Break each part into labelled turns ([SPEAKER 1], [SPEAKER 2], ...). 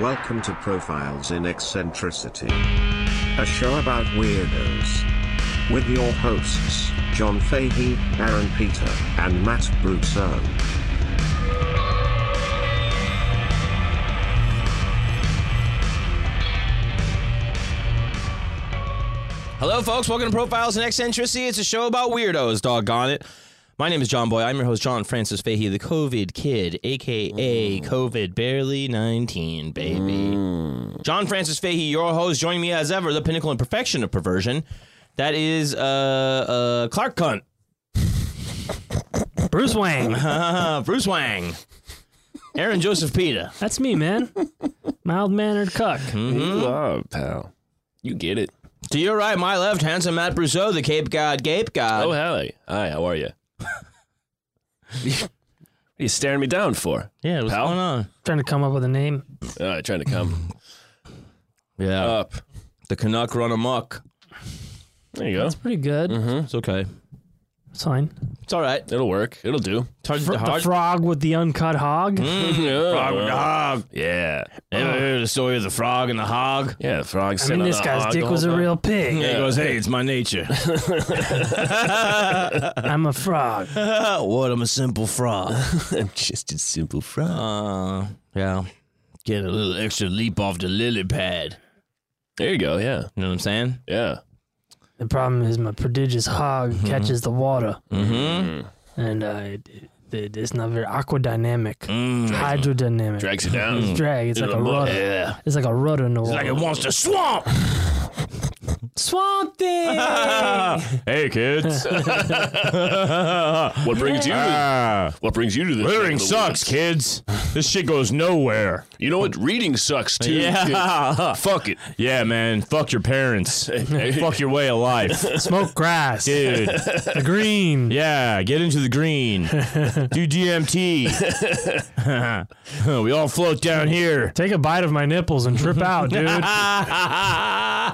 [SPEAKER 1] Welcome to Profiles in Eccentricity, a show about weirdos. With your hosts, John Fahey, Aaron Peter, and Matt Brousseau.
[SPEAKER 2] Hello, folks. Welcome to Profiles in Eccentricity. It's a show about weirdos, doggone it. My name is John Boy. I'm your host, John Francis Fahey, the COVID kid,
[SPEAKER 3] Mm.
[SPEAKER 2] aka COVID barely 19, baby.
[SPEAKER 3] Mm.
[SPEAKER 2] John Francis Fahey, your host, joining me as ever, the pinnacle and perfection of perversion. That is uh, uh, Clark Cunt,
[SPEAKER 4] Bruce Wang.
[SPEAKER 2] uh, Bruce Wang, Aaron Joseph Pita.
[SPEAKER 4] That's me, man. Mild mannered cuck.
[SPEAKER 2] Mm-hmm.
[SPEAKER 3] love, ah, pal. You get it.
[SPEAKER 2] To your right, my left, handsome Matt Brousseau, the Cape God, Gape God.
[SPEAKER 3] oh, hi. Hi, how are you? what are you staring me down for?
[SPEAKER 2] yeah, what's
[SPEAKER 3] pal.
[SPEAKER 2] going on?
[SPEAKER 4] Trying to come up with a name.
[SPEAKER 3] Uh, trying to come
[SPEAKER 2] Yeah.
[SPEAKER 3] up.
[SPEAKER 2] the Canuck run amok.
[SPEAKER 3] There you go.
[SPEAKER 4] Pretty good.
[SPEAKER 3] Mm.
[SPEAKER 2] It's okay.
[SPEAKER 4] It's fine.
[SPEAKER 2] It's all right.
[SPEAKER 3] It'll work. It'll do.
[SPEAKER 2] It's hard,
[SPEAKER 4] Fr- the Mm-hmm.
[SPEAKER 2] hard-
[SPEAKER 4] frog with the uncut hog.
[SPEAKER 3] Yeah.
[SPEAKER 2] Yeah. Ever heard the story of the frog and the hog?
[SPEAKER 3] Yeah, frog.
[SPEAKER 4] I mean, this guy's dick was a real pig.
[SPEAKER 2] He goes, hey, it's my nature.
[SPEAKER 4] I'm a frog.
[SPEAKER 2] what, I'm a simple frog.
[SPEAKER 3] I'm just a simple frog.
[SPEAKER 2] Uh, yeah. Get a little extra leap off the lily pad.
[SPEAKER 3] There you go. Oh, Yeah.
[SPEAKER 2] You know what I'm saying?
[SPEAKER 3] Yeah.
[SPEAKER 4] The problem is my prodigious hog catches the water,
[SPEAKER 2] Mm-hmm.
[SPEAKER 4] and uh, it, it- it's not very aquadynamic, hydrodynamic.
[SPEAKER 3] Drags you down.
[SPEAKER 4] It's Mm-hmm. drag. It's like a rudder.
[SPEAKER 3] Yeah.
[SPEAKER 4] It's like a rudder in the water.
[SPEAKER 2] Like it wants to swamp.
[SPEAKER 4] Swamp thing.
[SPEAKER 2] Uh, hey, kids.
[SPEAKER 3] What brings you?
[SPEAKER 2] Ah.
[SPEAKER 3] To, what brings you to this? end of the woods?
[SPEAKER 2] Uh, kids. This shit goes nowhere.
[SPEAKER 3] You know what? Reading sucks too.
[SPEAKER 2] Yeah.
[SPEAKER 3] Fuck it.
[SPEAKER 2] Yeah, man. Fuck your parents. Fuck your way of life.
[SPEAKER 4] Smoke grass.
[SPEAKER 2] Dude.
[SPEAKER 4] The green.
[SPEAKER 2] Yeah, get into the green. Do DMT. we all float down here.
[SPEAKER 4] Take a bite of my nipples and trip out, dude.
[SPEAKER 2] that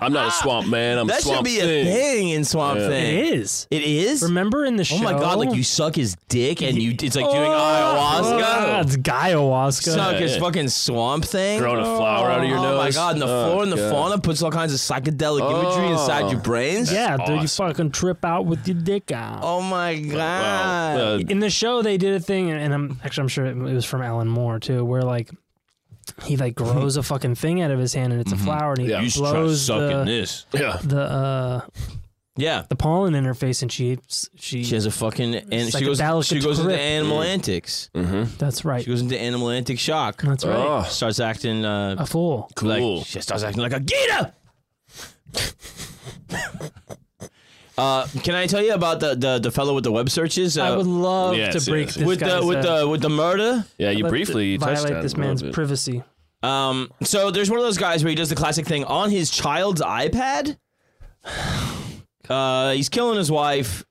[SPEAKER 3] I'm not a swamp man. I'm a
[SPEAKER 2] Ah. should
[SPEAKER 3] swamp
[SPEAKER 2] be
[SPEAKER 3] thing.
[SPEAKER 2] a thing in Swamp Thing.
[SPEAKER 4] It is.
[SPEAKER 2] It is?
[SPEAKER 4] Remember in the show?
[SPEAKER 2] oh my god, like you suck his dick and you it's like doing
[SPEAKER 4] Ah,
[SPEAKER 2] ayahuasca.
[SPEAKER 4] it's ayahuasca.
[SPEAKER 2] Suck his
[SPEAKER 3] Yeah.
[SPEAKER 2] fucking swamp thing.
[SPEAKER 3] Growing a flower out of your
[SPEAKER 2] oh
[SPEAKER 3] nose.
[SPEAKER 2] my god, and the
[SPEAKER 3] Oh,
[SPEAKER 2] flora and the
[SPEAKER 3] God.
[SPEAKER 2] fauna puts all kinds of psychedelic imagery inside
[SPEAKER 3] Oh.
[SPEAKER 2] your brains.
[SPEAKER 4] yeah, dude, you
[SPEAKER 3] awesome.
[SPEAKER 4] fucking trip out with your dick out.
[SPEAKER 2] Oh my god.
[SPEAKER 3] Wow. Uh,
[SPEAKER 4] In the show, they did a thing, and- and I'm actually I'm sure it was from Alan Moore too, where like he like grows a fucking thing out of his hand, and it's a flower, and he
[SPEAKER 3] Yeah. You should
[SPEAKER 4] blows the
[SPEAKER 2] this.
[SPEAKER 3] yeah.
[SPEAKER 4] the, uh,
[SPEAKER 2] Yeah.
[SPEAKER 4] the pollen in her face, and she she,
[SPEAKER 2] She has a fucking and
[SPEAKER 4] It's
[SPEAKER 2] she goes
[SPEAKER 4] like a
[SPEAKER 2] she
[SPEAKER 4] delicate
[SPEAKER 2] goes into
[SPEAKER 4] grip.
[SPEAKER 2] animal
[SPEAKER 3] Mm.
[SPEAKER 2] antics.
[SPEAKER 4] that's right,
[SPEAKER 2] She goes into animal antic shock.
[SPEAKER 4] that's right,
[SPEAKER 3] Oh,
[SPEAKER 2] starts acting uh,
[SPEAKER 4] a fool.
[SPEAKER 3] cool.
[SPEAKER 2] like she starts acting like a Gita. uh, can I tell you about the, the, the fellow with the web searches? Uh,
[SPEAKER 4] I would love
[SPEAKER 3] yes,
[SPEAKER 4] to break
[SPEAKER 3] yes.
[SPEAKER 4] this
[SPEAKER 2] with the
[SPEAKER 4] guy's,
[SPEAKER 2] with
[SPEAKER 4] uh,
[SPEAKER 2] the with the murder.
[SPEAKER 3] yeah, you
[SPEAKER 4] let-
[SPEAKER 3] briefly touched on
[SPEAKER 4] violate
[SPEAKER 3] it
[SPEAKER 4] this
[SPEAKER 3] a little
[SPEAKER 4] man's
[SPEAKER 3] bit.
[SPEAKER 4] privacy.
[SPEAKER 2] Um, so there's one of those guys where he does the classic thing on his child's iPad. Uh, he's killing his wife,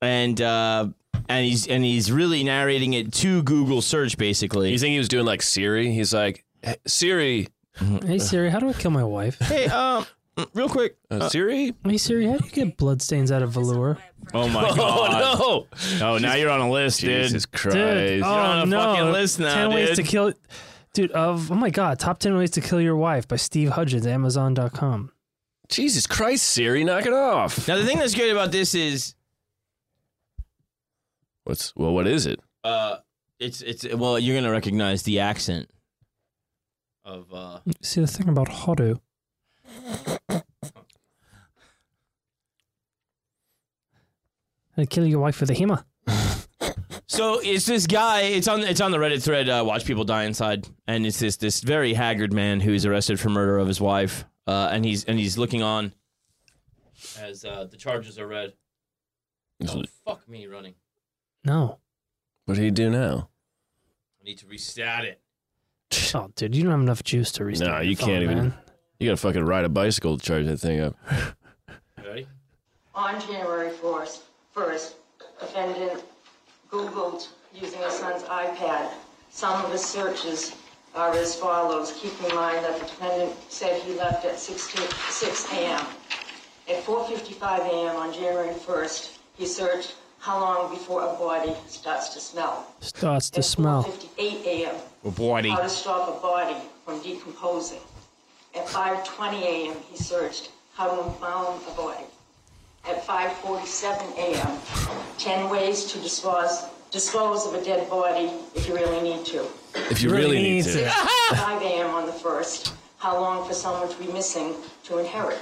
[SPEAKER 2] and uh, and he's and he's really narrating it to Google search basically.
[SPEAKER 3] You think he was doing like Siri? He's like, "Hey, Siri,
[SPEAKER 4] Hey Siri, how do I kill my wife?
[SPEAKER 2] hey, um, real quick.
[SPEAKER 3] uh, Siri.
[SPEAKER 4] Hey Siri, how do you get bloodstains out of velour?
[SPEAKER 2] Oh my
[SPEAKER 3] Oh no!
[SPEAKER 2] Oh, now you're on a list,
[SPEAKER 3] Jesus Christ! oh.
[SPEAKER 2] on a fucking list now,
[SPEAKER 4] oh, ten ways to
[SPEAKER 2] dude.
[SPEAKER 4] kill, dude. Of oh my god, top ten ways to kill your wife by Steve Hudgens, Amazon.com.
[SPEAKER 3] Jesus Christ, Siri, knock it off.
[SPEAKER 2] Now the thing that's great about this is,
[SPEAKER 3] What's well? What is it?
[SPEAKER 2] uh, it's it's well, you're gonna recognize the accent of uh,
[SPEAKER 4] See the thing about Hodu. I kill your wife with a hammer.
[SPEAKER 2] So it's this guy. It's on. It's on the Reddit thread. Uh, Watch people die inside, and it's this this very haggard man who's arrested for murder of his wife, uh, and he's and he's looking on as uh, the charges are read. Oh, fuck me running.
[SPEAKER 4] No,
[SPEAKER 3] What do you do now?
[SPEAKER 2] I need to restat it.
[SPEAKER 4] oh dude, you don't have enough juice to restart.
[SPEAKER 3] No,
[SPEAKER 4] your
[SPEAKER 3] you
[SPEAKER 4] phone,
[SPEAKER 3] can't even-
[SPEAKER 4] man.
[SPEAKER 3] You gotta fucking ride a bicycle to charge that thing up.
[SPEAKER 2] You Ready?
[SPEAKER 5] On January 4th, first, defendant Googled using his son's iPad. Some of his searches are as follows. Keep in mind that the defendant said he left at 16 6 a.m. At 4:55 a.m. on January 1st, he searched how long before a body starts to smell.
[SPEAKER 4] Starts to
[SPEAKER 5] At
[SPEAKER 4] smell.
[SPEAKER 5] 4:58 a.m.
[SPEAKER 2] Body.
[SPEAKER 5] How to stop a body from decomposing. At 5:20 a.m. he searched how to embalm a body. At 5:47 a.m. 10 ways to dispose dispose of a dead body if you really need to.
[SPEAKER 3] If you really, need
[SPEAKER 4] needs
[SPEAKER 3] to.
[SPEAKER 4] it.
[SPEAKER 5] 5 a.m. on the first. How long for someone to be missing to inherit?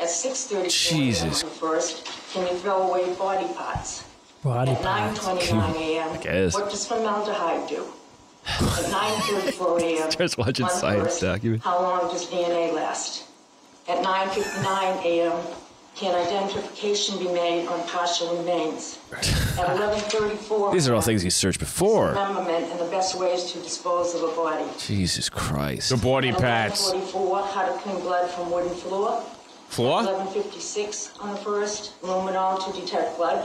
[SPEAKER 5] At 6:30
[SPEAKER 3] Jesus.
[SPEAKER 5] on the first, can you throw away body parts?
[SPEAKER 4] Body
[SPEAKER 5] At
[SPEAKER 4] parts.
[SPEAKER 5] 9:29 a.m.
[SPEAKER 3] guess.
[SPEAKER 5] What does formaldehyde do? At 9:34 a.m.
[SPEAKER 3] Starts watching
[SPEAKER 5] one
[SPEAKER 3] science
[SPEAKER 5] person,
[SPEAKER 3] documents.
[SPEAKER 5] How long does DNA last? At 9:59 a.m. Can identification be made on partial remains? At 11:34.
[SPEAKER 3] These are all things you searched before.
[SPEAKER 5] Dismemberment and the best ways to dispose of a body.
[SPEAKER 3] Jesus Christ.
[SPEAKER 2] The body
[SPEAKER 5] At
[SPEAKER 2] pads.
[SPEAKER 5] 11:44. How to clean blood from wooden floor.
[SPEAKER 2] Floor?
[SPEAKER 5] 11:56 on the first, luminol to detect blood.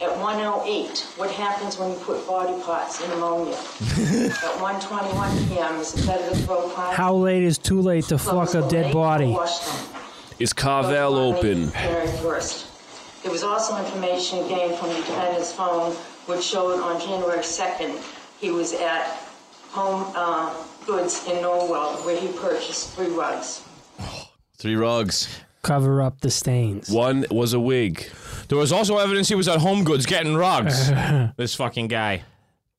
[SPEAKER 5] At 1:08, what happens when you put body parts in ammonia? At 1:21 p.m., is it better to throw parts?
[SPEAKER 4] How late is too late to fuck a dead body?
[SPEAKER 5] Wash them.
[SPEAKER 3] Is Cavell open?
[SPEAKER 5] January 1st. There was also information gained from the defendant's phone, which showed on January 2nd, he was at Home uh, Goods in Norwell, where he purchased three rugs.
[SPEAKER 2] Three rugs.
[SPEAKER 4] Cover up the stains.
[SPEAKER 3] One was a wig.
[SPEAKER 2] There was also evidence he was at Home Goods getting rugs. this fucking guy.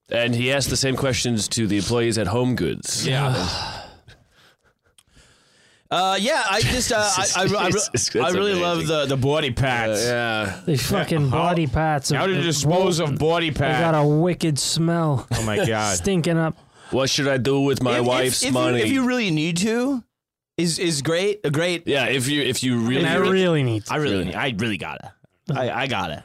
[SPEAKER 3] And he asked the same questions to the employees at Home Goods.
[SPEAKER 2] Yeah. Uh, yeah, I just uh, I, I, I,
[SPEAKER 3] Jesus,
[SPEAKER 2] I,
[SPEAKER 3] that's
[SPEAKER 2] really
[SPEAKER 3] amazing.
[SPEAKER 2] love Uh, the, the body pads.
[SPEAKER 3] Uh, Yeah.
[SPEAKER 4] The fucking body parts.
[SPEAKER 2] How to dispose of body
[SPEAKER 4] They
[SPEAKER 2] pads.
[SPEAKER 4] got a wicked smell.
[SPEAKER 2] oh my god.
[SPEAKER 4] Stinking up.
[SPEAKER 3] What should I do with my
[SPEAKER 2] If- if-
[SPEAKER 3] wife's
[SPEAKER 2] if you-
[SPEAKER 3] money?
[SPEAKER 2] if you really need to, is is great. A great.
[SPEAKER 3] yeah, if you if you really,
[SPEAKER 4] And I really need
[SPEAKER 2] I really, need- I really gotta. I, I gotta.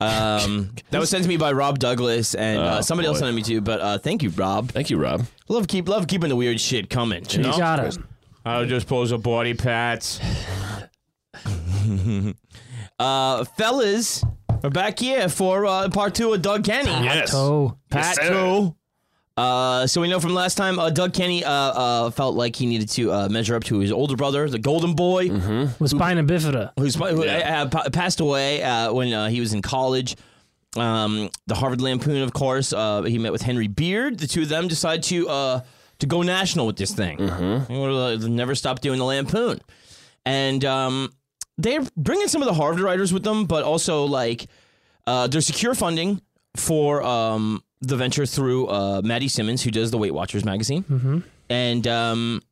[SPEAKER 2] Um, that was sent to me by Rob Douglas and uh,
[SPEAKER 3] Oh,
[SPEAKER 2] somebody else
[SPEAKER 3] boy.
[SPEAKER 2] sent it to me too. But uh, thank you, Rob.
[SPEAKER 3] Thank you, Rob.
[SPEAKER 2] Love keep love keeping the weird shit coming. You
[SPEAKER 4] You
[SPEAKER 2] know?
[SPEAKER 4] got it.
[SPEAKER 2] I'll just pose a body pat. uh, fellas, we're back here for uh, part two of Doug Kenny.
[SPEAKER 3] Yes.
[SPEAKER 4] Toe.
[SPEAKER 2] Pat
[SPEAKER 3] Yes, sir.
[SPEAKER 2] two. Uh, so we know from last time, uh, Doug Kenny uh, uh, felt like he needed to uh, measure up to his older brother, the Golden Boy,
[SPEAKER 4] Was spina bifida.
[SPEAKER 2] who's, who uh, pa- passed away uh, when uh, he was in college. Um, the Harvard Lampoon, of course. Uh, he met with Henry Beard. The two of them decide to uh, to go national with this thing. Mm-hmm. never stop doing the Lampoon, and um, they're bringing some of the Harvard writers with them, but also like uh, they're secure funding for um, the venture through uh, Maddie Simmons, who does the Weight Watchers magazine, mm-hmm. and um,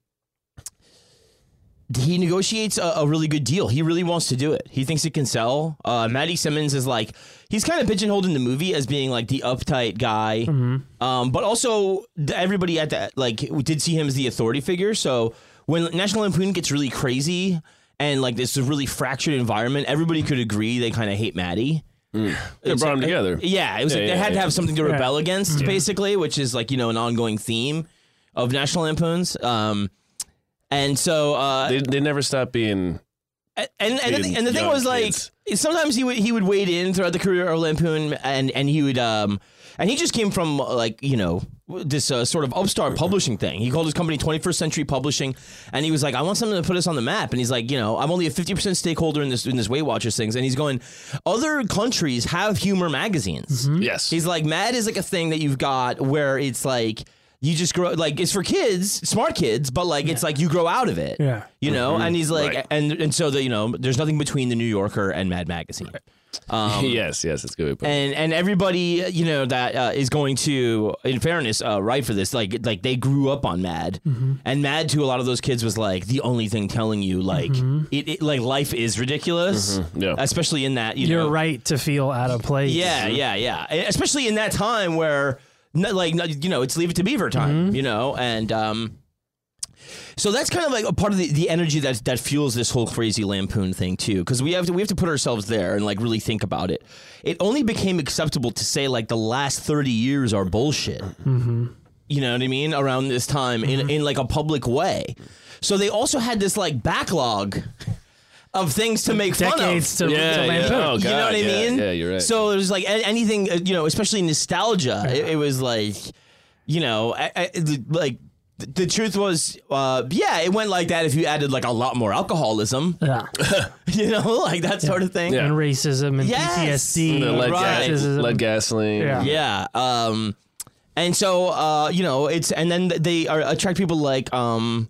[SPEAKER 2] he negotiates a, a really good deal. He really wants to do it. He thinks it can sell. Uh, Maddie Simmons is like he's kind of pigeonholed in the movie as being like the uptight guy, um, but also the, everybody at that like did see him as the authority figure. So when National Lampoon gets really crazy and like this is a really fractured environment, everybody could agree they kind of hate Maddie.
[SPEAKER 3] They brought them together.
[SPEAKER 2] Yeah, it was
[SPEAKER 3] Yeah,
[SPEAKER 2] like
[SPEAKER 3] yeah,
[SPEAKER 2] they had to
[SPEAKER 3] yeah.
[SPEAKER 2] have something to rebel against, basically, which is like you know an ongoing theme of National Lampoons. Um, and so, uh,
[SPEAKER 3] They, they never stop being.
[SPEAKER 2] and and, the, thing-
[SPEAKER 3] being
[SPEAKER 2] and the thing
[SPEAKER 3] young
[SPEAKER 2] was like
[SPEAKER 3] kids.
[SPEAKER 2] sometimes he would he would wade in throughout the career of Lampoon, and and he would um and he just came from like you know this uh, sort of upstart publishing thing. He called his company 21st Century Publishing, and he was like, I want something to put us on the map. And he's like, you know, I'm only a 50 percent stakeholder in this in this Weight Watchers things, and he's going, other countries have humor magazines.
[SPEAKER 3] Yes.
[SPEAKER 2] He's like, Mad is like a thing that you've got where it's like you just grow like it's for kids, smart kids, but like it's like you grow out of it.
[SPEAKER 4] Yeah.
[SPEAKER 2] You know, and he's like
[SPEAKER 3] Mm-hmm. Right.
[SPEAKER 2] and and so the you know, there's nothing between the New Yorker and Mad Magazine.
[SPEAKER 3] Um, yes. Yes. It's good. But
[SPEAKER 2] And and everybody, you know, that uh, is going to in fairness, uh, right for this, like like they grew up on Mad.
[SPEAKER 4] Mm-hmm.
[SPEAKER 2] And Mad to a lot of those kids was like the only thing telling you like
[SPEAKER 4] Mm-hmm.
[SPEAKER 2] it, it like life is ridiculous.
[SPEAKER 3] Mm-hmm. Yeah.
[SPEAKER 2] Especially in that, you
[SPEAKER 4] You're
[SPEAKER 2] know,
[SPEAKER 4] right to feel out of place.
[SPEAKER 2] yeah, yeah, yeah. And Especially in that time where, no- like, no- you know, it's Leave It to Beaver time, you know, and um, so that's kind of like a part of the, the energy that that fuels this whole crazy lampoon thing too, because we have to we have to put ourselves there and like really think about it. It only became acceptable to say like the last thirty years are bullshit. You know what I mean? Around this time in in like a public way. So they also had this like backlog of things to make fun of
[SPEAKER 4] Decades to,
[SPEAKER 3] Yeah,
[SPEAKER 4] to
[SPEAKER 3] yeah.
[SPEAKER 4] Lampoon.
[SPEAKER 3] Oh,
[SPEAKER 2] you know what
[SPEAKER 3] God,
[SPEAKER 2] I
[SPEAKER 3] yeah,
[SPEAKER 2] mean?
[SPEAKER 3] yeah, you're right.
[SPEAKER 2] So it was like a- anything, uh, you know, especially nostalgia. It, it was like, you know, I, I, like th- the truth was, uh, yeah, it went like that if you added like a lot more alcoholism,
[SPEAKER 4] Yeah.
[SPEAKER 2] you know, like that sort of thing.
[SPEAKER 3] Yeah.
[SPEAKER 4] and racism and
[SPEAKER 2] Yes!
[SPEAKER 4] PTSD.
[SPEAKER 3] The lead,
[SPEAKER 2] Right.
[SPEAKER 3] gas, lead gasoline.
[SPEAKER 4] Yeah.
[SPEAKER 2] Yeah. Um, and so uh, you know, it's and then they are, attract people like um,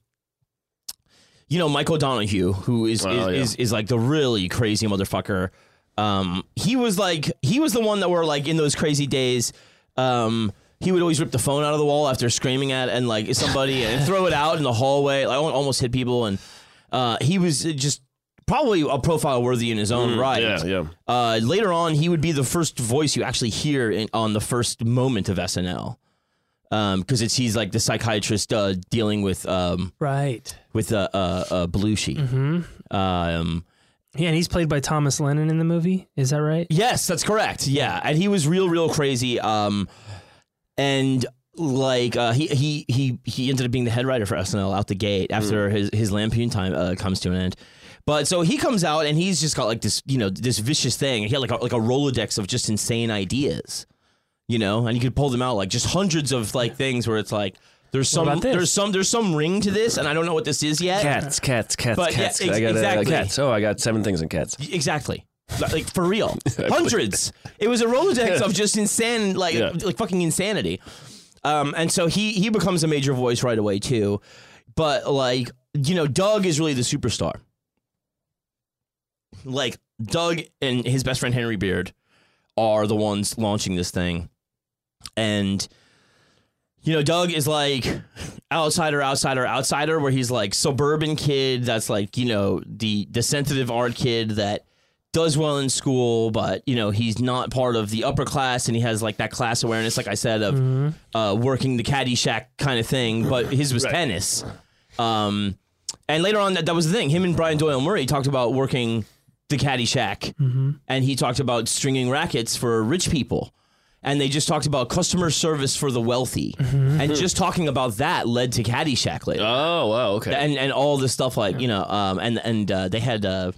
[SPEAKER 2] you know, Michael Donahue, who is is,
[SPEAKER 3] Oh, yeah.
[SPEAKER 2] is is like the really crazy motherfucker. Um, he was like he was the one that were like in those crazy days. Um, he would always rip the phone out of the wall after screaming at and like somebody and throw it out in the hallway. Like al- almost hit people, and uh, he was just probably a profile worthy in his own right.
[SPEAKER 3] Mm-hmm. yeah, yeah.
[SPEAKER 2] Uh, later on, he would be the first voice you actually hear in, on the first moment of SNL, because Um, it's he's like the psychiatrist uh, dealing with um,
[SPEAKER 4] Right.
[SPEAKER 2] with uh, uh, uh, Belushi. Um,
[SPEAKER 4] Yeah, and he's played by Thomas Lennon in the movie. Is that right?
[SPEAKER 2] Yes, that's correct. Yeah, and he was real, real crazy. Um, and like uh, he he he he ended up being the head writer for SNL out the gate
[SPEAKER 4] Mm.
[SPEAKER 2] after his his lampoon time uh, comes to an end. But so he comes out and he's just got like this you know this vicious thing. He had like a, like a rolodex of just insane ideas, you know, and you could pull them out like just hundreds of like things where it's like. There's some
[SPEAKER 4] about this?
[SPEAKER 2] there's some there's some ring to this and I don't know what this is yet.
[SPEAKER 3] Cats, cats, cats,
[SPEAKER 2] But, yeah,
[SPEAKER 3] cats.
[SPEAKER 2] ex-
[SPEAKER 3] I got uh,
[SPEAKER 2] exactly.
[SPEAKER 3] cats. Oh, I got seven things in cats.
[SPEAKER 2] Exactly. Like for real, hundreds. It was a rolodex of just insane, like
[SPEAKER 3] Yeah.
[SPEAKER 2] like fucking insanity. Um, and so he he becomes a major voice right away too, but like you know, Doug is really the superstar. Like Doug and his best friend Henry Beard are the ones launching this thing, and you know, Doug is like outsider, outsider, outsider, where he's like suburban kid that's like, you know, the the sensitive art kid that does well in school, but you know, he's not part of the upper class and he has like that class awareness, like I said, of uh, working the caddy shack kind of thing, but his was tennis. Um and later on that, that was the thing. Him and Brian Doyle Murray talked about working the caddy shack and he talked about stringing rackets for rich people and they just talked about customer service for the wealthy and just talking about that led to caddyshack later
[SPEAKER 3] Oh, wow, okay.
[SPEAKER 2] and and all this stuff like you know um and and uh, they had uh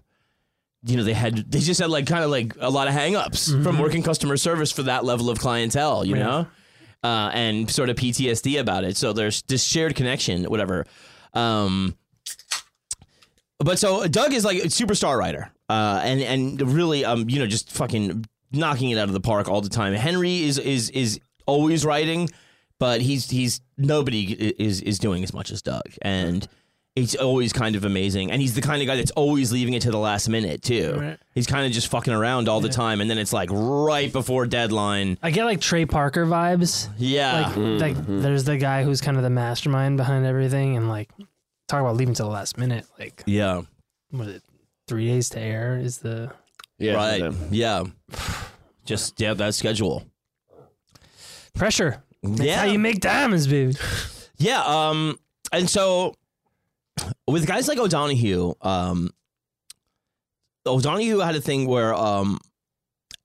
[SPEAKER 2] you know they had they just had like kind of like a lot of hangups from working customer service for that level of clientele you know uh, and sort of PTSD about it so there's this shared connection whatever um but so Doug is like a superstar writer uh and and really um you know just fucking knocking it out of the park all the time Henry is is is always writing but he's he's nobody i- is is doing as much as Doug, and it's always kind of amazing. And he's the kind of guy that's always leaving it to the last minute too.
[SPEAKER 4] Right.
[SPEAKER 2] He's kind of just fucking around all the time, and then it's like right before deadline.
[SPEAKER 4] I get like Trey Parker vibes.
[SPEAKER 2] Yeah, Mm-hmm.
[SPEAKER 4] Like, like there's the guy who's kind of the mastermind behind everything, and like talk about leaving till the last minute. Like,
[SPEAKER 2] yeah,
[SPEAKER 4] what is it? Three days to air is the
[SPEAKER 3] yeah,
[SPEAKER 2] right, yeah.
[SPEAKER 3] yeah.
[SPEAKER 2] Just yeah, that schedule.
[SPEAKER 4] pressure. That's
[SPEAKER 2] Yeah.
[SPEAKER 4] how you make diamonds, baby.
[SPEAKER 2] Yeah. Um. And so, with guys like O'Donohue, um, O'Donohue had a thing where, um,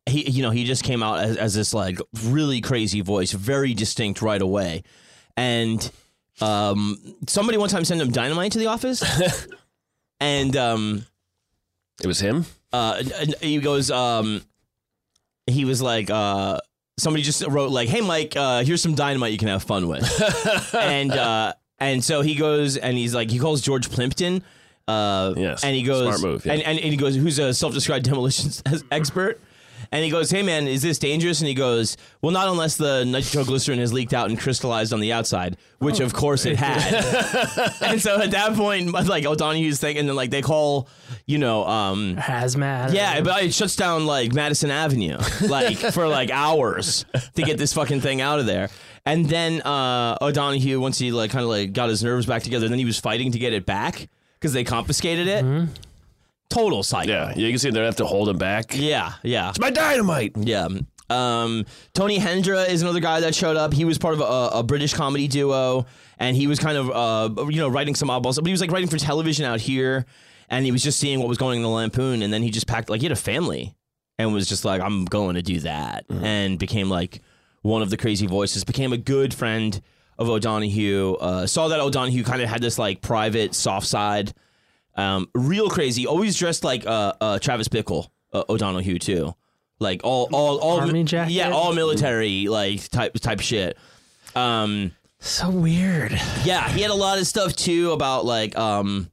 [SPEAKER 2] he you know he just came out as, as this like really crazy voice, very distinct right away, and um, somebody one time sent him dynamite to the office, and um,
[SPEAKER 3] It was him?
[SPEAKER 2] uh, and- and he goes, um, he was like, uh, somebody just wrote like, "Hey, Mike, uh, here's some dynamite you can have fun with," and uh, and so he goes and he's like, he calls George Plimpton. Uh,
[SPEAKER 3] Yes.
[SPEAKER 2] and he goes,
[SPEAKER 3] Smart move, yeah.
[SPEAKER 2] and, and, and he goes, who's a self-described demolitions expert? And he goes, hey man, is this dangerous? And he goes, well, not unless the nitroglycerin has leaked out and crystallized on the outside, which
[SPEAKER 3] Oh.
[SPEAKER 2] of course it had. and so at that point, like O'Donohue's thing, and then like they call, you know, um,
[SPEAKER 4] Hazmat.
[SPEAKER 2] yeah, but it shuts down like Madison Avenue, like for like hours to get this fucking thing out of there. And then uh, O'Donohue, once he like kind of like got his nerves back together, then he was fighting to get it back because they confiscated it. Total psycho.
[SPEAKER 3] Yeah, you can see they have to hold him back.
[SPEAKER 2] yeah, yeah.
[SPEAKER 3] My dynamite.
[SPEAKER 2] Yeah. Um, Tony Hendra is another guy that showed up. He was part of a, a British comedy duo, and he was kind of uh, you know writing some oddballs, but he was like writing for television out here, and he was just seeing what was going in the Lampoon, and then he just packed like he had a family, and was just like I'm going to do that,
[SPEAKER 3] Mm-hmm.
[SPEAKER 2] and became like one of the crazy voices. Became a good friend of O'Donohue. Uh, saw that O'Donohue kind of had this like private soft side, um, real crazy. Always dressed like uh, uh, Travis Bickle, uh, O'Donohue too. Like all, all, all,
[SPEAKER 4] Army jacket?
[SPEAKER 2] yeah, all military like type type shit. Um,
[SPEAKER 4] So weird.
[SPEAKER 2] Yeah, he had a lot of stuff too about like um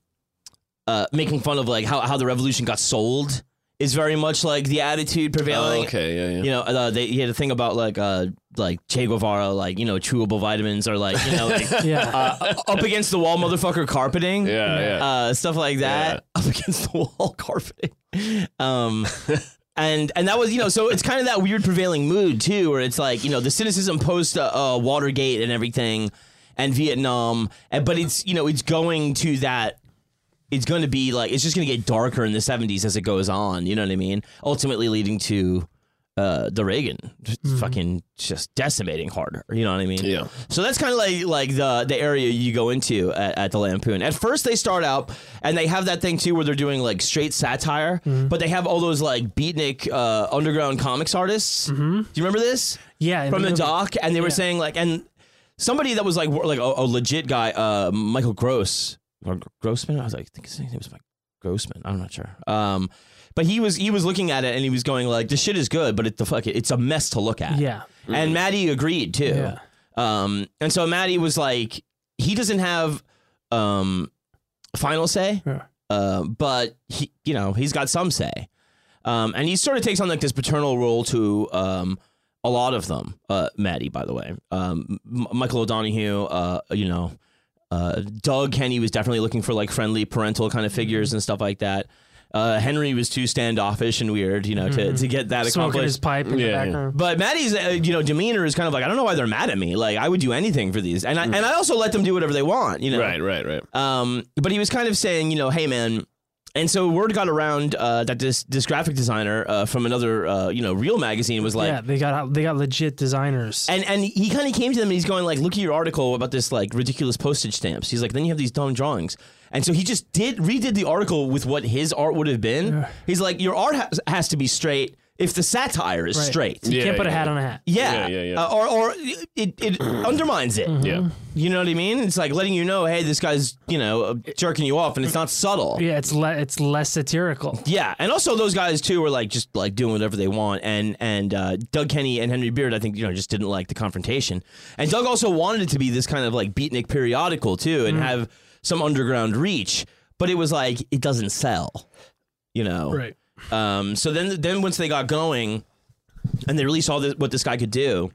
[SPEAKER 2] uh making fun of like how, how the revolution got sold is very much like the attitude prevailing.
[SPEAKER 3] Oh, okay, yeah, yeah.
[SPEAKER 2] You know, uh, they, he had a thing about like uh like Che Guevara, like you know, chewable vitamins are like you know like
[SPEAKER 4] Yeah.
[SPEAKER 2] uh, up against the wall, motherfucker, carpeting.
[SPEAKER 3] Yeah, yeah.
[SPEAKER 2] Uh, stuff like that, up against the wall, carpeting. Um, and and that was you know, so it's kind of that weird prevailing mood too, where it's like you know the cynicism post uh, uh, Watergate and everything, and Vietnam, and, but it's you know it's going to that. It's going to be like it's just going to get darker in the '70s as it goes on. You know what I mean? Ultimately, leading to uh, the Reagan just fucking just decimating harder. You know what I mean?
[SPEAKER 3] Yeah.
[SPEAKER 2] So that's kind of like like the the area you go into at, at the Lampoon. At first, they start out and they have that thing too where they're doing like straight satire, but they have all those like beatnik uh, underground comics artists. Mm-hmm. Do you remember this?
[SPEAKER 4] yeah. in
[SPEAKER 2] From the
[SPEAKER 4] movie.
[SPEAKER 2] doc, and they were
[SPEAKER 4] Yeah.
[SPEAKER 2] saying like and somebody that was like wor- like a, a legit guy, uh, Michael Gross or Gr- Grossman. I was like, I think his name was like Grossman. I'm not sure. Um, but he was he was looking at it and he was going like, this shit is good, but it the fuck it's a mess to look at.
[SPEAKER 4] Yeah.
[SPEAKER 2] And Maddie agreed too.
[SPEAKER 4] Mm-hmm. Yeah.
[SPEAKER 2] Um, and so Maddie was like, he doesn't have um, final say,
[SPEAKER 4] Yeah.
[SPEAKER 2] uh, but he, you know, he's got some say. Um, and he sort of takes on like this paternal role to um, a lot of them. Uh, Maddie, by the way, um, M- Michael O'Donohue, uh, you know, uh, Doug Kenny was definitely looking for like friendly parental kind of
[SPEAKER 4] Mm-hmm.
[SPEAKER 2] figures and stuff like that. Uh, Henry was too standoffish and weird, you know, to, to get that
[SPEAKER 4] Mm-hmm. Smoking
[SPEAKER 2] accomplished.
[SPEAKER 4] his pipe in the
[SPEAKER 3] Yeah, yeah.
[SPEAKER 4] background.
[SPEAKER 2] But Maddie's, uh, you know, demeanor is kind of like I don't know why they're mad at me. Like I would do anything for these, and I and I also let them do whatever they want, you know.
[SPEAKER 3] Right, right, right.
[SPEAKER 2] Um, but he was kind of saying, you know, hey man, and so word got around uh, that this this graphic designer uh, from another uh, you know real magazine was like,
[SPEAKER 4] yeah, they got they got legit designers.
[SPEAKER 2] and and he kind of came to them and he's going like, look at your article about this like ridiculous postage stamps. He's like, then you have these dumb drawings. And so he just did redid the article with what his art would have been. He's like, your art has, has to be straight if the satire is
[SPEAKER 4] Right.
[SPEAKER 2] straight.
[SPEAKER 4] You
[SPEAKER 3] Yeah,
[SPEAKER 4] can't put a
[SPEAKER 3] yeah,
[SPEAKER 4] hat
[SPEAKER 3] yeah.
[SPEAKER 4] on a hat.
[SPEAKER 2] Yeah,
[SPEAKER 3] Yeah, yeah, yeah.
[SPEAKER 2] Uh, or or it, it undermines it.
[SPEAKER 3] Yeah.
[SPEAKER 2] You know what I mean? It's like letting you know, hey, this guy's you know uh, jerking you off, and it's not subtle.
[SPEAKER 4] Yeah, it's le- it's less satirical.
[SPEAKER 2] Yeah, and also those guys too were like just like doing whatever they want, and and uh, Doug Kenny and Henry Beard, I think you know, just didn't like the confrontation, and Doug also wanted it to be this kind of like beatnik periodical too,
[SPEAKER 3] Mm-hmm.
[SPEAKER 2] and have some underground reach, but it was like it doesn't sell, you know, um, so then, then once they got going, and they released all this, what this guy could do.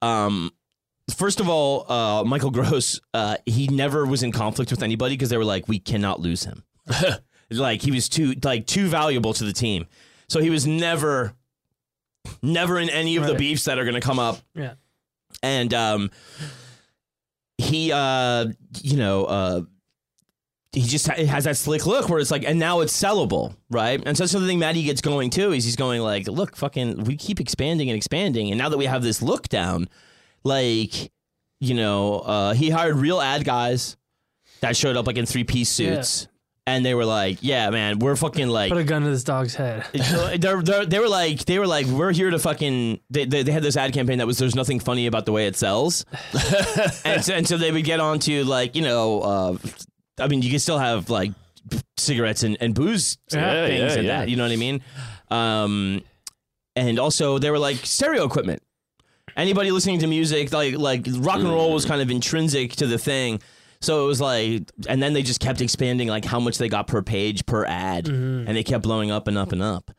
[SPEAKER 2] Um, first of all, uh, Michael Gross, uh, he never was in conflict with anybody because they were like, we cannot lose him. like he was too like too valuable to the team, so he was never, never in any of the
[SPEAKER 4] Right.
[SPEAKER 2] beefs that are going to come up
[SPEAKER 4] Yeah.
[SPEAKER 2] and um he uh you know uh he just ha- has that slick look where it's like, and now it's sellable, right? And so that's the thing Maddie gets going too is he's going like, look, fucking, we keep expanding and expanding, and now that we have this look down, like, you know, uh, he hired real ad guys that showed up like in three piece
[SPEAKER 4] Yeah.
[SPEAKER 2] suits, and they were like, yeah, man, we're fucking like,
[SPEAKER 4] Put a gun to this dog's head.
[SPEAKER 2] they're, they're, they were like they were like we're here to fucking they, they, they had this ad campaign that was there's nothing funny about the way it sells and, so, and so they would get on to like you know uh, i mean you can still have like cigarettes and, and booze
[SPEAKER 3] Yeah,
[SPEAKER 2] things
[SPEAKER 3] yeah,
[SPEAKER 2] and
[SPEAKER 3] yeah.
[SPEAKER 2] that you know what i mean um, and also they were like stereo equipment anybody listening to music like like rock and roll was kind of intrinsic to the thing so it was like and then they just kept expanding like how much they got per page per ad and they kept blowing up and up and up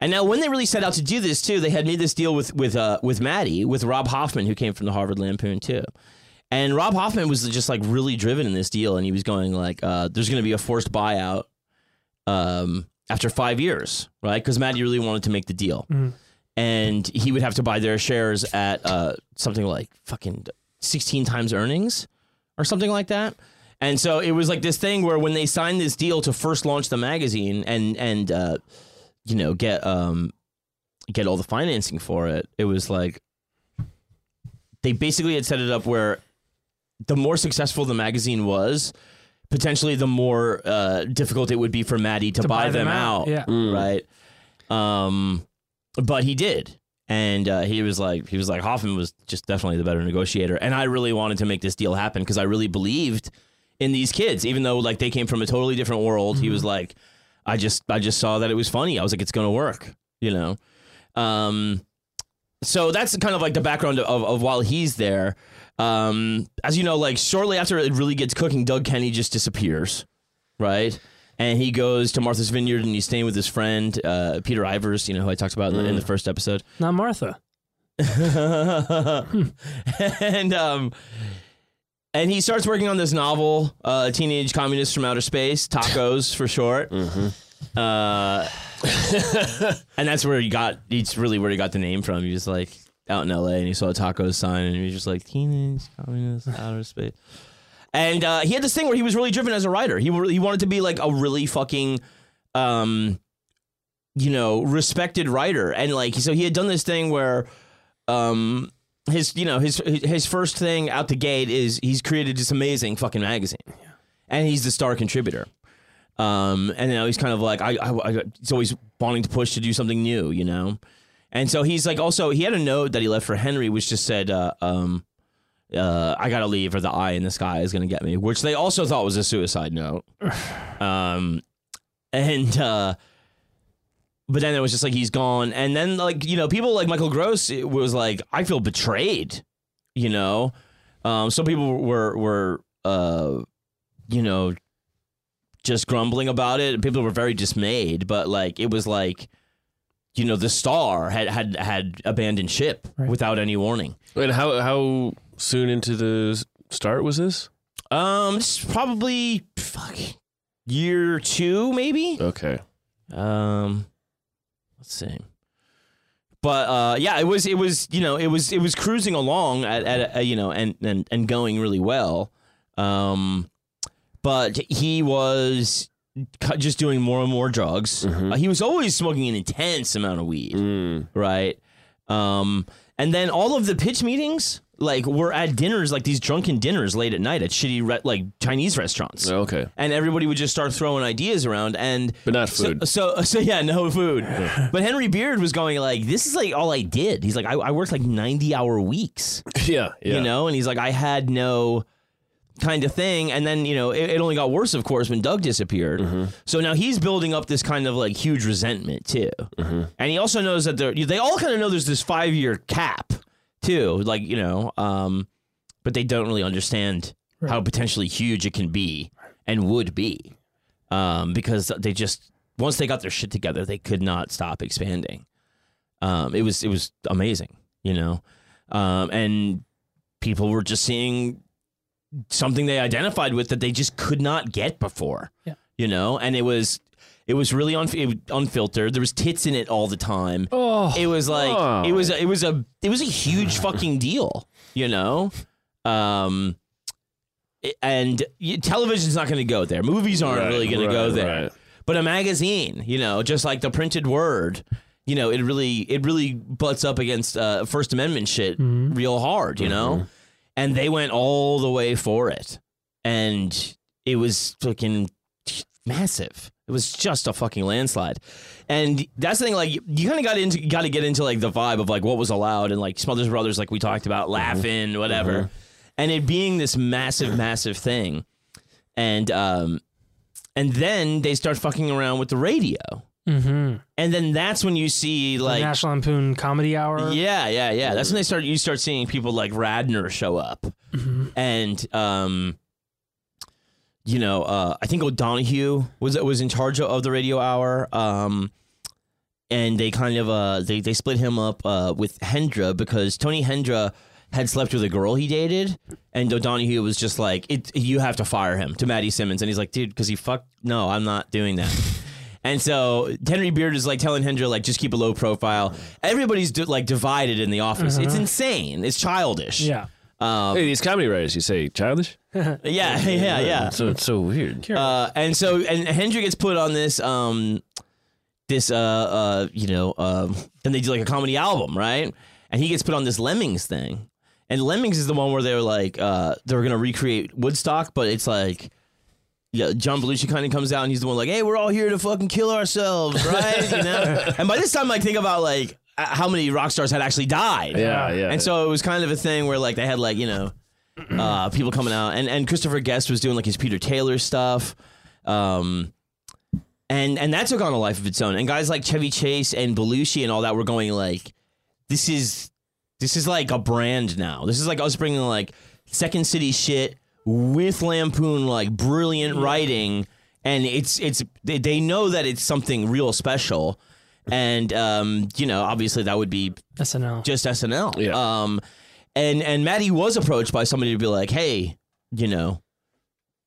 [SPEAKER 2] and now when they really set out to do this too they had made this deal with with uh with maddie with rob hoffman who came from the harvard lampoon too and rob hoffman was just like really driven in this deal and he was going like uh there's gonna be a forced buyout um after five years right because maddie really wanted to make the deal and he would have to buy their shares at uh, something like fucking 16 times earnings or something like that. And so it was like this thing where when they signed this deal to first launch the magazine and and uh, you know get um get all the financing for it, it was like they basically had set it up where the more successful the magazine was, potentially the more uh, difficult it would be for Maddie to, buy, them, out Mm.
[SPEAKER 4] Yeah.
[SPEAKER 2] right? Um, but he did, and uh, he was like, he was like Hoffman was just definitely the better negotiator, and I really wanted to make this deal happen because I really believed in these kids, even though like they came from a totally different world. He was like, I just, I just saw that it was funny. I was like, it's gonna work, you know. Um, so that's kind of like the background of, of while he's there. Um, as you know, like shortly after it really gets cooking, Doug Kenny just disappears, right? And he goes to Martha's Vineyard and he's staying with his friend uh, Peter Ivers, you know, who I talked about in, the, in the first episode.
[SPEAKER 4] Not Martha.
[SPEAKER 2] and um, and he starts working on this novel, uh, Teenage Communists from Outer Space, Tacos for short. Uh, and that's where he got. It's really where he got the name from. He was like out in L.A. and he saw a taco sign and he was just like Teenage Communists Outer Space. And uh, he had this thing where he was really driven as a writer. He really, he wanted to be like a really fucking. Um, you know, respected writer, and like so he had done this thing where, um, his you know his his first thing out the gate is he's created this amazing fucking magazine, and he's the star contributor. Um, and now he's kind of like I, I, I he's always wanting to push to do something new, you know. And so he's like also he had a note that he left for Henry, which just said, uh, um, uh, "I gotta leave, or the eye in the sky is gonna get me," which they also thought was a suicide note. um, and uh, but then it was just like he's gone and then like you know people like michael gross it was like i feel betrayed you know um some people were were uh you know just grumbling about it people were very dismayed but like it was like you know the star had had had abandoned ship without any warning
[SPEAKER 3] Wait, how how soon into the s- start was this?
[SPEAKER 2] um it's probably fuck year two maybe
[SPEAKER 3] Okay.
[SPEAKER 2] Um, let's see. But uh, yeah, it was it was you know it was it was cruising along at, at a, you know and, and and going really well. Um, but he was cu- just doing more and more drugs. Uh, he was always smoking an intense amount of weed, right? Um, and then all of the pitch meetings like were at dinners, like these drunken dinners late at night at shitty re- like Chinese restaurants
[SPEAKER 3] Okay.
[SPEAKER 2] and everybody would just start throwing ideas around and
[SPEAKER 3] But not
[SPEAKER 2] so-
[SPEAKER 3] food.
[SPEAKER 2] So, so, yeah, no food. But Henry Beard was going like, "This is like all I did." He's like, "I, I worked like ninety-hour weeks,
[SPEAKER 3] yeah, yeah.
[SPEAKER 2] you know," and he's like, "I had no kind of thing." And then you know, it, it only got worse, of course, when Doug disappeared. So now he's building up this kind of like huge resentment too, and he also knows that they're, they all kind of know there's this five-year cap too, like you know, um, but they don't really understand how potentially huge it can be and would be um, because they just once they got their shit together, they could not stop expanding. Um, it was it was amazing, you know, um, and people were just seeing something they identified with that they just could not get before,
[SPEAKER 4] Yeah.
[SPEAKER 2] you know, and it was it was really unf- it was unfiltered. There was tits in it all the time.
[SPEAKER 4] Oh,
[SPEAKER 2] It was like
[SPEAKER 3] Oh.
[SPEAKER 2] it was a, it was a it was a huge fucking deal, you know. Um, i- and y- television's not going to go there. Movies aren't
[SPEAKER 3] Right,
[SPEAKER 2] really going
[SPEAKER 3] right,
[SPEAKER 2] to go there.
[SPEAKER 3] right.
[SPEAKER 2] But a magazine, you know, just like the printed word, you know, it really it really butts up against uh, First Amendment shit real hard, you
[SPEAKER 3] Mm-hmm.
[SPEAKER 2] know. And they went all the way for it, and it was fucking massive. It was just a fucking landslide. And that's the thing, like you kinda got into gotta get into like the vibe of like what was allowed and like Smothers Brothers, like we talked about,
[SPEAKER 3] Mm-hmm.
[SPEAKER 2] laughing, whatever. And it being this massive, massive thing. And um and then they start fucking around with the radio.
[SPEAKER 4] mm-hmm.
[SPEAKER 2] And then that's when you see like
[SPEAKER 4] National Lampoon Comedy Hour.
[SPEAKER 2] yeah, yeah, yeah. That's when they start. You start seeing people like Radner show up, and um, you know, uh, I think O'Donohue was was in charge of the radio hour. Um, and they kind of uh they they split him up uh with Hendra because Tony Hendra had slept with a girl he dated, and O'Donohue was just like, "It, you have to fire him to Maddie Simmons," and he's like, "Dude, because he fucked. No, I'm not doing that." And so Henry Beard is like telling Hendra like just keep a low profile. Everybody's di- like divided in the office. It's insane. It's childish.
[SPEAKER 4] Yeah.
[SPEAKER 2] um,
[SPEAKER 3] Hey, these comedy writers, you say childish?
[SPEAKER 2] yeah, yeah, yeah.
[SPEAKER 3] So it's so weird.
[SPEAKER 2] Uh, and so and Hendra gets put on this um this uh uh you know um then they do like a comedy album right and he gets put on this Lemmings thing and Lemmings is the one where they're like uh they're gonna recreate Woodstock but it's like yeah John Belushi kind of comes out and he's the one like hey we're all here to fucking kill ourselves right you know and by this time like think about like uh, how many rock stars had actually died
[SPEAKER 3] Yeah, yeah.
[SPEAKER 2] and so it was kind of a thing where like they had like you know uh, people coming out, and and Christopher Guest was doing like his Peter Taylor stuff, um, and and that took on a life of its own. And guys like Chevy Chase and Belushi and all that were going like, this is this is like a brand now. This is like us bringing like Second City shit with Lampoon like brilliant writing, and it's it's they, they know that it's something real special, and um you know obviously that would be
[SPEAKER 4] SNL.
[SPEAKER 2] just SNL.
[SPEAKER 3] Yeah.
[SPEAKER 2] Um, and and Maddie was approached by somebody to be like, hey, you know,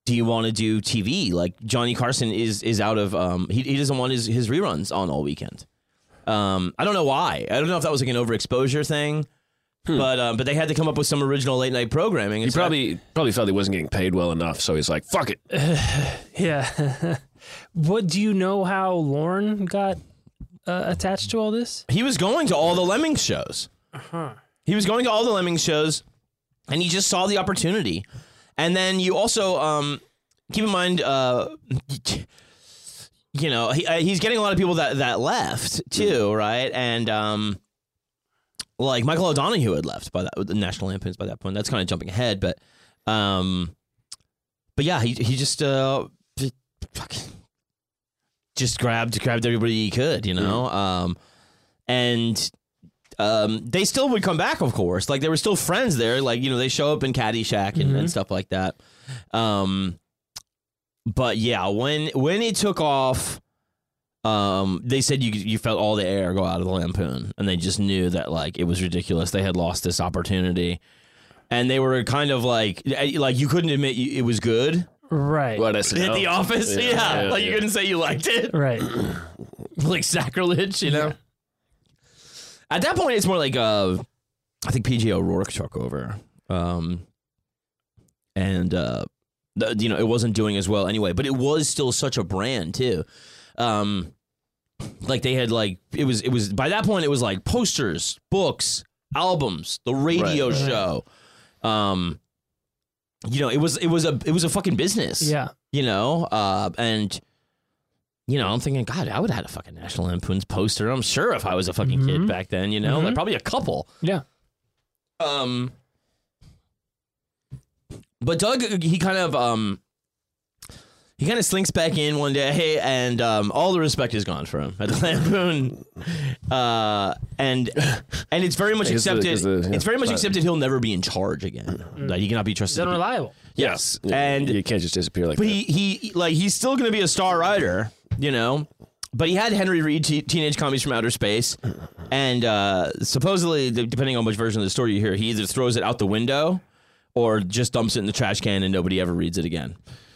[SPEAKER 2] do you want to do TV? Like Johnny Carson is is out of um he he doesn't want his his reruns on all weekend. Um, I don't know why. I don't know if that was like an overexposure thing. But um, but they had to come up with some original late night programming. and
[SPEAKER 3] He
[SPEAKER 2] so I-
[SPEAKER 3] Hmm. probably probably felt he wasn't getting paid well enough, so he's like, "Fuck it."
[SPEAKER 4] Yeah. what do you know how Lorne got uh, attached to all this?
[SPEAKER 2] he was going to all the Lemming shows. He was going to all the Lemming shows, and he just saw the opportunity. And then you also um, keep in mind, uh, you know, he, uh, he's getting a lot of people that that left too, right? And um, like Michael O'Donoghue had left by that the National Lampoons by that point. That's kind of jumping ahead, but um, but yeah, he he just uh, just fucking- just grabbed grabbed everybody he could, you know. Um, and um, they still would come back, of course. Like they were still friends there. Like you know, they show up in Caddyshack and, and stuff like that. Um, but yeah, when when it took off, um, they said you you felt all the air go out of the lampoon, and they just knew that like it was ridiculous. They had lost this opportunity, and they were kind of like eh, like you couldn't admit you, it was good.
[SPEAKER 4] Right.
[SPEAKER 3] What
[SPEAKER 2] At
[SPEAKER 3] SNL?
[SPEAKER 2] the office, yeah, like you
[SPEAKER 3] yeah.
[SPEAKER 2] couldn't say you liked it
[SPEAKER 4] Right.
[SPEAKER 2] like sacrilege, you know. At that point, it's more like uh, I think PJ O'Rourke took over, um, and uh, the, you know it wasn't doing as well anyway, but it was still such a brand too. Um, like they had like it was it was by that point it was like posters, books, albums, the radio
[SPEAKER 3] Right.
[SPEAKER 2] show. Um, you know it was it was a it was a fucking business
[SPEAKER 4] Yeah.
[SPEAKER 2] you know uh, and you know i'm thinking god i would have had a fucking national lampoon's poster i'm sure if i was a fucking kid back then you know like probably a couple
[SPEAKER 4] Yeah.
[SPEAKER 2] um but doug he kind of um he kind of slinks back in one day and um, all the respect is gone for him at the lampoon uh, and and it's very much
[SPEAKER 3] Is the-
[SPEAKER 2] accepted
[SPEAKER 3] is the- yeah.
[SPEAKER 2] it's very much accepted he'll never be in charge again like he cannot be trusted
[SPEAKER 4] It's
[SPEAKER 2] to be-
[SPEAKER 4] unreliable.
[SPEAKER 2] yes
[SPEAKER 3] Yeah,
[SPEAKER 2] and
[SPEAKER 3] you can't just disappear like
[SPEAKER 2] but
[SPEAKER 3] that.
[SPEAKER 2] he, he like he's still gonna be a star writer, you know. But he had Henry Reed, te- Teenage Commies from Outer Space, and uh, supposedly, de- depending on which version of the story you hear, he either throws it out the window or just dumps it in the trash can and nobody ever reads it again.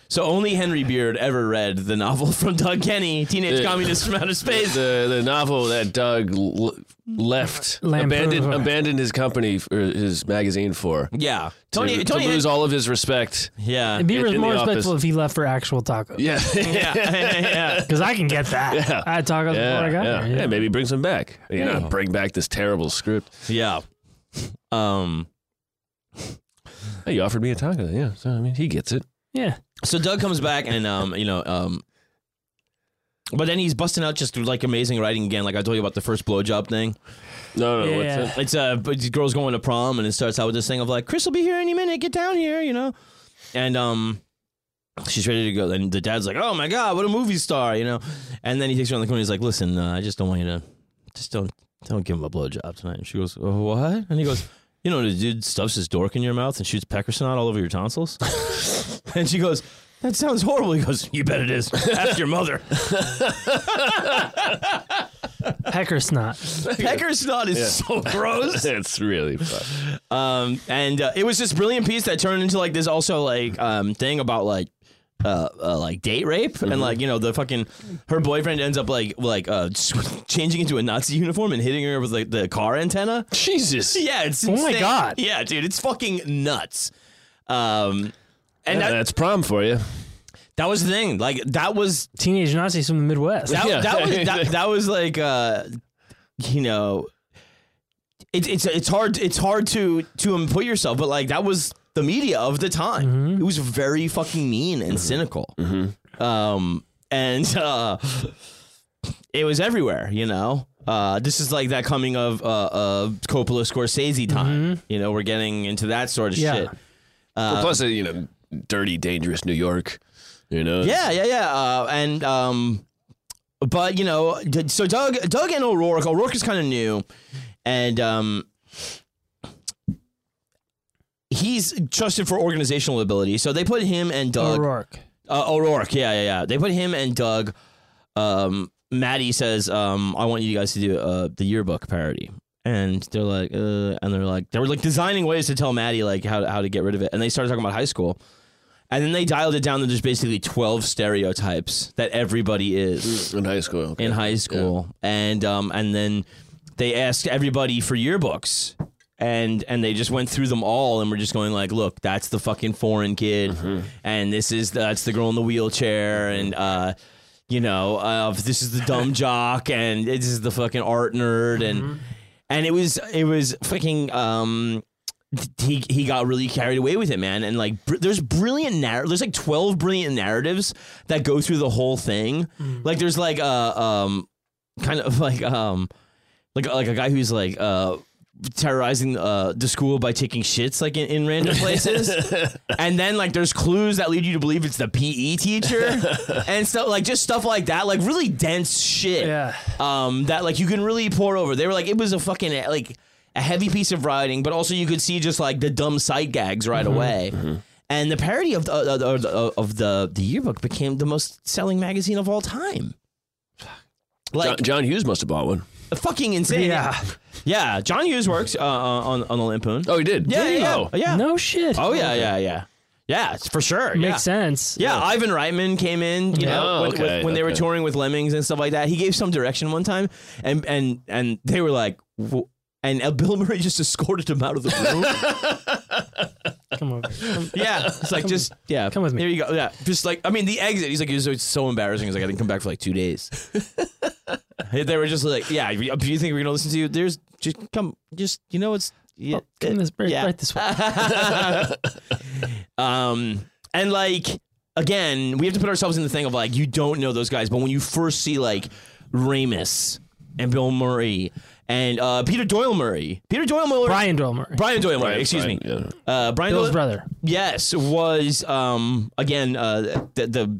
[SPEAKER 2] So only Henry Beard ever read the novel from Doug Kenny, Teenage
[SPEAKER 3] Yeah.
[SPEAKER 2] Communists from Outer Space.
[SPEAKER 3] the the novel that Doug l- left
[SPEAKER 4] Lampoon.
[SPEAKER 3] abandoned abandoned his company for his magazine for
[SPEAKER 2] Yeah,
[SPEAKER 3] to-
[SPEAKER 2] Tony.
[SPEAKER 3] to,
[SPEAKER 2] Tony
[SPEAKER 3] lose all of his respect.
[SPEAKER 2] yeah,
[SPEAKER 4] It'd be
[SPEAKER 3] In- in the
[SPEAKER 4] more
[SPEAKER 3] office.
[SPEAKER 4] respectful if he left for actual tacos.
[SPEAKER 3] Yeah,
[SPEAKER 2] yeah, yeah.
[SPEAKER 4] Because I can get that.
[SPEAKER 3] Yeah.
[SPEAKER 4] I had tacos
[SPEAKER 3] yeah,
[SPEAKER 4] before I got
[SPEAKER 3] yeah.
[SPEAKER 4] here.
[SPEAKER 3] Yeah, maybe brings him back. You know, bring back this terrible script.
[SPEAKER 2] yeah. Um.
[SPEAKER 3] Hey, you offered me a taco. Yeah, so I mean, he gets it.
[SPEAKER 4] Yeah.
[SPEAKER 2] So Doug comes back and um, you know, um but then he's busting out just like amazing writing again. Like I told you about the first blowjob thing.
[SPEAKER 3] No, no, no,
[SPEAKER 4] Yeah.
[SPEAKER 3] what's
[SPEAKER 2] It's uh, but the girl's going to prom and it starts out with this thing of like, Chris will be here any minute. Get down here, you know. And um, she's ready to go. And the dad's like, Oh my god, what a movie star, you know. And then he takes her on the corner. He's like, Listen, uh, I just don't want you to, just don't, don't give him a blowjob tonight. And she goes, oh, What? And he goes. You know, the dude stuffs his dork in your mouth and shoots peckersnot all over your tonsils. and she goes, That sounds horrible. He goes, You bet it is. Ask your mother.
[SPEAKER 4] Pecker snot.
[SPEAKER 2] Peckersnot is so gross.
[SPEAKER 3] it? It's really fun.
[SPEAKER 2] um, and uh, it was this brilliant piece that turned into like this also like um, thing about like uh, uh like date rape
[SPEAKER 4] Mm-hmm.
[SPEAKER 2] and like you know the fucking her boyfriend ends up like like uh changing into a Nazi uniform and hitting her with like the car antenna.
[SPEAKER 3] Jesus.
[SPEAKER 2] Yeah, it's
[SPEAKER 4] Oh my
[SPEAKER 2] insane.
[SPEAKER 4] God.
[SPEAKER 2] Yeah, dude, it's fucking nuts. Um, and
[SPEAKER 3] Yeah,
[SPEAKER 2] that,
[SPEAKER 3] that's prom for you.
[SPEAKER 2] that was the thing. Like that was
[SPEAKER 4] Teenage Nazis from the Midwest.
[SPEAKER 2] that,
[SPEAKER 3] Yeah.
[SPEAKER 2] that was that, that was like uh you know it, it's it's hard it's hard to to input yourself but like that was the media of the time it was very fucking mean and cynical um and uh it was everywhere you know uh, this is like that coming of uh, uh, Coppola Scorsese time. You know, we're getting into that sort of
[SPEAKER 4] Yeah.
[SPEAKER 2] shit.
[SPEAKER 3] Well, plus, uh, you know, dirty, dangerous New York. You know.
[SPEAKER 2] Yeah, yeah, yeah. Uh, and um, but you know, d- so Doug, Doug and O'Rourke, O'Rourke is kind of new, and um, he's trusted for organizational ability. So they put him and Doug
[SPEAKER 4] O'Rourke.
[SPEAKER 2] uh, O'Rourke, yeah, yeah, yeah. They put him and Doug. Um, Maddie says, um, "I want you guys to do uh, the yearbook parody," and they're like, uh, and they're like, they were like designing ways to tell Maddie like how how to get rid of it, and they started talking about high school, and then they dialed it down to there's basically twelve stereotypes that everybody is
[SPEAKER 3] in high school. okay.
[SPEAKER 2] in high school, and um, and then they asked everybody for yearbooks. And and they just went through them all, and we're just going like, look, that's the fucking foreign kid, and this is that's the girl in the wheelchair, and uh, you know, uh, this is the dumb jock, and this is the fucking art nerd, and and it was it was fucking um, he he got really carried away with it, man. And like, br- there's brilliant narr- There's like twelve brilliant narratives that go through the whole thing. Like, there's like uh um, kind of like um, like like a guy who's like uh. Terrorizing uh, the school by taking shits like in, in random places, and then like there's clues that lead you to believe it's the PE teacher, and stuff like just stuff like that, like really dense shit
[SPEAKER 4] Yeah.
[SPEAKER 2] um, that like you can really pour over. They were like, it was a fucking like a heavy piece of writing, but also you could see just like the dumb side gags right
[SPEAKER 3] Mm-hmm.
[SPEAKER 2] away. And the parody of the, of the of the the yearbook became the most selling magazine of all time.
[SPEAKER 3] John,
[SPEAKER 2] Like
[SPEAKER 3] John Hughes must have bought one.
[SPEAKER 2] fucking insane.
[SPEAKER 4] Yeah.
[SPEAKER 2] yeah. John Hughes works uh, on on Olympian.
[SPEAKER 3] Oh, he did.
[SPEAKER 2] yeah, yeah, yeah,
[SPEAKER 3] Oh.
[SPEAKER 2] yeah.
[SPEAKER 4] No shit.
[SPEAKER 2] Oh yeah, yeah, yeah, yeah. it's For sure.
[SPEAKER 4] Makes
[SPEAKER 2] yeah.
[SPEAKER 4] sense.
[SPEAKER 2] Yeah, Ivan Reitman came in, you know,
[SPEAKER 3] Oh,
[SPEAKER 2] when,
[SPEAKER 3] okay,
[SPEAKER 2] when- when they were
[SPEAKER 3] okay.
[SPEAKER 2] touring with Lemmings and stuff like that. He gave some direction one time, and and and they were like, "Wh- and uh, Bill Murray just escorted him out of the room.
[SPEAKER 4] Come over. Come-
[SPEAKER 2] yeah, it's like just yeah,
[SPEAKER 4] come with me.
[SPEAKER 2] There you go. Yeah, just like I mean, the exit. He's like, it was, it's so embarrassing. He's like, I didn't come back for like two days. they were just like, yeah. Do you think we're gonna listen to you? There's just come, just you know, it's yeah,
[SPEAKER 4] Oh, come this right,
[SPEAKER 2] yeah.
[SPEAKER 4] right this way.
[SPEAKER 2] um, and like again, we have to put ourselves in the thing of like you don't know those guys, but when you first see like Ramus and Bill Murray and uh, Peter Doyle Murray, Peter Doyle Murray,
[SPEAKER 4] Brian Doyle Murray.
[SPEAKER 2] Brian Doyle Murray,
[SPEAKER 3] Brian-
[SPEAKER 2] excuse
[SPEAKER 3] Brian,
[SPEAKER 2] me,
[SPEAKER 3] yeah.
[SPEAKER 2] uh, Brian
[SPEAKER 4] Bill's
[SPEAKER 2] Doyle,
[SPEAKER 4] brother.
[SPEAKER 2] Yes, was um again uh the the,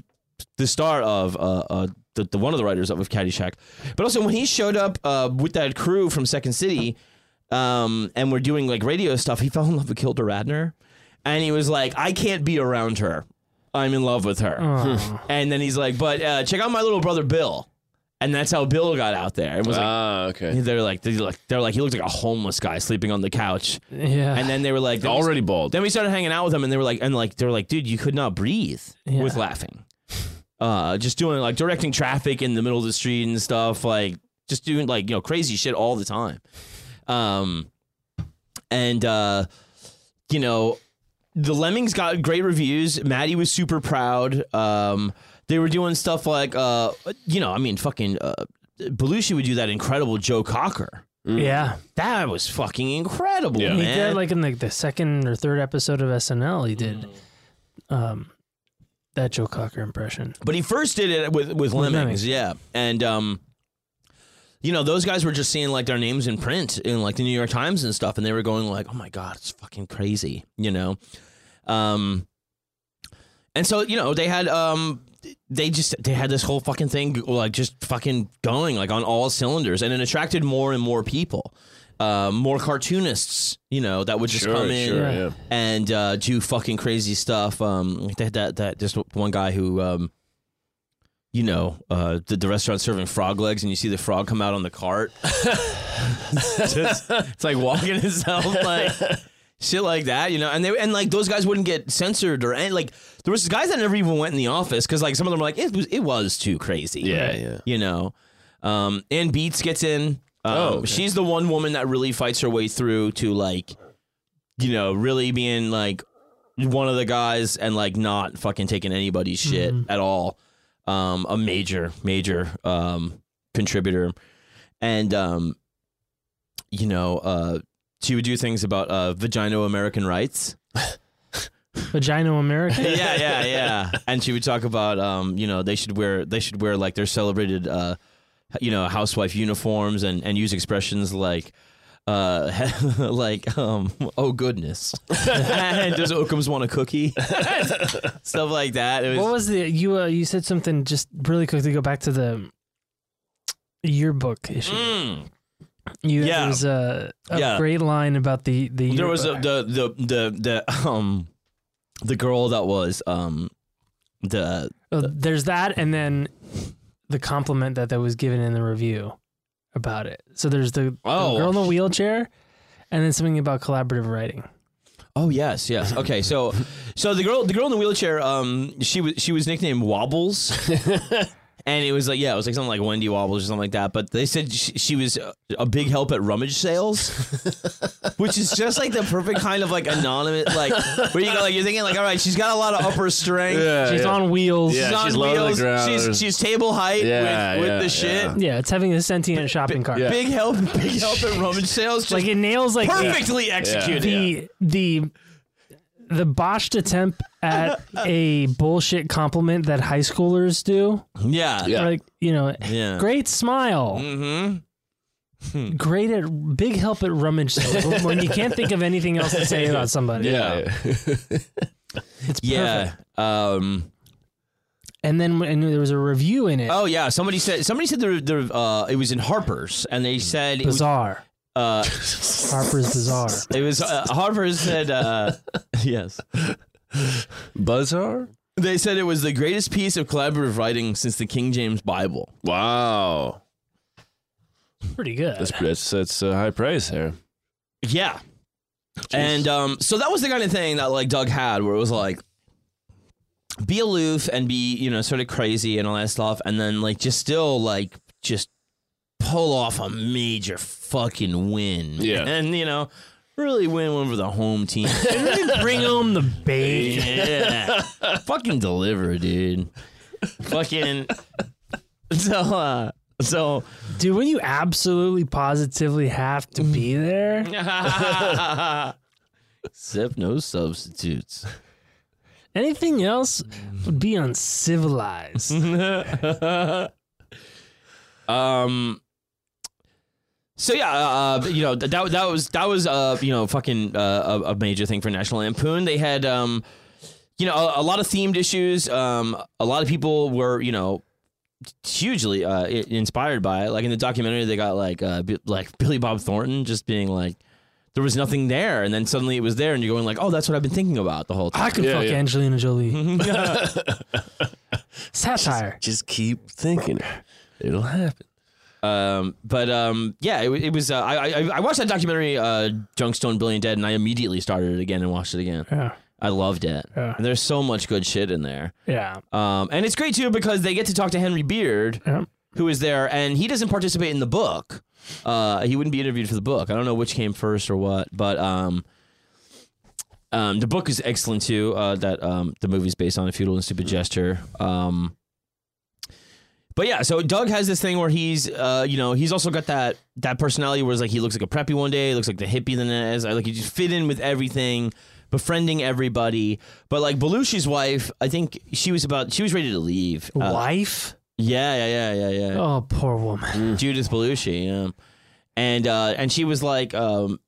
[SPEAKER 2] the star of uh, uh the, the one of the writers of Caddyshack, but also when he showed up uh with that crew from Second City, um and we're doing like radio stuff, he fell in love with Kilda Radner, and he was like, I can't be around her, I'm in love with her,
[SPEAKER 4] Oh.
[SPEAKER 2] and then he's like, but uh, check out my little brother Bill, and that's how Bill got out there. It was like
[SPEAKER 3] Ah, okay.
[SPEAKER 2] they're like they're like they're like he looked like a homeless guy sleeping on the couch,
[SPEAKER 4] Yeah.
[SPEAKER 2] and then they were like
[SPEAKER 3] Already bald.
[SPEAKER 2] then we started hanging out with them, and they were like, and like they were like, dude, you could not breathe
[SPEAKER 4] Yeah.
[SPEAKER 2] with laughing. Uh, just doing like directing traffic in the middle of the street and stuff, like just doing like you know crazy shit all the time. Um, and uh, you know, the Lemmings got great reviews. Maddie was super proud. Um, they were doing stuff like uh, you know, I mean, fucking uh, Belushi would do that incredible Joe Cocker.
[SPEAKER 4] yeah.
[SPEAKER 2] That was fucking incredible,
[SPEAKER 3] Yeah.
[SPEAKER 2] man.
[SPEAKER 4] He did like in like the second or third episode of SNL. He did
[SPEAKER 2] Mm.
[SPEAKER 4] um, that Joe Cocker impression.
[SPEAKER 2] But he first did it with with Lemmings,
[SPEAKER 4] Lemmings.
[SPEAKER 2] yeah. And um, you know, those guys were just seeing like their names in print in like the New York Times and stuff, and they were going like, "Oh my god, it's fucking crazy," you know. Um, and so you know they had um, they just they had this whole fucking thing like just fucking going like on all cylinders, and it attracted more and more people. Uh, more cartoonists, you know, that would just
[SPEAKER 3] Sure,
[SPEAKER 2] come in
[SPEAKER 3] sure,
[SPEAKER 4] Yeah.
[SPEAKER 3] yeah.
[SPEAKER 2] and uh, do fucking crazy stuff. Um, they had that that just one guy who, um, you know, uh, the, the restaurant serving frog legs, and you see the frog come out on the cart. it's, just- it's like walking itself, like shit like that, you know. And they and like those guys wouldn't get censored or any, like there was guys that never even went in the office because like some of them were like it was it was too crazy,
[SPEAKER 3] Yeah, yeah.
[SPEAKER 2] you know. Um, and Beats gets in. Um,
[SPEAKER 3] Oh, okay.
[SPEAKER 2] she's the one woman that really fights her way through to like you know, really being like one of the guys and like not fucking taking anybody's
[SPEAKER 3] Mm-hmm.
[SPEAKER 2] shit at all. Um, a major, major um contributor. And um, you know, uh she would do things about uh vagino American rights.
[SPEAKER 4] Vagino America.
[SPEAKER 2] yeah, yeah, yeah. And she would talk about um, you know, they should wear they should wear like their celebrated uh you know, housewife uniforms and and use expressions like uh like um oh goodness. and does Oakums want a cookie? Stuff like that. It was,
[SPEAKER 4] What was the you uh, you said something just really quickly go back to the yearbook issue.
[SPEAKER 2] Mm.
[SPEAKER 4] You,
[SPEAKER 2] Yeah.
[SPEAKER 4] There was a, a
[SPEAKER 2] Yeah.
[SPEAKER 4] great line about the the.
[SPEAKER 2] There was a, the the the the um the girl that was um the
[SPEAKER 4] Oh, there's that, and then the compliment that that was given in the review about it. So there's the, the
[SPEAKER 2] Oh.
[SPEAKER 4] girl in the wheelchair, and then something about collaborative writing.
[SPEAKER 2] oh yes yes okay so so the girl the girl in the wheelchair um she was she was nicknamed Wobbles. And it was like, yeah, it was like something like Wendy Wobbles or something like that. But they said she, she was a- a big help at rummage sales, which is just like the perfect kind of like anonymous, like where you go, like you're thinking, like, all right, she's got a lot of upper strength.
[SPEAKER 4] She's on wheels.
[SPEAKER 2] She's
[SPEAKER 3] Yeah.
[SPEAKER 2] on
[SPEAKER 3] she's low to the
[SPEAKER 2] wheels.
[SPEAKER 3] ground.
[SPEAKER 2] she's, she's table height
[SPEAKER 3] Yeah,
[SPEAKER 2] with, with
[SPEAKER 3] yeah,
[SPEAKER 2] the shit.
[SPEAKER 3] yeah.
[SPEAKER 4] Yeah, it's having a sentient shopping cart.
[SPEAKER 3] yeah.
[SPEAKER 2] Big help, big help at rummage sales. Just
[SPEAKER 4] Like it nails like
[SPEAKER 2] perfectly executed.
[SPEAKER 4] the the the botched attempt at a bullshit compliment that high schoolers do.
[SPEAKER 2] Yeah.
[SPEAKER 3] Yeah.
[SPEAKER 4] Like you know,
[SPEAKER 2] Yeah.
[SPEAKER 4] great smile.
[SPEAKER 2] Mm-hmm. Hmm.
[SPEAKER 4] great at big help at rummage sale when you can't think of anything else to say about somebody.
[SPEAKER 3] Yeah.
[SPEAKER 4] it's perfect.
[SPEAKER 2] Yeah. Um.
[SPEAKER 4] And then when- and there was a review in it.
[SPEAKER 2] Oh yeah. Somebody said. Somebody said the, the uh, it was in Harper's, and they said it was.
[SPEAKER 4] Bizarre.
[SPEAKER 2] Uh,
[SPEAKER 4] Harper's Bizarre.
[SPEAKER 2] it was uh, Harper's said. Uh, yes.
[SPEAKER 3] Buzzar?
[SPEAKER 2] They said it was the greatest piece of collaborative writing since the King James Bible.
[SPEAKER 3] Wow.
[SPEAKER 4] Pretty good.
[SPEAKER 3] That's that's, that's uh, high praise there.
[SPEAKER 2] Yeah. And um, so that was the kind of thing that like Doug had where it was like be aloof and be, you know, sort of crazy and all that stuff, and then like just still like just pull off a major fucking win.
[SPEAKER 3] Yeah.
[SPEAKER 2] And you know, really win one for the home team.
[SPEAKER 4] Bring home the bacon.
[SPEAKER 2] yeah. fucking deliver, dude. Fucking so uh so
[SPEAKER 4] Dude, when you absolutely positively have to be
[SPEAKER 2] Mm.
[SPEAKER 4] there,
[SPEAKER 2] Except no substitutes.
[SPEAKER 4] anything else would be uncivilized.
[SPEAKER 2] Mm-hmm. Um. So yeah, uh, uh, you know th- that that was that was uh you know fucking uh, a, a major thing for National Lampoon. They had um, you know, a, a lot of themed issues. Um, a lot of people were you know hugely uh i- inspired by it. Like in the documentary, they got like uh bi- like Billy Bob Thornton just being like. There was nothing there, and then suddenly it was there, and you're going like, "Oh, that's what I've been thinking about the whole time."
[SPEAKER 4] I could
[SPEAKER 3] Yeah,
[SPEAKER 4] fuck
[SPEAKER 3] yeah.
[SPEAKER 4] Angelina Jolie. Satire.
[SPEAKER 3] Just keep thinking. It'll happen.
[SPEAKER 2] Um, but um, yeah, it, wa- it was. Uh, I, I I watched that documentary, uh, Junkstone Billion Dead, and I immediately started it again and watched it again.
[SPEAKER 4] Yeah.
[SPEAKER 2] I loved it.
[SPEAKER 4] Yeah.
[SPEAKER 2] And there's so much good shit in there.
[SPEAKER 4] Yeah.
[SPEAKER 2] Um, and it's great too because they get to talk to Henry Beard,
[SPEAKER 4] Yeah.
[SPEAKER 2] who is there, and he doesn't participate in the book. Uh, he wouldn't be interviewed for the book. I don't know which came first or what, but um, um, the book is excellent too. Uh, that um, the movie's based on a feudal and stupid gesture. Um, but yeah, so Doug has this thing where he's, uh, you know, he's also got that that personality where it's like he looks like a preppy one day, looks like the hippie the next, like he just fit in with everything, befriending everybody. But like Belushi's wife, I think she was about she was ready to leave. Uh,
[SPEAKER 4] Wife?
[SPEAKER 2] Yeah, yeah, yeah, yeah, yeah.
[SPEAKER 4] Oh, poor woman.
[SPEAKER 2] Judith Belushi, yeah. And uh, and she was like, um,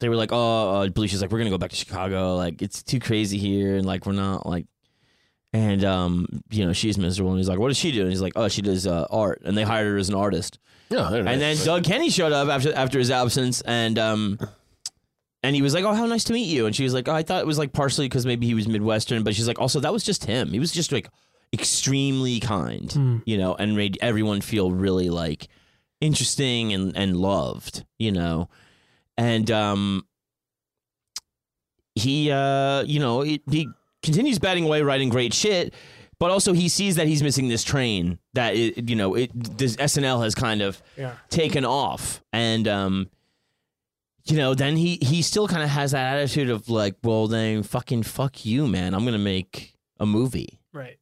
[SPEAKER 2] they were like, oh, uh, Belushi's like, we're gonna go back to Chicago. Like it's too crazy here, and like we're not like. And um, you know she's miserable, and he's like, "What does she do?" And he's like, "Oh, she does uh, art," and they hired her as an artist.
[SPEAKER 3] Yeah,
[SPEAKER 2] And then Doug Kenny showed up after after his absence, and um, and he was like, "Oh, how nice to meet you." And she was like, "Oh, I thought it was like partially because maybe he was Midwestern, but she's like, also that was just him. He was just like extremely kind, you know, and made everyone feel really like interesting and and loved, you know, and um, he uh, you know, he, he continues batting away, writing great shit." But also, he sees that he's missing this train. That it, you know, it this SNL has kind of
[SPEAKER 4] Yeah.
[SPEAKER 2] taken off and um you know then he he still kind of has that attitude of like well then fucking fuck you man i'm gonna make a movie
[SPEAKER 4] Right.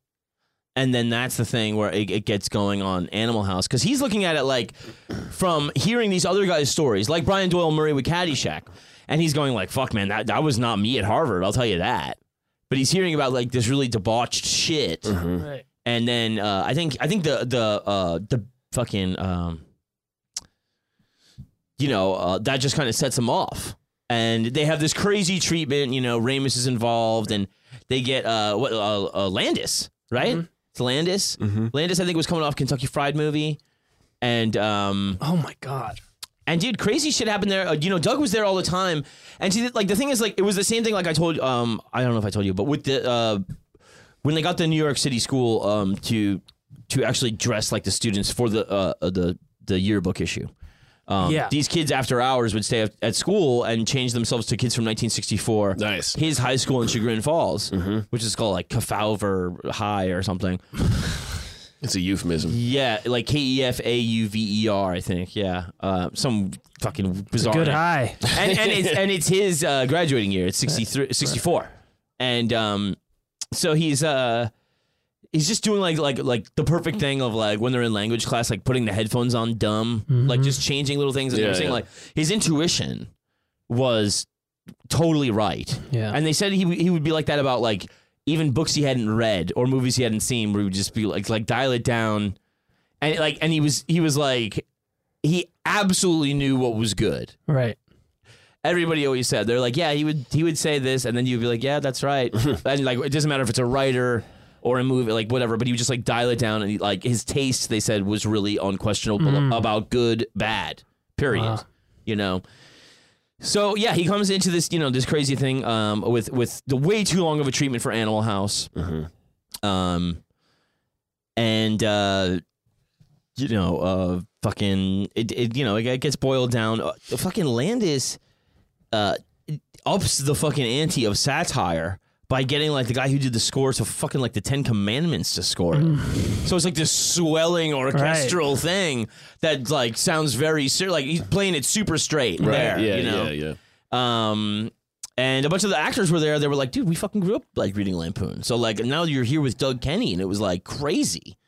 [SPEAKER 2] and then that's the thing where it, it gets going on Animal House because he's looking at it like from hearing these other guys' stories, like Brian Doyle Murray with Caddyshack, and he's going like, "Fuck, man, that that was not me at Harvard. I'll tell you that." But he's hearing about like this really debauched shit,
[SPEAKER 3] Mm-hmm.
[SPEAKER 4] Right.
[SPEAKER 2] and then uh, I think I think the the uh, the fucking um, you know uh, that just kind of sets him off, and they have this crazy treatment. You know, Ramus is involved, and they get uh what uh, uh, Landis right? It's Landis. Landis I think was coming off Kentucky Fried movie, and um
[SPEAKER 4] Oh my god.
[SPEAKER 2] And dude, crazy shit happened there. Uh, you know, Doug was there all the time. And see, like the thing is, like it was the same thing. Like I told, um, I don't know if I told you, but with the uh, when they got the New York City school um to to actually dress like the students for the uh uh, the the yearbook issue. Um,
[SPEAKER 4] Yeah.
[SPEAKER 2] These kids after hours would stay at- at school and change themselves to kids from 1964.
[SPEAKER 3] Nice.
[SPEAKER 2] His high school in Chagrin Falls, which is called like Kefauver High or something.
[SPEAKER 3] It's a euphemism.
[SPEAKER 2] Yeah, like K E F A U V E R, I think. Yeah, uh, some fucking bizarre.
[SPEAKER 4] Good
[SPEAKER 2] name.
[SPEAKER 4] high.
[SPEAKER 2] And, and it's and it's his uh, graduating year. It's 63, 64. and um, so he's uh, he's just doing like like like the perfect thing of like when they're in language class, like putting the headphones on dumb, like just changing little things. And
[SPEAKER 3] Mm-hmm. Yeah,
[SPEAKER 2] everything.
[SPEAKER 3] yeah.
[SPEAKER 2] Like his intuition was totally right.
[SPEAKER 4] Yeah.
[SPEAKER 2] And they said he he would be like that about like even books he hadn't read or movies he hadn't seen where he would just be like like dial it down and like and he was he was like he absolutely knew what was good.
[SPEAKER 4] Right.
[SPEAKER 2] Everybody always said they're like yeah he would he would say this and then you'd be like yeah that's right and like it doesn't matter if it's a writer or a movie like whatever but he would just like dial it down and he, like his taste they said was really unquestionable about good bad period
[SPEAKER 4] Wow.
[SPEAKER 2] you know so yeah, he comes into this, you know, this crazy thing um, with with the way too long of a treatment for Animal House,
[SPEAKER 3] Mm-hmm.
[SPEAKER 2] um, and uh, you know, uh, fucking, it, it, you know, it gets boiled down. Uh, fucking Landis uh, ups the fucking ante of satire by getting like the guy who did the score to fucking like the Ten Commandments to score it. so it's like this swelling orchestral thing that like sounds very ser- like he's playing it super straight there.
[SPEAKER 3] yeah,
[SPEAKER 2] you know?
[SPEAKER 3] yeah, yeah.
[SPEAKER 2] Um, and a bunch of the actors were there. They were like, dude, we fucking grew up like reading Lampoon. So like now you're here with Doug Kenny, and it was like crazy,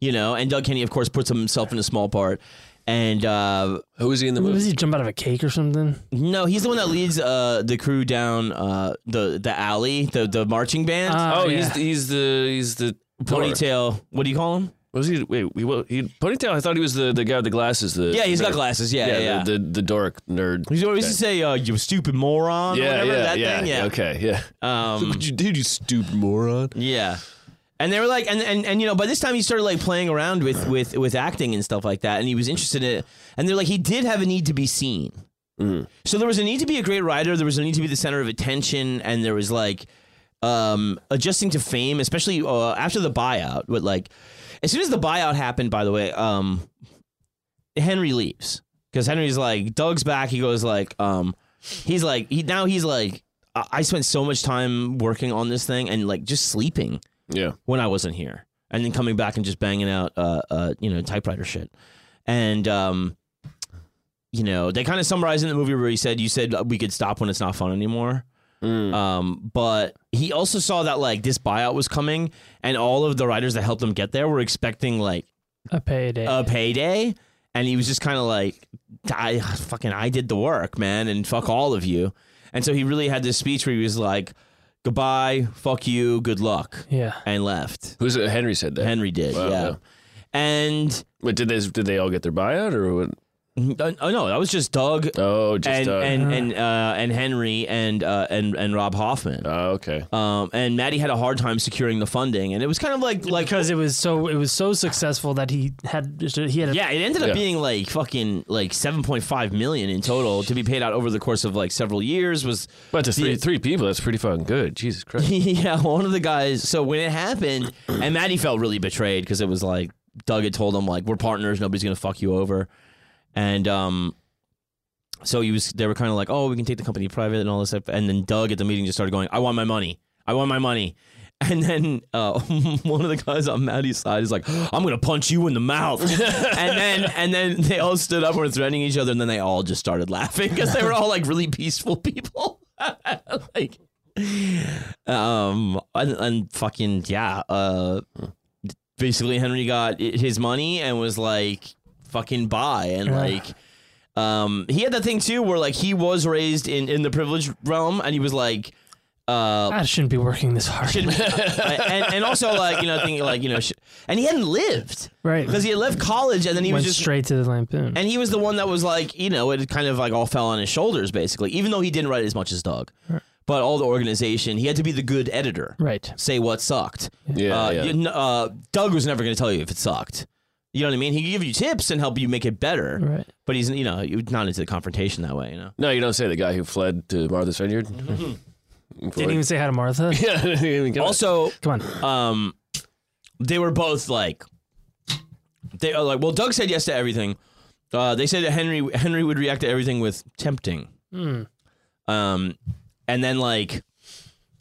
[SPEAKER 2] you know. And Doug Kenny, of course, puts himself in a small part. And uh,
[SPEAKER 3] Who was he in the
[SPEAKER 4] What
[SPEAKER 3] movie?
[SPEAKER 4] does he jump out of a cake or something?
[SPEAKER 2] no, he's the one that leads uh, the crew down uh, the the alley, the the marching band.
[SPEAKER 4] Ah,
[SPEAKER 3] Oh,
[SPEAKER 4] yeah.
[SPEAKER 3] he's he's the he's the
[SPEAKER 2] Ponytail. What do you call him?
[SPEAKER 3] Was he? Wait, he, wa- he ponytail. I thought he was the, the guy with the glasses. The
[SPEAKER 2] Yeah, he's got
[SPEAKER 3] the-
[SPEAKER 2] glasses. Yeah, yeah. yeah.
[SPEAKER 3] The, the the dork nerd.
[SPEAKER 2] He's always to say, uh, "You stupid moron." or
[SPEAKER 3] yeah,
[SPEAKER 2] whatever,
[SPEAKER 3] yeah,
[SPEAKER 2] that
[SPEAKER 3] yeah,
[SPEAKER 2] thing.
[SPEAKER 3] Okay, yeah.
[SPEAKER 2] Um,
[SPEAKER 3] what you did, you stupid moron.
[SPEAKER 2] Yeah. And they were like, and, and and you know, by this time he started like playing around with with with acting and stuff like that, and he was interested in it. And they're like, he did have a need to be seen. So there was a need to be a great writer, there was a need to be the center of attention, and there was like um adjusting to fame, especially uh, after the buyout. With like, as soon as the buyout happened, by the way, um, Henry leaves because Henry's like Doug's back. He goes like, um, he's like he now he's like I, I spent so much time working on this thing and like just sleeping
[SPEAKER 3] Yeah.
[SPEAKER 2] when I wasn't here, and then coming back and just banging out, uh, uh, you know, typewriter shit, and um, you know, they kind of summarize in the movie where he said, "You said we could stop when it's not fun anymore." Um, but he also saw that like this buyout was coming, and all of the writers that helped him get there were expecting like
[SPEAKER 4] A payday.
[SPEAKER 2] a payday, and he was just kind of like, "I fucking I did the work, man, and fuck all of you." And so he really had this speech where he was like, "Goodbye, fuck you, good luck,"
[SPEAKER 4] yeah.
[SPEAKER 2] and left.
[SPEAKER 3] Who's it? Henry said that?
[SPEAKER 2] Henry did,
[SPEAKER 3] Wow,
[SPEAKER 2] yeah.
[SPEAKER 3] yeah.
[SPEAKER 2] And
[SPEAKER 3] Wait, did they did they all get their buyout or what?
[SPEAKER 2] uh, oh no, that was just Doug
[SPEAKER 3] Oh, just
[SPEAKER 2] and,
[SPEAKER 3] uh,
[SPEAKER 2] and and uh, and Henry and uh, and and Rob Hoffman.
[SPEAKER 3] oh, okay.
[SPEAKER 2] Um, and Maddie had a hard time securing the funding, and it was kind of like like
[SPEAKER 4] because it was so it was so successful that he had he had a,
[SPEAKER 2] yeah, it ended up
[SPEAKER 3] Yeah.
[SPEAKER 2] being like fucking like seven point five million in total to be paid out over the course of like several years was
[SPEAKER 3] But to three three people, that's pretty fucking good. Jesus Christ.
[SPEAKER 2] yeah, one of the guys. So when it happened, and Maddie felt really betrayed because it was like Doug had told him like we're partners, nobody's gonna fuck you over, and um, so he was. They were kind of like, oh, we can take the company private and all this stuff. And then Doug at the meeting just started going, I want my money, I want my money. And then uh, one of the guys on Maddie's side is like, I'm gonna punch you in the mouth. and then and then they all stood up and were threatening each other, and then they all just started laughing because they were all like really peaceful people. like um and, and fucking yeah uh basically henry got i- his money and was like fucking buy and
[SPEAKER 4] Yeah.
[SPEAKER 2] like um he had that thing too where like he was raised in in the privileged realm and he was like uh
[SPEAKER 4] I shouldn't be working this hard.
[SPEAKER 2] should- and, and also like you know thinking like you know sh- and he hadn't lived
[SPEAKER 4] right.
[SPEAKER 2] because he had left college and then he
[SPEAKER 4] Went
[SPEAKER 2] was just
[SPEAKER 4] straight to the lampoon.
[SPEAKER 2] and he was the one that was like, you know, it kind of like all fell on his shoulders, basically, even though he didn't write as much as Doug. But all the organization, he had to be the good editor.
[SPEAKER 4] right.
[SPEAKER 2] Say what sucked.
[SPEAKER 3] Yeah,
[SPEAKER 2] Uh,
[SPEAKER 3] yeah.
[SPEAKER 2] you kn- uh, Doug was never going to tell you if it sucked. You know what I mean? He can give you tips and help you make it better.
[SPEAKER 4] Right.
[SPEAKER 2] But he's, you know, you're not into the confrontation that way, you know?
[SPEAKER 3] No, you don't say the guy who fled to Martha's Vineyard.
[SPEAKER 4] Didn't even say hi to Martha.
[SPEAKER 3] yeah, I didn't even get
[SPEAKER 2] Mm-hmm.
[SPEAKER 3] it.
[SPEAKER 2] Also,
[SPEAKER 4] Come on.
[SPEAKER 2] um, they were both like, they are like, well, Doug said yes to everything. Uh, they said that Henry Henry would react to everything with tempting. Hmm. Um, and then like,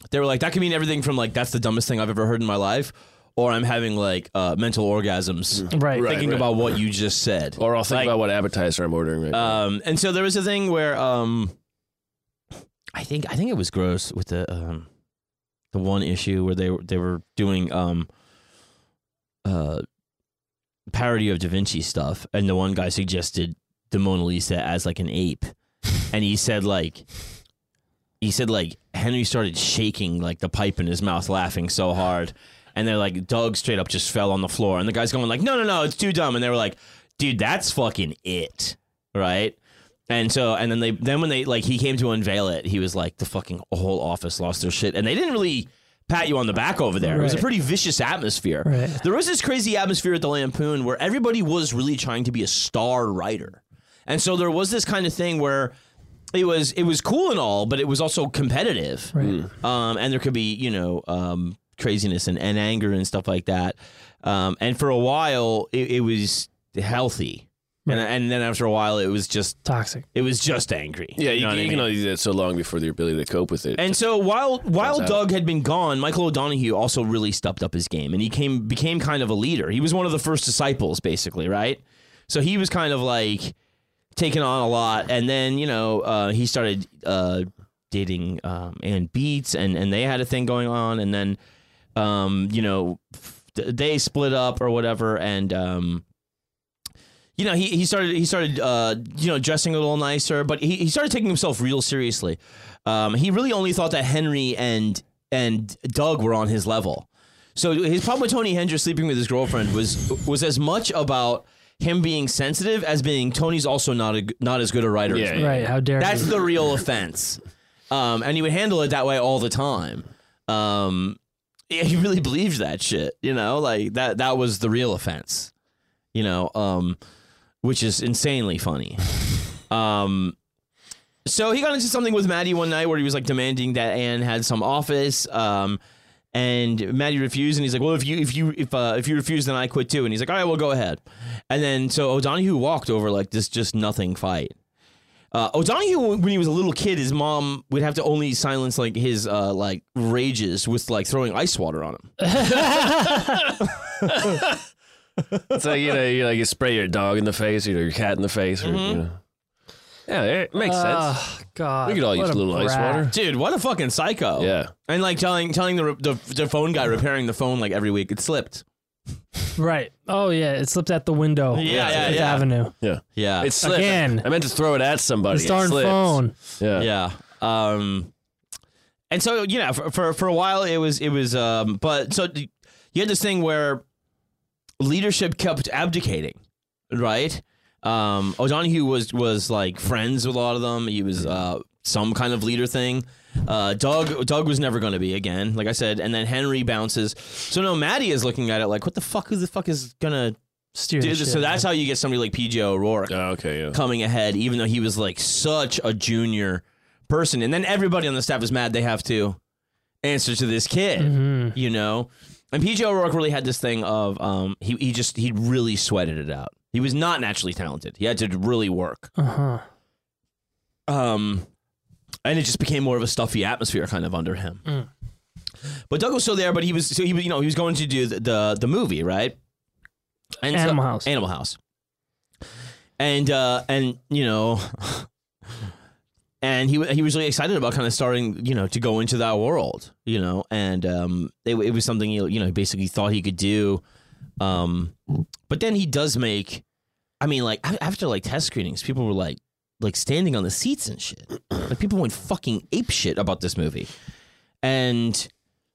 [SPEAKER 2] they were like, that could mean everything from like, that's the dumbest thing I've ever heard in my life, or I'm having like uh, mental orgasms
[SPEAKER 4] Right.
[SPEAKER 2] thinking about what you just said.
[SPEAKER 3] or I'll think
[SPEAKER 2] Like-
[SPEAKER 3] about what appetizer I'm ordering right now.
[SPEAKER 2] Um, and so there was a thing where um, I think I think it was gross with the um, the one issue where they were they were doing um, uh, parody of Da Vinci stuff, and the one guy suggested the Mona Lisa as like an ape, and he said like. He said, like, Henry started shaking, like, the pipe in his mouth, laughing so hard. And they're like, Doug straight up just fell on the floor. And the guy's going, like, no, no, no, it's too dumb. And they were like, dude, that's fucking it right? And so, and then they, then when they like he came to unveil it, he was like, the fucking whole office lost their shit, and they didn't really pat you on the back over there. It was a
[SPEAKER 4] Right.
[SPEAKER 2] pretty vicious atmosphere.
[SPEAKER 4] Right.
[SPEAKER 2] There was this crazy atmosphere at the Lampoon where everybody was really trying to be a star writer, and so there was this kind of thing where it was it was cool and all, but it was also competitive
[SPEAKER 4] Right.
[SPEAKER 2] um, and there could be you know um, craziness and, and anger and stuff like that. Um, and for a while, it, it was healthy, and, and then after a while, it was just
[SPEAKER 4] Toxic.
[SPEAKER 2] it was just angry.
[SPEAKER 3] yeah, you,
[SPEAKER 2] know what I
[SPEAKER 3] you
[SPEAKER 2] mean?
[SPEAKER 3] can only do that so long before the ability to cope with it.
[SPEAKER 2] And so while while
[SPEAKER 3] out.
[SPEAKER 2] Doug had been gone, Michael O'Donohue also really stepped up his game, and he came became kind of a leader. He was one of the first disciples, basically, right? So he was kind of like taking on a lot, and then you know uh, he started uh, dating um, Ann Beats, and and they had a thing going on, and then um, you know f- they split up or whatever, and. Um, you know, he, he started he started uh, you know dressing a little nicer, but he, he started taking himself real seriously. Um, he really only thought that Henry and and Doug were on his level. So his problem with Tony Hendry sleeping with his girlfriend was was as much about him being sensitive as being Tony's also not a, not as good a writer. as
[SPEAKER 3] Yeah,
[SPEAKER 2] me.
[SPEAKER 3] yeah.
[SPEAKER 4] Right. How dare
[SPEAKER 2] That's
[SPEAKER 4] you?
[SPEAKER 2] the real offense. Um, and he would handle it that way all the time. Um, yeah, he really believed that shit, you know, like that, that was the real offense, you know, um, which is insanely funny. Um, so he got into something with Maddie one night where he was like demanding that Anne had some office. Um, and Maddie refused, and he's like, "Well, if you if you if uh, if you refuse, then I quit too." And he's like, "All right, well, go ahead." And then so O'Donohue walked over like this, just nothing fight. Uh, O'Donohue, when he was a little kid, his mom would have to only silence like his uh, like rages with like throwing ice water on him.
[SPEAKER 3] it's like you know, you like you spray your dog in the face, or your cat in the face, or
[SPEAKER 2] Mm-hmm.
[SPEAKER 3] you know. Yeah, it makes
[SPEAKER 2] Uh,
[SPEAKER 3] sense.
[SPEAKER 4] Oh, God.
[SPEAKER 3] We could all
[SPEAKER 4] What
[SPEAKER 3] use a little ice
[SPEAKER 4] brat.
[SPEAKER 3] water.
[SPEAKER 2] Dude, what a fucking psycho!
[SPEAKER 3] Yeah.
[SPEAKER 2] and like telling telling the, re- the the phone guy repairing the phone like every week it slipped.
[SPEAKER 4] Right. Oh, yeah. It slipped out the window.
[SPEAKER 2] Yeah,
[SPEAKER 4] Fifth
[SPEAKER 2] yeah, yeah.
[SPEAKER 4] Avenue.
[SPEAKER 3] Yeah,
[SPEAKER 2] Yeah,
[SPEAKER 3] it slipped.
[SPEAKER 4] Again.
[SPEAKER 3] I meant to throw it at somebody.
[SPEAKER 4] This
[SPEAKER 3] It
[SPEAKER 4] darn
[SPEAKER 3] slipped.
[SPEAKER 4] phone.
[SPEAKER 3] Yeah.
[SPEAKER 2] yeah. Um, and so you know, for, for for a while it was it was um, but so d- you had this thing where leadership kept abdicating, right? Um, O'Donohue was was like friends with a lot of them. He was uh, some kind of leader thing. Uh, Doug Doug was never going to be again, like I said. And then Henry bounces. So now Maddie is looking at it like, what the fuck? Who the fuck is gonna
[SPEAKER 4] Steer
[SPEAKER 2] do
[SPEAKER 4] this
[SPEAKER 2] this?
[SPEAKER 4] ship.
[SPEAKER 2] So that's how you get somebody like PJ O'Rourke
[SPEAKER 3] Oh, okay. Yeah.
[SPEAKER 2] coming ahead, even though he was like such a junior person. And then everybody on the staff is mad they have to answer to this kid, you know? And PJ O'Rourke really had this thing of um, he, he just, he really sweated it out. He was not naturally talented. He had to really work.
[SPEAKER 4] Uh huh.
[SPEAKER 2] Um, and it just became more of a stuffy atmosphere kind of under him. But Doug was still there, but he was, so he was, you know, he was going to do the, the, the movie, right? And so-
[SPEAKER 4] Animal House.
[SPEAKER 2] Animal House. And uh and you know and he wa- he was really excited about kind of starting, you know, to go into that world, you know, and um it, w- it was something he, you know, he basically thought he could do um but then he does make I mean like a- after like test screenings, people were like like standing on the seats and shit. Like people went fucking ape shit about this movie. And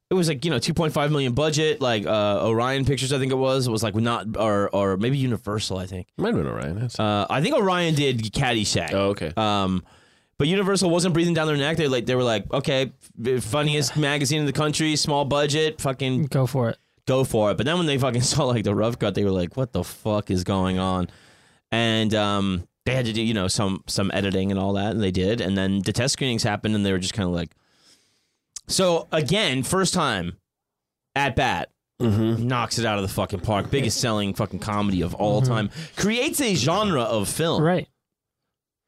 [SPEAKER 2] it was like you know 2.5 million budget like uh orion pictures i think it was was like not or or maybe universal i think
[SPEAKER 3] Might have been Orion. That's-
[SPEAKER 2] uh i think orion did caddyshack
[SPEAKER 3] oh, okay.
[SPEAKER 2] um but universal wasn't breathing down their neck they like they were like okay f- funniest magazine in the country small budget fucking
[SPEAKER 4] Go for it.
[SPEAKER 2] go for it. But then when they fucking saw like the rough cut, they were like, "What the fuck is going on?" And um, they had to do you know some some editing and all that, and they did. And then the test screenings happened, and they were just kind of like, so again, first time at bat, knocks it out of the fucking park. Biggest selling fucking comedy of all time. Creates a genre of film.
[SPEAKER 4] Right.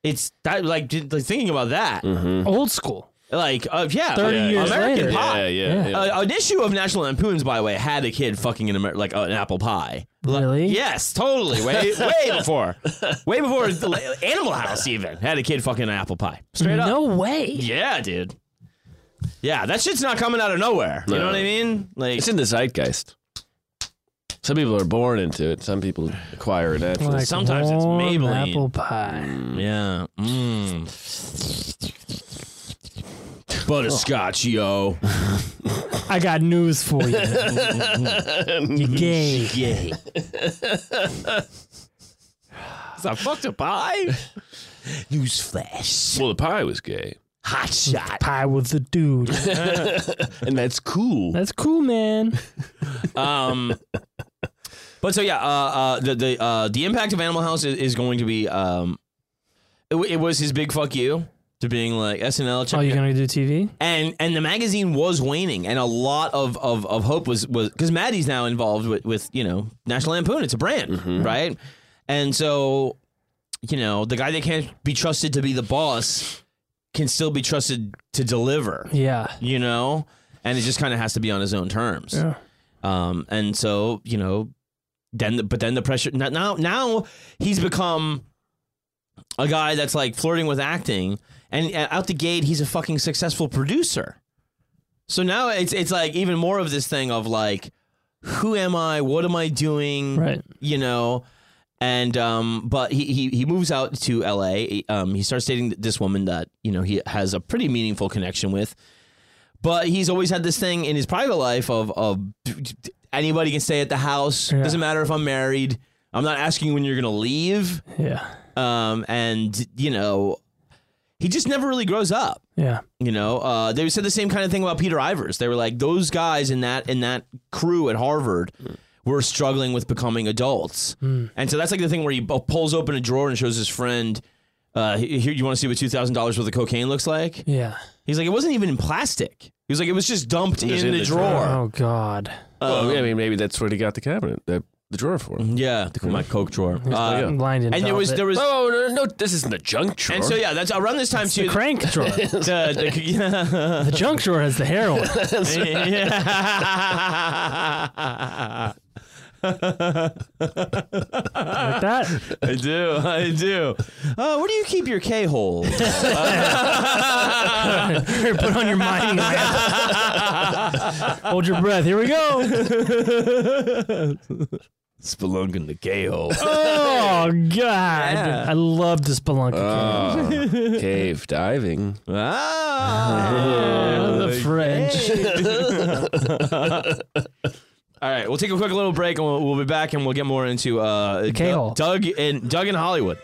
[SPEAKER 2] It's that like, did- like, thinking about that.
[SPEAKER 3] Mm.
[SPEAKER 4] Old school.
[SPEAKER 2] Like uh, yeah,
[SPEAKER 4] 30
[SPEAKER 2] uh,
[SPEAKER 4] years
[SPEAKER 2] American
[SPEAKER 4] later.
[SPEAKER 2] Pie.
[SPEAKER 3] Yeah, yeah, yeah.
[SPEAKER 2] Uh, an issue of National Lampoons, by the way, had a kid fucking an Amer- like uh, an apple pie. Like,
[SPEAKER 4] Really?
[SPEAKER 2] yes, totally. Way way before, way before the la- Animal House even had a kid fucking an apple pie. Straight up.
[SPEAKER 4] No way.
[SPEAKER 2] Yeah, dude. Yeah, that shit's not coming out of nowhere. You know
[SPEAKER 3] No.
[SPEAKER 2] what I mean? Like,
[SPEAKER 3] It's in the zeitgeist. Some people are born into it. Some people acquire it naturally.
[SPEAKER 4] Like
[SPEAKER 2] Sometimes it's
[SPEAKER 4] warm
[SPEAKER 2] Maybelline.
[SPEAKER 4] Apple pie.
[SPEAKER 2] yeah. Mm. Butterscotch, yo.
[SPEAKER 4] I got news for you. you gay.
[SPEAKER 2] Yay. Is that fucked a pie? Newsflash.
[SPEAKER 3] well, the pie was gay,
[SPEAKER 2] Hot shot.
[SPEAKER 4] Mm, Pie with the dude.
[SPEAKER 3] and that's cool.
[SPEAKER 4] That's cool, man.
[SPEAKER 2] Um, but so yeah, uh, uh, the the uh, the impact of Animal House is, is going to be. Um, it, w- it was his big fuck you to being like SNL. Check
[SPEAKER 4] Oh,
[SPEAKER 2] me
[SPEAKER 4] you're
[SPEAKER 2] out.
[SPEAKER 4] gonna do TV?
[SPEAKER 2] and and the magazine was waning, and a lot of of, of hope was was because Maddie's now involved with with you know National Lampoon. It's a brand, right? And so, you know, the guy that can't be trusted to be the boss can still be trusted to deliver.
[SPEAKER 4] Yeah.
[SPEAKER 2] You know, and it just kind of has to be on his own terms.
[SPEAKER 4] Yeah.
[SPEAKER 2] Um, and so you know, then the, but then the pressure now, now now he's become a guy that's like flirting with acting, and uh, out the gate he's a fucking successful producer. So now it's it's like even more of this thing of like, who am I? What am I doing?
[SPEAKER 3] Mm.
[SPEAKER 4] Right.
[SPEAKER 2] You know. And um, but he, he he moves out to L.A. Um, he starts dating this woman that you know he has a pretty meaningful connection with, but he's always had this thing in his private life of of anybody can stay at the house.
[SPEAKER 4] Yeah.
[SPEAKER 2] Doesn't matter if I'm married. I'm not asking when you're gonna leave.
[SPEAKER 4] Yeah.
[SPEAKER 2] Um, and you know, he just never really grows up.
[SPEAKER 4] Yeah.
[SPEAKER 2] You know, uh, they said the same kind of thing about Peter Ivers. They were like, those guys in that in that crew at Harvard were struggling with becoming adults, and so that's like the thing where he bu- pulls open a drawer and shows his friend, uh, "Here, you want to see what two thousand dollars worth of cocaine looks like?"
[SPEAKER 4] Yeah.
[SPEAKER 2] He's like, "It wasn't even in plastic." He was like, "It was just dumped in,
[SPEAKER 3] was in
[SPEAKER 2] the,
[SPEAKER 3] the
[SPEAKER 2] drawer."
[SPEAKER 4] Oh God.
[SPEAKER 3] well, I mean, maybe that's what he got the cabinet, the, the drawer for.
[SPEAKER 2] Yeah, the, my Coke drawer. Uh,
[SPEAKER 3] yeah.
[SPEAKER 4] Blinded.
[SPEAKER 2] And there was there was,
[SPEAKER 3] Oh no, no, this isn't the junk drawer.
[SPEAKER 2] and so yeah, that's around this time
[SPEAKER 4] the
[SPEAKER 2] too.
[SPEAKER 4] crank drawer.
[SPEAKER 2] the, the- yeah.
[SPEAKER 4] the junk drawer has the heroin.
[SPEAKER 2] I
[SPEAKER 4] Like that.
[SPEAKER 2] do, I do. Uh, where do you keep your K hole?
[SPEAKER 4] Put on your mining lamp. Hold your breath. Here we go.
[SPEAKER 2] Spelunking the K hole.
[SPEAKER 4] Oh God. I love this spelunking.
[SPEAKER 2] Oh,
[SPEAKER 3] cave diving.
[SPEAKER 2] Ah.
[SPEAKER 4] the French.
[SPEAKER 2] All right, we'll take a quick little break, and we'll, we'll be back, and we'll get more into uh,
[SPEAKER 4] K-hole.
[SPEAKER 2] Doug and Doug in Hollywood.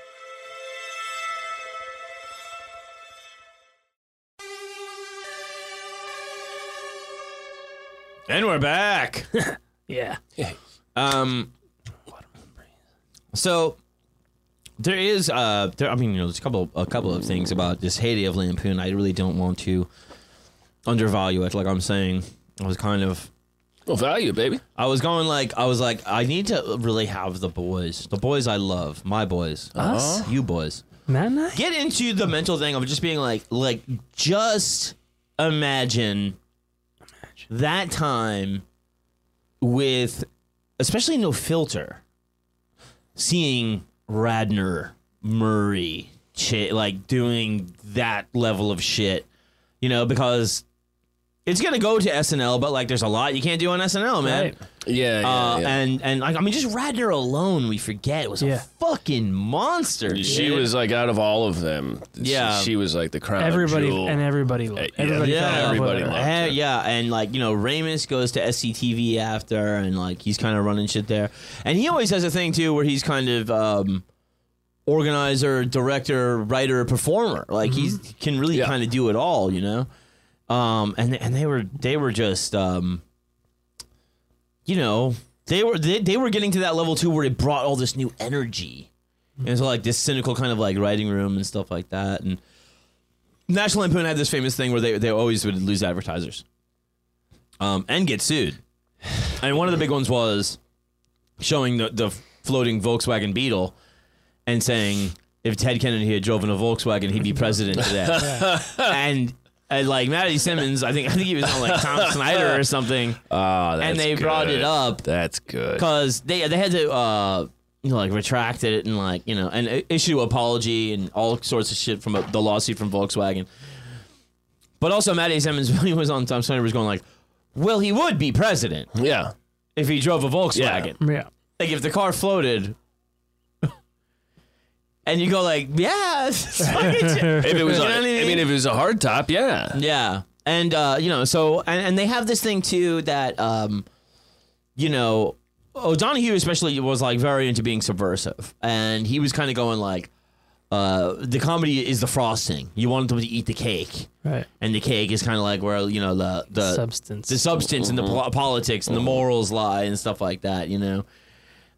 [SPEAKER 2] And we're back.
[SPEAKER 4] Yeah.
[SPEAKER 2] Um, so there is, uh, there. I mean, you know, there's a couple, a couple of things about this heyday of Lampoon. I really don't want to undervalue it. Like I'm saying, I was kind of,
[SPEAKER 3] Well, value, baby.
[SPEAKER 2] I was going like, I was like, I need to really have the boys, the boys I love, my boys,
[SPEAKER 4] Us?
[SPEAKER 2] you boys,
[SPEAKER 4] Matt and I.
[SPEAKER 2] get into the mental thing of just being like, like, just imagine that time with, especially no filter, seeing Radner, Murray, shit, like doing that level of shit, you know, because it's gonna go to SNL, but like, there's a lot you can't do on SNL, man.
[SPEAKER 4] Right.
[SPEAKER 3] Yeah, yeah,
[SPEAKER 2] Uh,
[SPEAKER 3] yeah.
[SPEAKER 2] And and like I mean, just Radner alone, we forget was
[SPEAKER 4] Yeah.
[SPEAKER 2] a fucking monster.
[SPEAKER 3] she
[SPEAKER 2] dude.
[SPEAKER 3] was like out of all of them. she-
[SPEAKER 2] Yeah.
[SPEAKER 3] she, was like the crown.
[SPEAKER 4] Everybody
[SPEAKER 3] jewel.
[SPEAKER 4] and everybody. Loved,
[SPEAKER 3] yeah.
[SPEAKER 4] Everybody.
[SPEAKER 3] Yeah,
[SPEAKER 4] fell in love with
[SPEAKER 3] everybody
[SPEAKER 4] her.
[SPEAKER 3] loved-
[SPEAKER 2] Eh, yeah, and like you know, Ramus goes to SCTV after, and like he's kind of running shit there. And he always has a thing too, where he's kind of um, organizer, director, writer, performer. Like he's he can really
[SPEAKER 3] Yeah.
[SPEAKER 2] kind of do it all, you know. Um, and and they were they were just um, you know, they were they, they were getting to that level too where it brought all this new energy. And so like this cynical kind of like writing room and stuff like that. And National Lampoon had this famous thing where they, they always would lose advertisers. Um, and get sued. And one of the big ones was showing the, the floating Volkswagen Beetle and saying if Ted Kennedy had driven a Volkswagen, he'd be president today. and, and like Matty Simmons, I think I think he was on like Tom Snyder or something
[SPEAKER 3] Oh, that's
[SPEAKER 2] and they brought it
[SPEAKER 3] good.
[SPEAKER 2] up
[SPEAKER 3] That's good.
[SPEAKER 2] because they they had to uh you know, like retract it and like you know and i- issue apology and all sorts of shit from uh the lawsuit from Volkswagen. But also, Matty Simmons when he was on Tom Snyder was going like, "Well, he would be president
[SPEAKER 3] Yeah.
[SPEAKER 2] if he drove a Volkswagen.
[SPEAKER 4] Yeah.
[SPEAKER 2] Like if the car floated." and you go like, "Yeah, it's fucking shit."
[SPEAKER 3] If it was,
[SPEAKER 2] You
[SPEAKER 3] a,
[SPEAKER 2] know what
[SPEAKER 3] I,
[SPEAKER 2] I
[SPEAKER 3] mean?
[SPEAKER 2] mean?
[SPEAKER 3] if it was a hard top, yeah.
[SPEAKER 2] Yeah. And uh, you know, so and, and they have this thing too that um, you know, O'Donohue especially was like very into being subversive. And he was kind of going like uh, the comedy is the frosting. You want them to eat the cake.
[SPEAKER 4] Right.
[SPEAKER 2] And the cake is kind of like where, you know, the the
[SPEAKER 4] Substance.
[SPEAKER 2] the substance and the pol- politics and the morals lie and stuff like that, you know.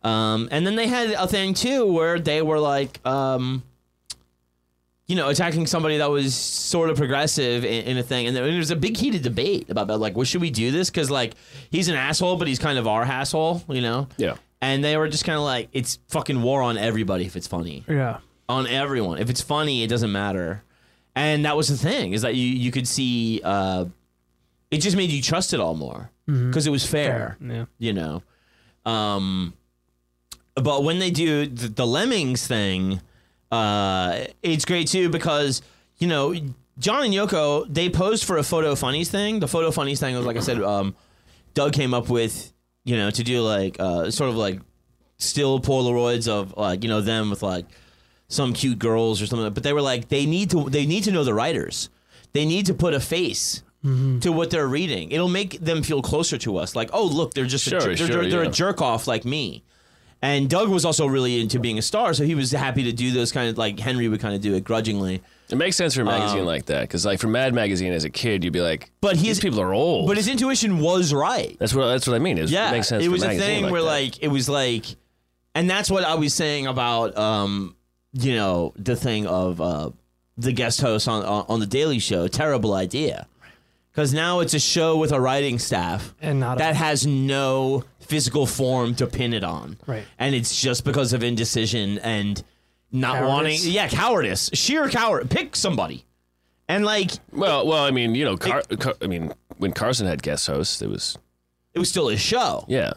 [SPEAKER 2] Um, and then they had a thing too where they were like, um, you know, attacking somebody that was sort of progressive in, in a thing, and there, there was a big heated debate about that. Like, well, should we do this? Because like he's an asshole, but he's kind of our asshole, you know.
[SPEAKER 3] Yeah.
[SPEAKER 2] And they were just kind of like, it's fucking war on everybody if it's funny
[SPEAKER 4] yeah.
[SPEAKER 2] on everyone. If it's funny, it doesn't matter. And that was the thing is that you you could see uh, it just made you trust it all more because it was fair,
[SPEAKER 4] Yeah.
[SPEAKER 2] you know. Um, but when they do the, the Lemmings thing, uh, it's great too because you know John and Yoko they posed for a photo funnies thing. The photo funnies thing was like I said, um, Doug came up with you know to do like uh, sort of like still Polaroids of like you know them with like some cute girls or something. But they were like, they need to they need to know the writers. They need to put a face
[SPEAKER 3] Mm-hmm.
[SPEAKER 2] to what they're reading. It'll make them feel closer to us. Like, oh look, they're just
[SPEAKER 3] Sure,
[SPEAKER 2] a, jer- they're,
[SPEAKER 3] sure,
[SPEAKER 2] they're, they're
[SPEAKER 3] yeah.
[SPEAKER 2] a jerk off like me. And Doug was also really into being a star, so he was happy to do those kind of like Henry would kind of do it grudgingly.
[SPEAKER 3] It makes sense for a magazine like that because, like, for Mad Magazine as a kid, you'd be like,
[SPEAKER 2] Um, But
[SPEAKER 3] these
[SPEAKER 2] his
[SPEAKER 3] people are old."
[SPEAKER 2] but his intuition was right.
[SPEAKER 3] that's what that's what I mean. It was-
[SPEAKER 2] Yeah,
[SPEAKER 3] it makes sense.
[SPEAKER 2] It
[SPEAKER 3] for
[SPEAKER 2] was a
[SPEAKER 3] magazine
[SPEAKER 2] thing
[SPEAKER 3] like
[SPEAKER 2] where
[SPEAKER 3] that.
[SPEAKER 2] like it was like, and that's what I was saying about um, you know, the thing of uh, the guest host on on on the Daily Show. Terrible idea, because now it's a show with a writing staff
[SPEAKER 4] And not a-
[SPEAKER 2] that has no physical form to pin it on,
[SPEAKER 4] Right.
[SPEAKER 2] And it's just because of indecision and not
[SPEAKER 4] Cowardice?
[SPEAKER 2] wanting, yeah, cowardice, sheer coward. Pick somebody, and like
[SPEAKER 3] well, well, I mean, you know, Car- Car- I mean, when Carson had guest hosts, it was
[SPEAKER 2] it was still a show.
[SPEAKER 3] yeah,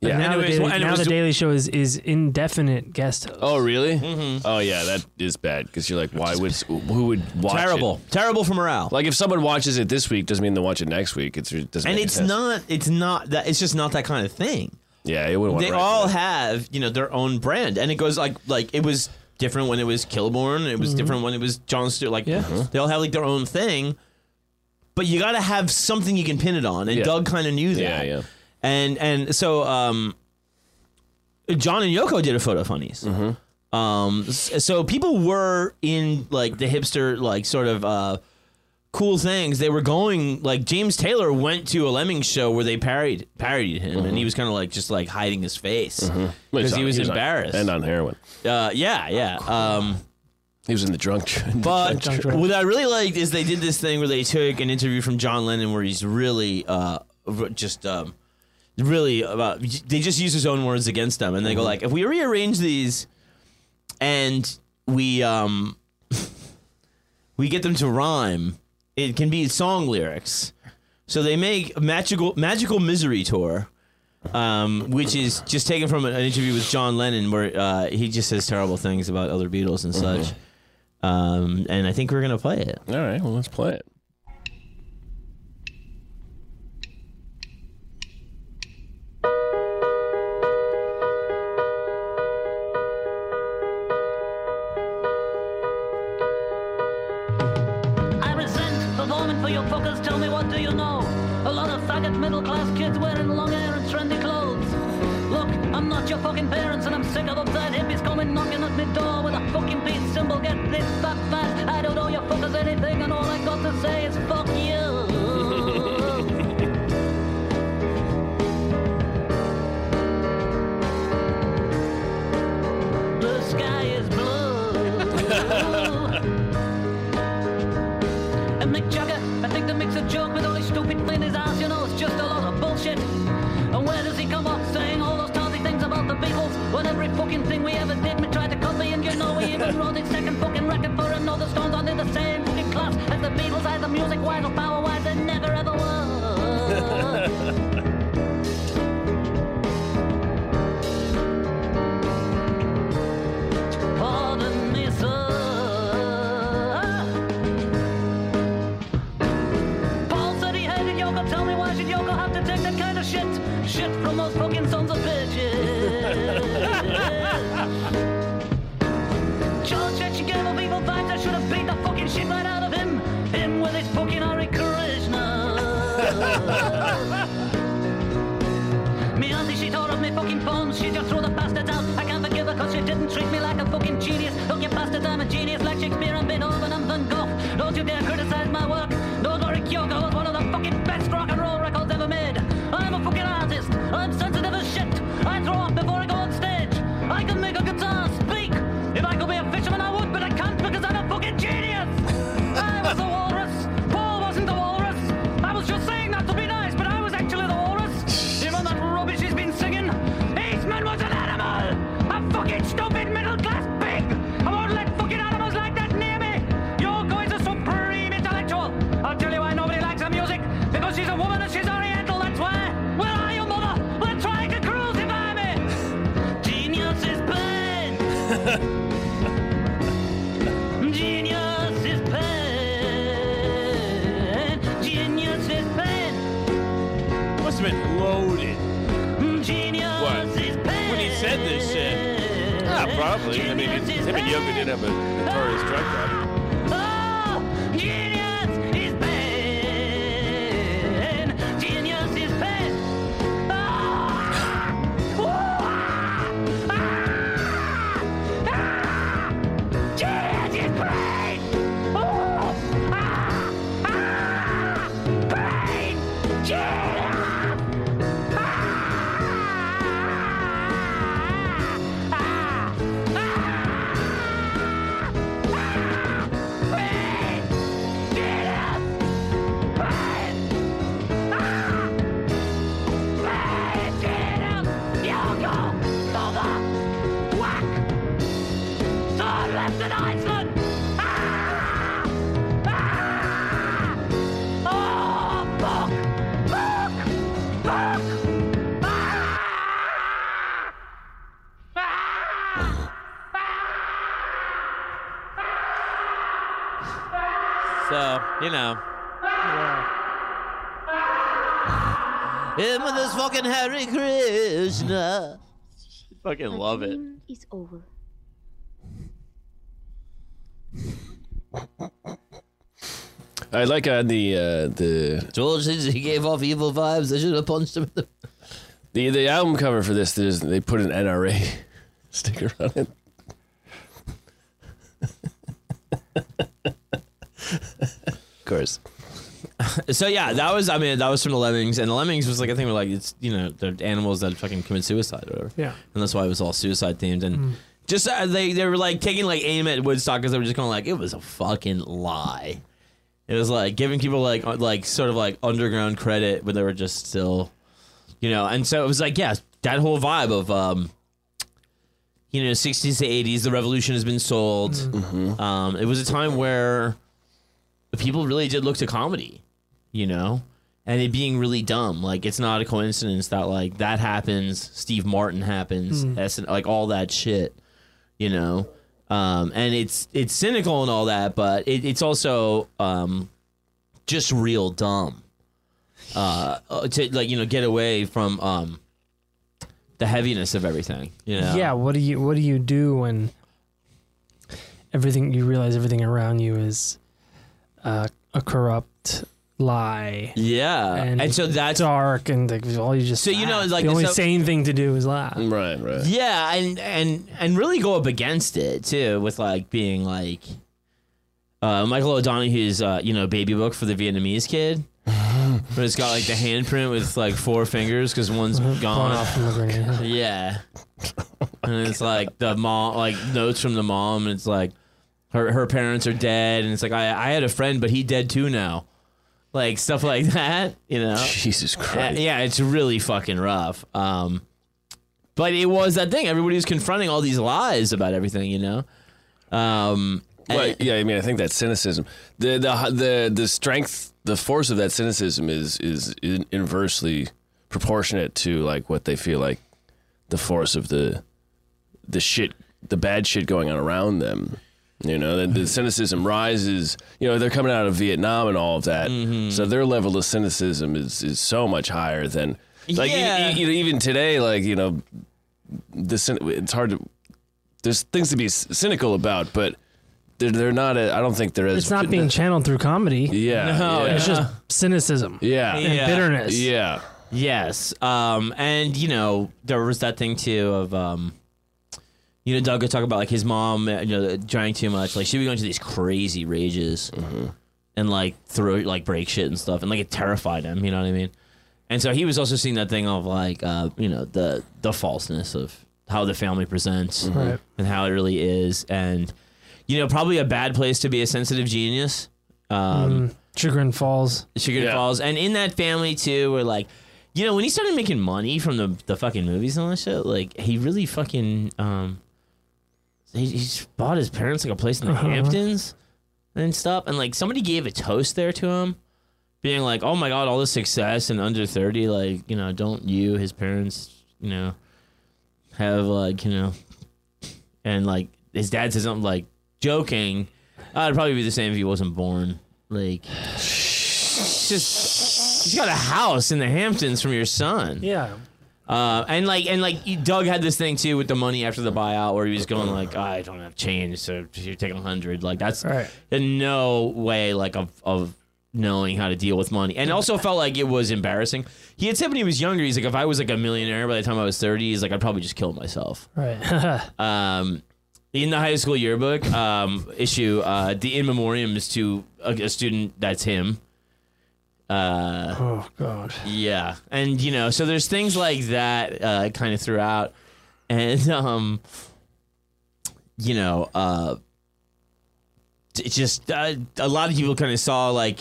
[SPEAKER 3] yeah.
[SPEAKER 4] Now,
[SPEAKER 2] And it
[SPEAKER 4] the
[SPEAKER 2] was-
[SPEAKER 4] Daily,
[SPEAKER 2] and it
[SPEAKER 4] now
[SPEAKER 2] was-
[SPEAKER 4] the Daily Show is, is indefinite guest host.
[SPEAKER 3] Oh, really? Mm-hmm. Oh, yeah. That is bad because you're like, why would who would watch it?
[SPEAKER 2] Terrible, terrible for morale.
[SPEAKER 3] Like, if someone watches it this week, doesn't mean they'll watch it next week. It's it doesn't.
[SPEAKER 2] and
[SPEAKER 3] make
[SPEAKER 2] it's
[SPEAKER 3] sense.
[SPEAKER 2] not it's not that it's just not that kind of thing
[SPEAKER 3] Yeah, it wouldn't.
[SPEAKER 2] they all have you know their own brand and it goes like like it was different when it was kilborn it was different when it was john stewart like
[SPEAKER 4] Yeah.
[SPEAKER 3] Mm-hmm.
[SPEAKER 2] they all have like their own thing but you gotta have something you can pin it on and
[SPEAKER 3] Yeah.
[SPEAKER 2] doug kind of knew that
[SPEAKER 3] Yeah, yeah.
[SPEAKER 2] and and so um john and yoko did a photo funnies
[SPEAKER 3] Mm-hmm.
[SPEAKER 2] um s- so people were in like the hipster like sort of uh cool things. They were going like James Taylor went to a Lemming show where they parodied parodied him,
[SPEAKER 3] Mm-hmm.
[SPEAKER 2] and he was kind of like just like hiding his face because he was embarrassed.
[SPEAKER 3] and on heroin.
[SPEAKER 2] uh, yeah, yeah. Um,
[SPEAKER 3] He was in the drunk.
[SPEAKER 2] but
[SPEAKER 4] Drunk driver.
[SPEAKER 2] what I really liked is they did this thing where they took an interview from John Lennon where he's really uh, r- just um, really about. They just use his own words against them, and they go like, "If we rearrange these, and we um, we get them to rhyme, it can be song lyrics." So they make magical magical misery tour. Um, which is just taken from an interview with John Lennon, where uh, he just says terrible things about other Beatles and such. Um, and I think we're gonna play it.
[SPEAKER 3] all right, well, let's play it.
[SPEAKER 6] I resent the moment for you fuckers. Tell me what do you know? A lot of faggot middle class kids wearing long hair and trendy clothes. Look, I'm not your fucking parents, and I'm sick of uptight hippies coming knocking at my door with a fucking peace symbol. Get this fat fat. I don't owe you fuckers anything, and all I got to say is fuck you. just a lot of bullshit. And where does he come off saying all those tardy things about the Beatles? When every fucking thing we ever did, we tried to copy, and you know we even wrote his second fucking record for another Stones on in the same fucking class as the Beatles, either music wise or power wise, they never ever were. Pardon me, sir. Paul said he hated Yoko. Tell me why should Yoko have to take that kind of shit? Shit from those fucking sons of bitches. George said she gave up evil vibes. I should have beat the fucking shit right out of him. Him with his fucking Hare Krishna. Me auntie, she tore up my fucking bones. She just threw the bastards out. I can't forgive her cause she didn't treat me like a fucking genius. Look, you bastards, I'm a genius like Shakespeare and Beethoven and Van Gogh. Don't you dare criticize my work. No, Doric Yoko was one of the fucking best rock and roll records ever made. I'm a fucking artist. I'm sensitive as shit. I throw up before I go on stage. I can make a guitar speak. If I could be a fisherman, I would, but I can't because I'm a fucking genius. I was the walrus. Paul wasn't the walrus. I was just saying that to be nice, but I was actually the walrus. You know that rubbish he's been singing? Eastman was an animal! A fucking stupid middle class pig! I won't let fucking animals like that near me! Yoko is a supreme intellectual! I'll tell you why nobody likes her music! Because she's a woman and she's oriental, that's why! Where are you, mother? They're trying to crucify me! Genius is pain! Genius is pain! Genius is pain!
[SPEAKER 7] Must have been loaded.
[SPEAKER 6] Genius
[SPEAKER 7] What?
[SPEAKER 6] is pain.
[SPEAKER 7] When he said this shit.
[SPEAKER 6] Ah,
[SPEAKER 3] probably.
[SPEAKER 7] I mean,
[SPEAKER 6] Genius is
[SPEAKER 7] him and Yoko
[SPEAKER 6] pain.
[SPEAKER 7] did have a notorious drug problem.
[SPEAKER 6] Oh, genius is pain. Genius is pain. Ah, woo, ah, ah, ah. Genius is pain. Oh, ah, ah, pain. Genius. Ah, ah, Iceland! Ah! Ah! Oh, fuck! Fuck!
[SPEAKER 7] So, you know.
[SPEAKER 2] Him with his fucking Hare Krishna.
[SPEAKER 7] Fucking love it.
[SPEAKER 8] It's over.
[SPEAKER 3] I like uh, the uh, the
[SPEAKER 2] George says he gave off evil vibes. I should have punched him. in
[SPEAKER 3] the the album cover for this. There's, they put an NRA sticker on it. of course.
[SPEAKER 2] the- So yeah, that was. I mean, that was from the Lemmings, and the Lemmings was like I think we're like it's you know they're animals that fucking commit suicide or whatever.
[SPEAKER 4] Yeah.
[SPEAKER 2] and that's why it was all suicide themed and. Just uh, they they were like taking like aim at Woodstock because they were just going like it was a fucking lie. It was like giving people like uh, like sort of like underground credit, but they were just still, you know. And so it was like yeah, that whole vibe of um, you know, sixties to eighties, the revolution has been sold. Um, it was a time where people really did look to comedy, you know, and it being really dumb. Like it's not a coincidence that like that happens. Steve Martin happens. SN- like all that shit, you know. Um, and it's it's cynical and all that, but it, it's also um, just real dumb. Uh, uh, to like you know get away from um, the heaviness of everything. You know?
[SPEAKER 4] yeah what do you what do you do when everything you realize everything around you is uh, a corrupt lie
[SPEAKER 2] Yeah. And, so that's
[SPEAKER 4] dark and like, all you just
[SPEAKER 2] So you know,
[SPEAKER 4] laugh.
[SPEAKER 2] like,
[SPEAKER 4] the only
[SPEAKER 2] so-
[SPEAKER 4] sane thing to do is laugh
[SPEAKER 3] Right, right.
[SPEAKER 2] yeah, and and and really go up against it too with like being like uh, Michael O'Donoghue's uh, you know baby book for the Vietnamese kid. But it's got like the handprint with like four fingers because one's
[SPEAKER 4] Blown
[SPEAKER 2] gone
[SPEAKER 4] off from the grenade.
[SPEAKER 2] Yeah. and it's like the mom, like notes from the mom, and it's like her her parents are dead, and it's like I I had a friend, but he dead too now. like stuff like that. You know,
[SPEAKER 3] Jesus
[SPEAKER 2] Uh,
[SPEAKER 3] Christ.
[SPEAKER 2] yeah, it's really fucking rough. Um, but it was that thing. Everybody was confronting all these lies about everything. You know, um,
[SPEAKER 3] Well, yeah, I mean, I think that cynicism, the the the the strength, the force of that cynicism is is in- inversely proportionate to like what they feel like the force of the the shit, the bad shit going on around them. You know, the, the cynicism rises. You know, they're coming out of Vietnam and all of that, so their level of cynicism is is so much higher than like e-
[SPEAKER 2] Yeah.
[SPEAKER 3] e- you know, even today. Like you know, the cyn- it's hard to. There's things to be c- cynical about, but they're, they're not. A, I don't think they're as.
[SPEAKER 4] It's not being channeled through comedy.
[SPEAKER 3] Yeah.
[SPEAKER 2] No,
[SPEAKER 3] yeah.
[SPEAKER 2] it's
[SPEAKER 4] It's just cynicism
[SPEAKER 3] yeah.
[SPEAKER 4] and
[SPEAKER 2] Yeah.
[SPEAKER 4] bitterness.
[SPEAKER 3] Yeah.
[SPEAKER 2] Yes. Um, and you know, there was that thing too of um, you know, Doug would talk about like his mom, uh, you know, drank too much. Like she would go into these crazy rages
[SPEAKER 4] Mm-hmm.
[SPEAKER 2] and like throw like break shit and stuff, and like it terrified him. You know what I mean? And so he was also seeing that thing of like, uh, you know, the the falseness of how the family presents
[SPEAKER 4] Mm-hmm. Right.
[SPEAKER 2] and how it really is, and you know, probably a bad place to be a sensitive genius. Um,
[SPEAKER 4] Mm, Chagrin Falls.
[SPEAKER 2] Sugar
[SPEAKER 3] Yeah.
[SPEAKER 2] Falls, and in that family too, were like, you know, when he started making money from the the fucking movies and all that shit, like he really fucking um, he, he just bought his parents like a place in the
[SPEAKER 4] Uh-huh.
[SPEAKER 2] Hamptons and stuff, and like somebody gave a toast there to him, being like, oh my god, all this success and under thirty, like you know, don't you, his parents, you know, have like you know, and like his dad says something like joking. Uh, it'd probably be the same if he wasn't born. Like, it's just he's got a house in the Hamptons from your son.
[SPEAKER 4] Yeah.
[SPEAKER 2] Uh, and like and like you- Doug had this thing too with the money after the buyout where he was going like I don't have change, so you're taking a hundred. Like that's
[SPEAKER 4] Right.
[SPEAKER 2] there's no way like of of knowing how to deal with money. And also felt like it was embarrassing. He had said when he was younger, he's like if I was like a millionaire by the time I was thirty, he's like I'd probably just kill myself
[SPEAKER 4] Right.
[SPEAKER 2] um, in the high school yearbook um, issue, uh, the in memoriam is to a, a student that's him. Uh,
[SPEAKER 4] oh God.
[SPEAKER 2] yeah, and you know, so there's things like that uh, kind of throughout, and um, you know, uh, t- it's just uh, a lot of people kind of saw like.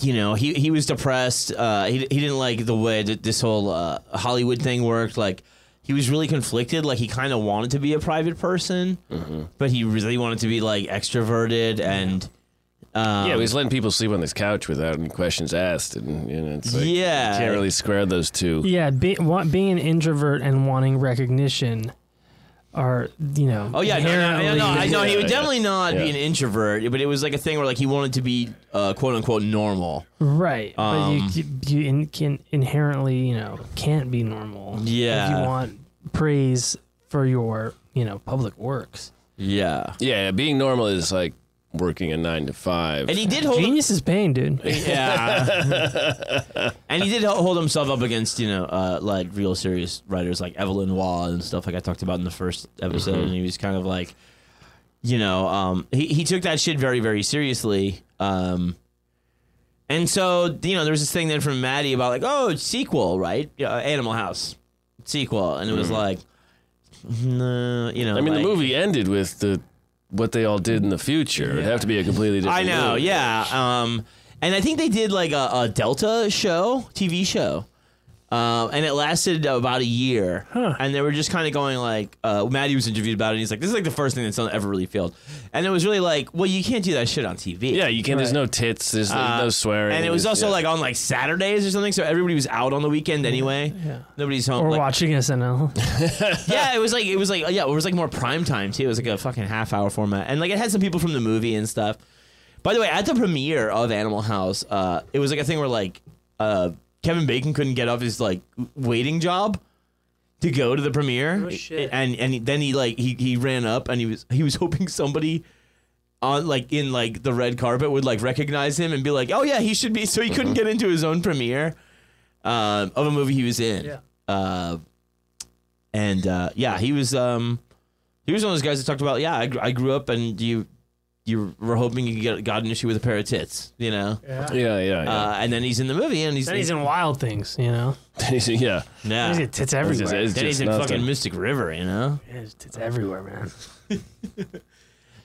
[SPEAKER 2] You know, he, he was depressed. Uh, he, he didn't like the way that this whole uh, Hollywood thing worked. Like, he was really conflicted. Like, he kind of wanted to be a private person, but he really wanted to be, like, extroverted. And, um,
[SPEAKER 3] yeah, he's letting people sleep on this couch without any questions asked, and you know, it's like,
[SPEAKER 2] Yeah.
[SPEAKER 3] you can't really square those two.
[SPEAKER 4] Yeah. Be, want, being an introvert and wanting recognition are you know.
[SPEAKER 2] Oh yeah, no, no, no, no, I know he would
[SPEAKER 3] Yeah,
[SPEAKER 2] definitely not
[SPEAKER 3] yeah.
[SPEAKER 2] be an introvert, but it was like a thing where like he wanted to be uh, quote unquote normal.
[SPEAKER 4] Right,
[SPEAKER 2] Um,
[SPEAKER 4] but you you in, can inherently you know can't be normal. if
[SPEAKER 2] Yeah.
[SPEAKER 4] you want praise for your you know public works.
[SPEAKER 2] Yeah,
[SPEAKER 3] Yeah, being normal is like working a nine to five.
[SPEAKER 2] and he did hold.
[SPEAKER 4] Genius is pain, dude.
[SPEAKER 2] Yeah, and he did ho- hold himself up against you know uh, like real serious writers like Evelyn Waugh and stuff like I talked about in the first episode,
[SPEAKER 3] Mm-hmm.
[SPEAKER 2] and he was kind of like, you know, um, he he took that shit very very seriously. Um, and so you know, there was this thing then from Maddie about like, oh, it's sequel, right? Yeah, Animal House sequel, and it was like, no, you know,
[SPEAKER 3] Mm-hmm. I mean,
[SPEAKER 2] like-
[SPEAKER 3] the movie ended with the what they all did in the future. It'd have to be a completely different.
[SPEAKER 2] I know,
[SPEAKER 3] movie.
[SPEAKER 2] yeah. Um, and I think they did like a, a Delta show, TV show, um, and it lasted about a year. And they were just kind of going like, uh, Maddie was interviewed about it. and He's like, "This is like the first thing that's ever really failed," and it was really like, "Well, you can't do that shit on TV."
[SPEAKER 3] Yeah, you can't. There's no tits. There's
[SPEAKER 2] Uh,
[SPEAKER 3] no swearing.
[SPEAKER 2] And it was also
[SPEAKER 3] yeah.
[SPEAKER 2] like on like Saturdays or something, so everybody was out on the weekend anyway.
[SPEAKER 4] yeah.
[SPEAKER 2] Nobody's home.
[SPEAKER 4] Or
[SPEAKER 2] like-
[SPEAKER 4] watching SNL.
[SPEAKER 2] yeah, it was like it was like yeah, it was like more prime time too. It was like a fucking half hour format, and like it had some people from the movie and stuff. By the way, at the premiere of Animal House, uh, it was like a thing where like uh, Kevin Bacon couldn't get off his like waiting job to go to the premiere, and and then he like he he ran up and he was he was hoping somebody. On like in like the red carpet would like recognize him and be like, oh yeah, he should be. So he couldn't get into his own premiere um, of a movie he was in.
[SPEAKER 4] Yeah.
[SPEAKER 2] Uh, and uh, yeah, he was um, he was one of those guys that talked about yeah, I, gr- I grew up and you you were hoping you could get got an issue with a pair of tits, you know.
[SPEAKER 3] Yeah, yeah, yeah.
[SPEAKER 2] Uh, and then he's in the movie and he's,
[SPEAKER 4] Then he's in Wild Things, you know.
[SPEAKER 2] Uh,
[SPEAKER 3] yeah.
[SPEAKER 2] yeah.
[SPEAKER 4] He's got tits
[SPEAKER 3] It's just-
[SPEAKER 4] everywhere.
[SPEAKER 3] it's
[SPEAKER 2] then he's
[SPEAKER 3] just
[SPEAKER 2] in
[SPEAKER 3] nothing.
[SPEAKER 2] fucking Mystic River, you know.
[SPEAKER 4] Yeah, there's tits everywhere, man.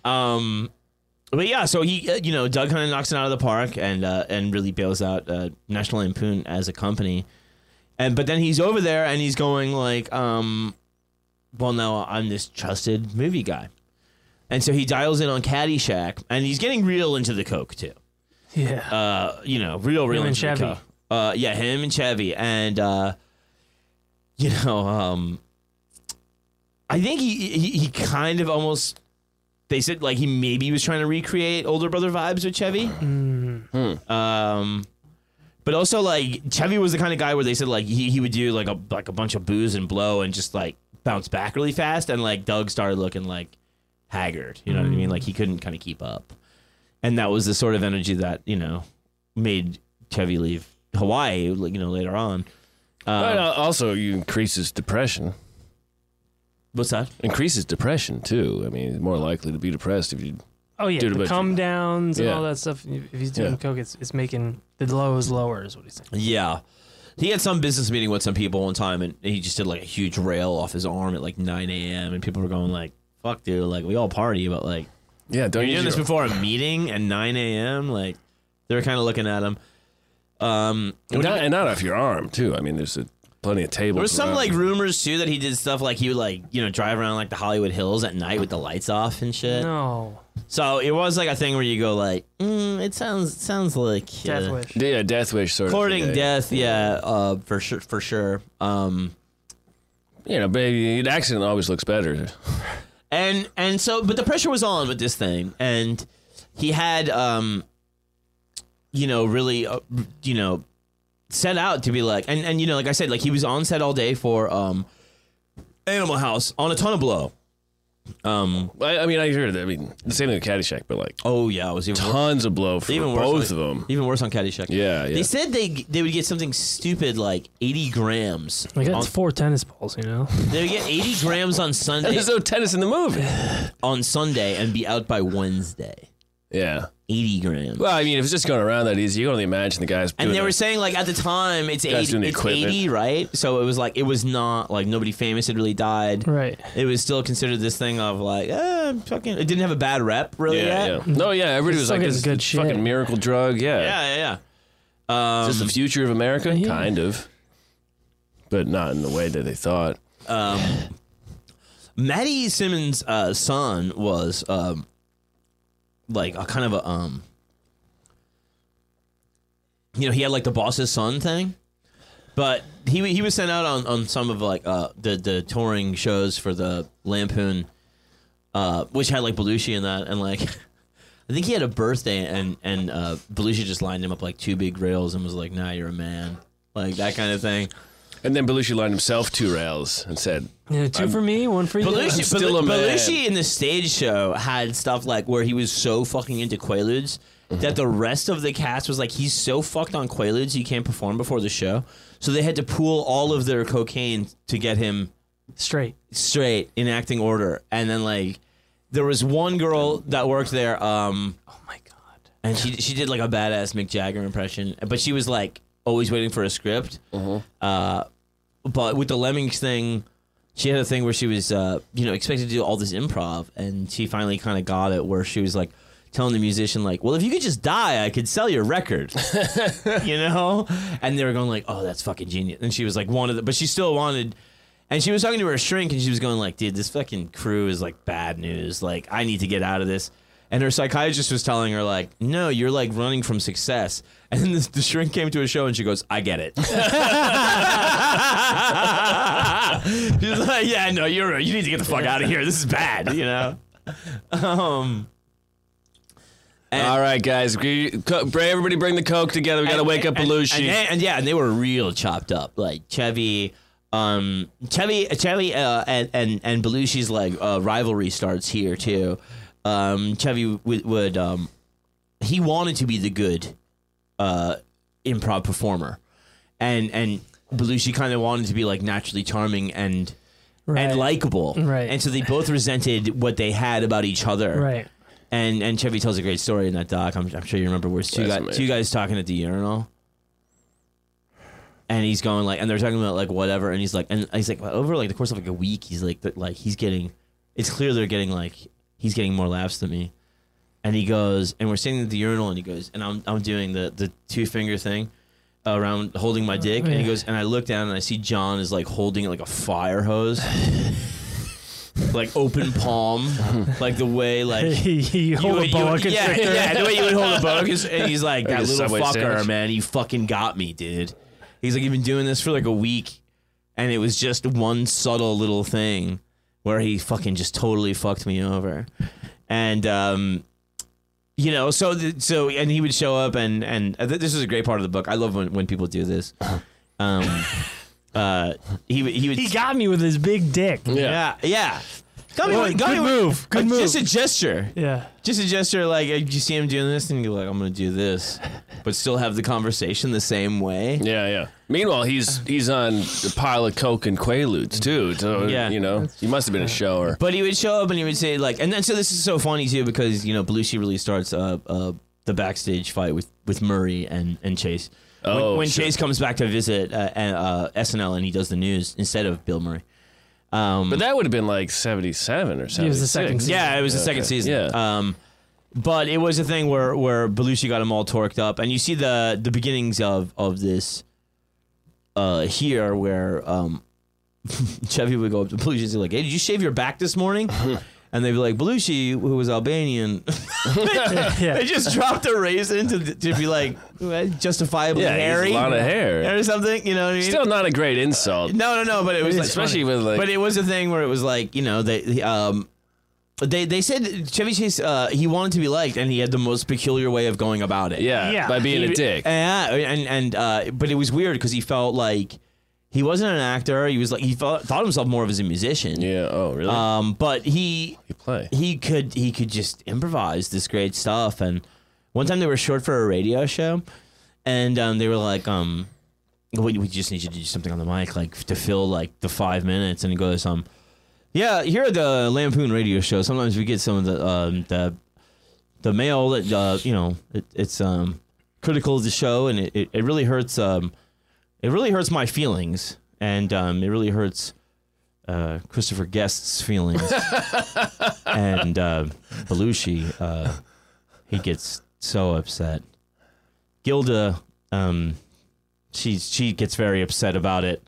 [SPEAKER 2] Um, But yeah, so he, uh, you know, Doug kind of knocks it out of the park and uh, and really bails out uh, National Lampoon as a company. And but then he's over there and he's going like, um, well, no, I'm this trusted movie guy, and so he dials in on Caddyshack and he's getting real into the coke too.
[SPEAKER 4] Yeah.
[SPEAKER 2] Uh, you know, real, real
[SPEAKER 4] and
[SPEAKER 2] into the
[SPEAKER 4] Chevy.
[SPEAKER 2] coke. Uh, yeah, him and Chevy, and uh, you know, um, I think he he, he kind of almost they said like he maybe was trying to recreate older brother vibes with Chevy. Um, but also like Chevy was the kind of guy where they said like he, he would do like a like a bunch of booze and blow and just like bounce back really fast and like Doug started looking like haggard. You know what I mean? Like he couldn't kind of keep up, and that was the sort of energy that you know made Chevy leave Hawaii. like, You know later on.
[SPEAKER 3] but
[SPEAKER 2] Uh,
[SPEAKER 3] uh, also, you increases depression.
[SPEAKER 2] what's that?
[SPEAKER 3] Increases depression too. I mean, more likely to be depressed if you.
[SPEAKER 4] oh yeah,
[SPEAKER 3] Dude,
[SPEAKER 4] the
[SPEAKER 3] but-
[SPEAKER 4] come downs and
[SPEAKER 3] Yeah.
[SPEAKER 4] all that stuff. If he's doing
[SPEAKER 3] Yeah.
[SPEAKER 4] coke, it's, it's making the lows lower. Is what he's saying.
[SPEAKER 2] Yeah. He had some business meeting with some people one time and he just did like a huge rail off his arm at like 9 a.m. And people were going like, fuck, dude, like we all party, but like,
[SPEAKER 3] Yeah, don't
[SPEAKER 2] you're
[SPEAKER 3] use
[SPEAKER 2] doing this
[SPEAKER 3] your-
[SPEAKER 2] before a meeting at 9 a.m.? Like, they were kind of looking at him. Um,
[SPEAKER 3] And not, and not off your arm too. I mean, there's a, plenty of tables.
[SPEAKER 2] there was some
[SPEAKER 3] around.
[SPEAKER 2] like rumors too that he did stuff like he would like, you know, drive around like the Hollywood Hills at night with the lights off and shit.
[SPEAKER 4] No,
[SPEAKER 2] So it was like a thing where you go like, mm, it sounds, sounds like uh,
[SPEAKER 4] death wish.
[SPEAKER 3] yeah, death wish sort
[SPEAKER 2] Courting
[SPEAKER 3] of. thing.
[SPEAKER 2] death, yeah, uh, for sure, for sure. Um,
[SPEAKER 3] You know, baby, an accident always looks better.
[SPEAKER 2] and and so but the pressure was on with this thing and he had um you know really uh, you know set out to be like and and you know like i said like he was on set all day for um animal house on a ton of blow um
[SPEAKER 3] I, I mean, I heard that. I mean, the same thing with Caddyshack, but like
[SPEAKER 2] oh yeah it was even worse,
[SPEAKER 3] tons of blow for
[SPEAKER 2] even worse
[SPEAKER 3] both
[SPEAKER 2] on,
[SPEAKER 3] of them.
[SPEAKER 2] even worse on caddyshack
[SPEAKER 3] Yeah, yeah.
[SPEAKER 2] they said they they would get something stupid like 80 grams
[SPEAKER 4] Like
[SPEAKER 2] on,
[SPEAKER 4] that's four tennis balls, you know.
[SPEAKER 2] they would get 80 grams on sunday
[SPEAKER 3] There's no tennis in the movie.
[SPEAKER 2] on sunday and be out by wednesday
[SPEAKER 3] Yeah.
[SPEAKER 2] 80 grams
[SPEAKER 3] Well, I mean, if it's just going around that easy, you can only imagine the guys.
[SPEAKER 2] And
[SPEAKER 3] doing
[SPEAKER 2] they
[SPEAKER 3] it.
[SPEAKER 2] were saying like at the time it's
[SPEAKER 3] Guys
[SPEAKER 2] eighty,
[SPEAKER 3] doing the
[SPEAKER 2] it's
[SPEAKER 3] equipment.
[SPEAKER 2] eighty, right? So it was like it was not like nobody famous had really died.
[SPEAKER 4] Right.
[SPEAKER 2] It was still considered this thing of like, eh, fucking. It didn't have a bad rep really
[SPEAKER 3] yeah,
[SPEAKER 2] yet.
[SPEAKER 3] yeah. No, yeah. Everybody was
[SPEAKER 4] still
[SPEAKER 3] like,
[SPEAKER 4] getting
[SPEAKER 3] "It's
[SPEAKER 4] good
[SPEAKER 3] good fucking
[SPEAKER 4] shit."
[SPEAKER 3] miracle drug." Yeah.
[SPEAKER 2] yeah, yeah,
[SPEAKER 3] Is
[SPEAKER 2] Um,
[SPEAKER 3] this the future of America?
[SPEAKER 4] Yeah.
[SPEAKER 3] Kind of, but not in the way that they thought.
[SPEAKER 2] yeah. Maddie Simmons' uh, son was um, like a kind of a um, you know, he had like the boss's son thing. But he he was sent out on, on some of like uh the the touring shows for the Lampoon, uh which had like Belushi in that and like I think he had a birthday and and uh, Belushi just lined him up like two big rails and was like, "Now you're a man," like that kind of thing.
[SPEAKER 3] And then Belushi lined himself two rails and said,
[SPEAKER 4] Yeah, 2 for me, one for you.
[SPEAKER 2] Belushi,
[SPEAKER 3] I'm still
[SPEAKER 2] Bel-
[SPEAKER 3] a man.
[SPEAKER 2] Belushi in the stage show had stuff like where he was so fucking into Quaaludes that the rest of the cast was like, he's so fucked on Quaaludes he can't perform before the show. So they had to pool all of their cocaine to get him
[SPEAKER 4] Straight.
[SPEAKER 2] straight in acting order. And then like, there was one girl that worked there, um,
[SPEAKER 4] Oh my god.
[SPEAKER 2] and she she did like a badass Mick Jagger impression, but she was like always waiting for a script. Uh, but with the Lemmings thing, she had a thing where she was uh, you know expected to do all this improv, and she finally kind of got it where she was like telling the musician like, "Well, if you could just die, I could sell your record," you know. And they were going like, "Oh, that's fucking genius." And she was like, "Wanted," but she still wanted. And she was talking to her shrink, and she was going like, "Dude, this fucking crew is like bad news. Like, I need to get out of this." And her psychiatrist was telling her like, "No, you're like running from success." And then the, the shrink came to a show, and she goes, "I get it." She's like, "Yeah, no, you're you need to get the fuck out of here. This is bad," you know. Um, And-
[SPEAKER 3] "All right, guys, agree- co- bring- everybody bring the coke together. We got to
[SPEAKER 2] and-
[SPEAKER 3] wake up
[SPEAKER 2] and-
[SPEAKER 3] Belushi."
[SPEAKER 2] And, and- and yeah, and they were real chopped up. Like Chevy, um, Chevy, Chevy, uh, and and and Belushi's like uh, rivalry starts here too. Um, Chevy would, would um, he wanted to be the good uh, improv performer, and and Belushi kind of wanted to be like naturally charming and.
[SPEAKER 4] Right.
[SPEAKER 2] And likable,
[SPEAKER 4] Right.
[SPEAKER 2] And so they both resented what they had about each other,
[SPEAKER 4] Right.
[SPEAKER 2] and and Chevy tells a great story in that doc. I'm, I'm sure you remember where it's two
[SPEAKER 3] That's
[SPEAKER 2] guys,
[SPEAKER 3] amazing.
[SPEAKER 2] two guys talking at the urinal, and he's going like, and they're talking about like whatever, and he's like, and he's like over like the course of like a week, he's like that like he's getting, it's clear they're getting like he's getting more laughs than me, and he goes, and we're sitting at the urinal, and he goes, and I'm I'm doing the the two finger thing around holding my dick, and he
[SPEAKER 4] yeah.
[SPEAKER 2] goes, and I look down and I see John is like holding like a fire hose. Like open palm, like the way like
[SPEAKER 4] you hold a
[SPEAKER 2] would-
[SPEAKER 4] boa
[SPEAKER 2] would- yeah,
[SPEAKER 4] constrictor.
[SPEAKER 2] yeah, the way you would hold a boa constrictor. And he's like, that
[SPEAKER 3] a
[SPEAKER 2] little
[SPEAKER 3] Subway
[SPEAKER 2] fucker,
[SPEAKER 3] sandwich.
[SPEAKER 2] man, you fucking got me, dude. He's like, you've been doing this for like a week, and it was just one subtle little thing where he fucking just totally fucked me over, and um. You know, so the, so and he would show up and and uh, th- this is a great part of the book. I love when, when people do this. Um, uh, he would- he would
[SPEAKER 4] He got me with his big dick.
[SPEAKER 2] yeah yeah. Got me,
[SPEAKER 4] Boy,
[SPEAKER 2] with- got
[SPEAKER 4] good
[SPEAKER 2] me with-
[SPEAKER 4] move, good
[SPEAKER 2] uh,
[SPEAKER 4] move.
[SPEAKER 2] Just a gesture
[SPEAKER 4] Yeah.
[SPEAKER 2] just a gesture like uh, you see him doing this and you're like i'm gonna do this but still have the conversation the same way
[SPEAKER 3] Yeah, yeah. Meanwhile, he's he's on a pile of coke and quaaludes too. So
[SPEAKER 2] Yeah.
[SPEAKER 3] you know, he must have been a shower.
[SPEAKER 2] but he would show up and he would say like and then so this is so funny too because you know belushi really starts uh, uh, the backstage fight with with murray and and chase when,
[SPEAKER 3] Oh,
[SPEAKER 2] when
[SPEAKER 3] sure.
[SPEAKER 2] chase comes back to visit uh, and, uh, snl and he does the news instead of bill murray um,
[SPEAKER 3] But that would have been like seventy-seven or something.
[SPEAKER 4] was the second season.
[SPEAKER 2] Yeah, it was the second
[SPEAKER 3] Okay.
[SPEAKER 2] season.
[SPEAKER 3] Yeah.
[SPEAKER 2] Um, but it was a thing where where Belushi got him all torqued up, and you see the the beginnings of of this uh, here where um, Chevy would go up to Belushi and be like, "Hey, did you shave your back this morning?" And they'd be like, Belushi, who was Albanian, they just dropped a raisin to, to be like eh, justifiably
[SPEAKER 3] Yeah, he's a
[SPEAKER 2] hairy,
[SPEAKER 3] lot of hair.
[SPEAKER 2] or something. You know what I mean?
[SPEAKER 3] Still not a great insult.
[SPEAKER 2] Uh, No, no, no. But it was like,
[SPEAKER 3] Especially with, like-
[SPEAKER 2] But it was a thing where it was like you know they um. They, they said that Chevy Chase uh, he wanted to be liked and he had the most peculiar way of going about it.
[SPEAKER 3] Yeah,
[SPEAKER 4] Yeah.
[SPEAKER 3] by being
[SPEAKER 4] He-
[SPEAKER 3] a dick.
[SPEAKER 2] Yeah, and and uh, but it was weird because he felt like he wasn't an actor. He was like he felt, thought himself more of as a musician.
[SPEAKER 3] yeah. Oh, really?
[SPEAKER 2] Um, but he
[SPEAKER 3] you play.
[SPEAKER 2] he could he could just improvise this great stuff. And one time they were short for a radio show, and um, they were like, um, we, we just need you to do something on the mic, like to fill like the five minutes. And he goes, um, yeah, here at the Lampoon radio show, sometimes we get some of the um, the the mail that uh, you know it, it's um, critical of the show, and it, it, it really hurts um, it really hurts my feelings, and um, it really hurts. Uh, Christopher Guest's feelings and uh, Belushi, uh, he gets so upset. Gilda, um, she she gets very upset about it.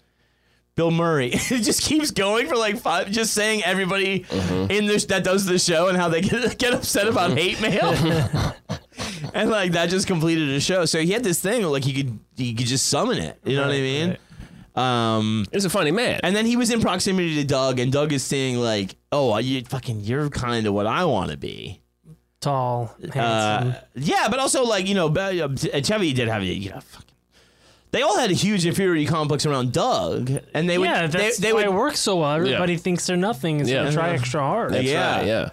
[SPEAKER 2] Bill Murray it just keeps going for like five, just saying everybody in this that does the show and how they get, get upset about hate mail, and like that just completed a show. So he had this thing like he could he could just summon it. You know what I mean? Um,
[SPEAKER 3] He's a funny man.
[SPEAKER 2] and then he was in proximity to Doug, and Doug is saying like, "Oh, you fucking, you're kind of what I want to be."
[SPEAKER 4] Tall, handsome.
[SPEAKER 2] Uh, yeah, but also like you know, Be- uh, Chevy did have you know, fucking. They all had a huge inferiority complex around Doug, and they would
[SPEAKER 4] yeah, that's
[SPEAKER 2] they, they
[SPEAKER 4] why
[SPEAKER 2] would
[SPEAKER 4] it works so well. Everybody thinks they're nothing. Is
[SPEAKER 3] Yeah.
[SPEAKER 4] gonna try extra hard.
[SPEAKER 3] That's
[SPEAKER 2] yeah. Um,
[SPEAKER 3] right, yeah.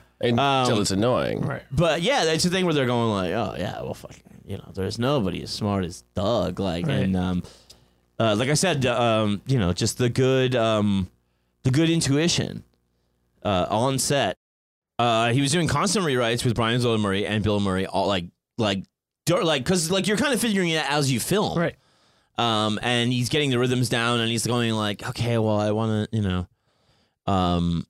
[SPEAKER 3] Until it's annoying. Right.
[SPEAKER 2] But yeah, that's the thing where they're going like, oh yeah, well fucking, you know, there's nobody as smart as Doug. Like
[SPEAKER 4] Right.
[SPEAKER 2] and um, uh, like I said, uh, um, you know, just the good um, the good intuition uh, on set. Uh, he was doing constant rewrites with Brian Zola Murray and Bill Murray, all like like dur- like because like you're kind of figuring it out as you film,
[SPEAKER 4] Right.
[SPEAKER 2] um, and he's getting the rhythms down, and he's going like, okay, well, I want to, you know, um,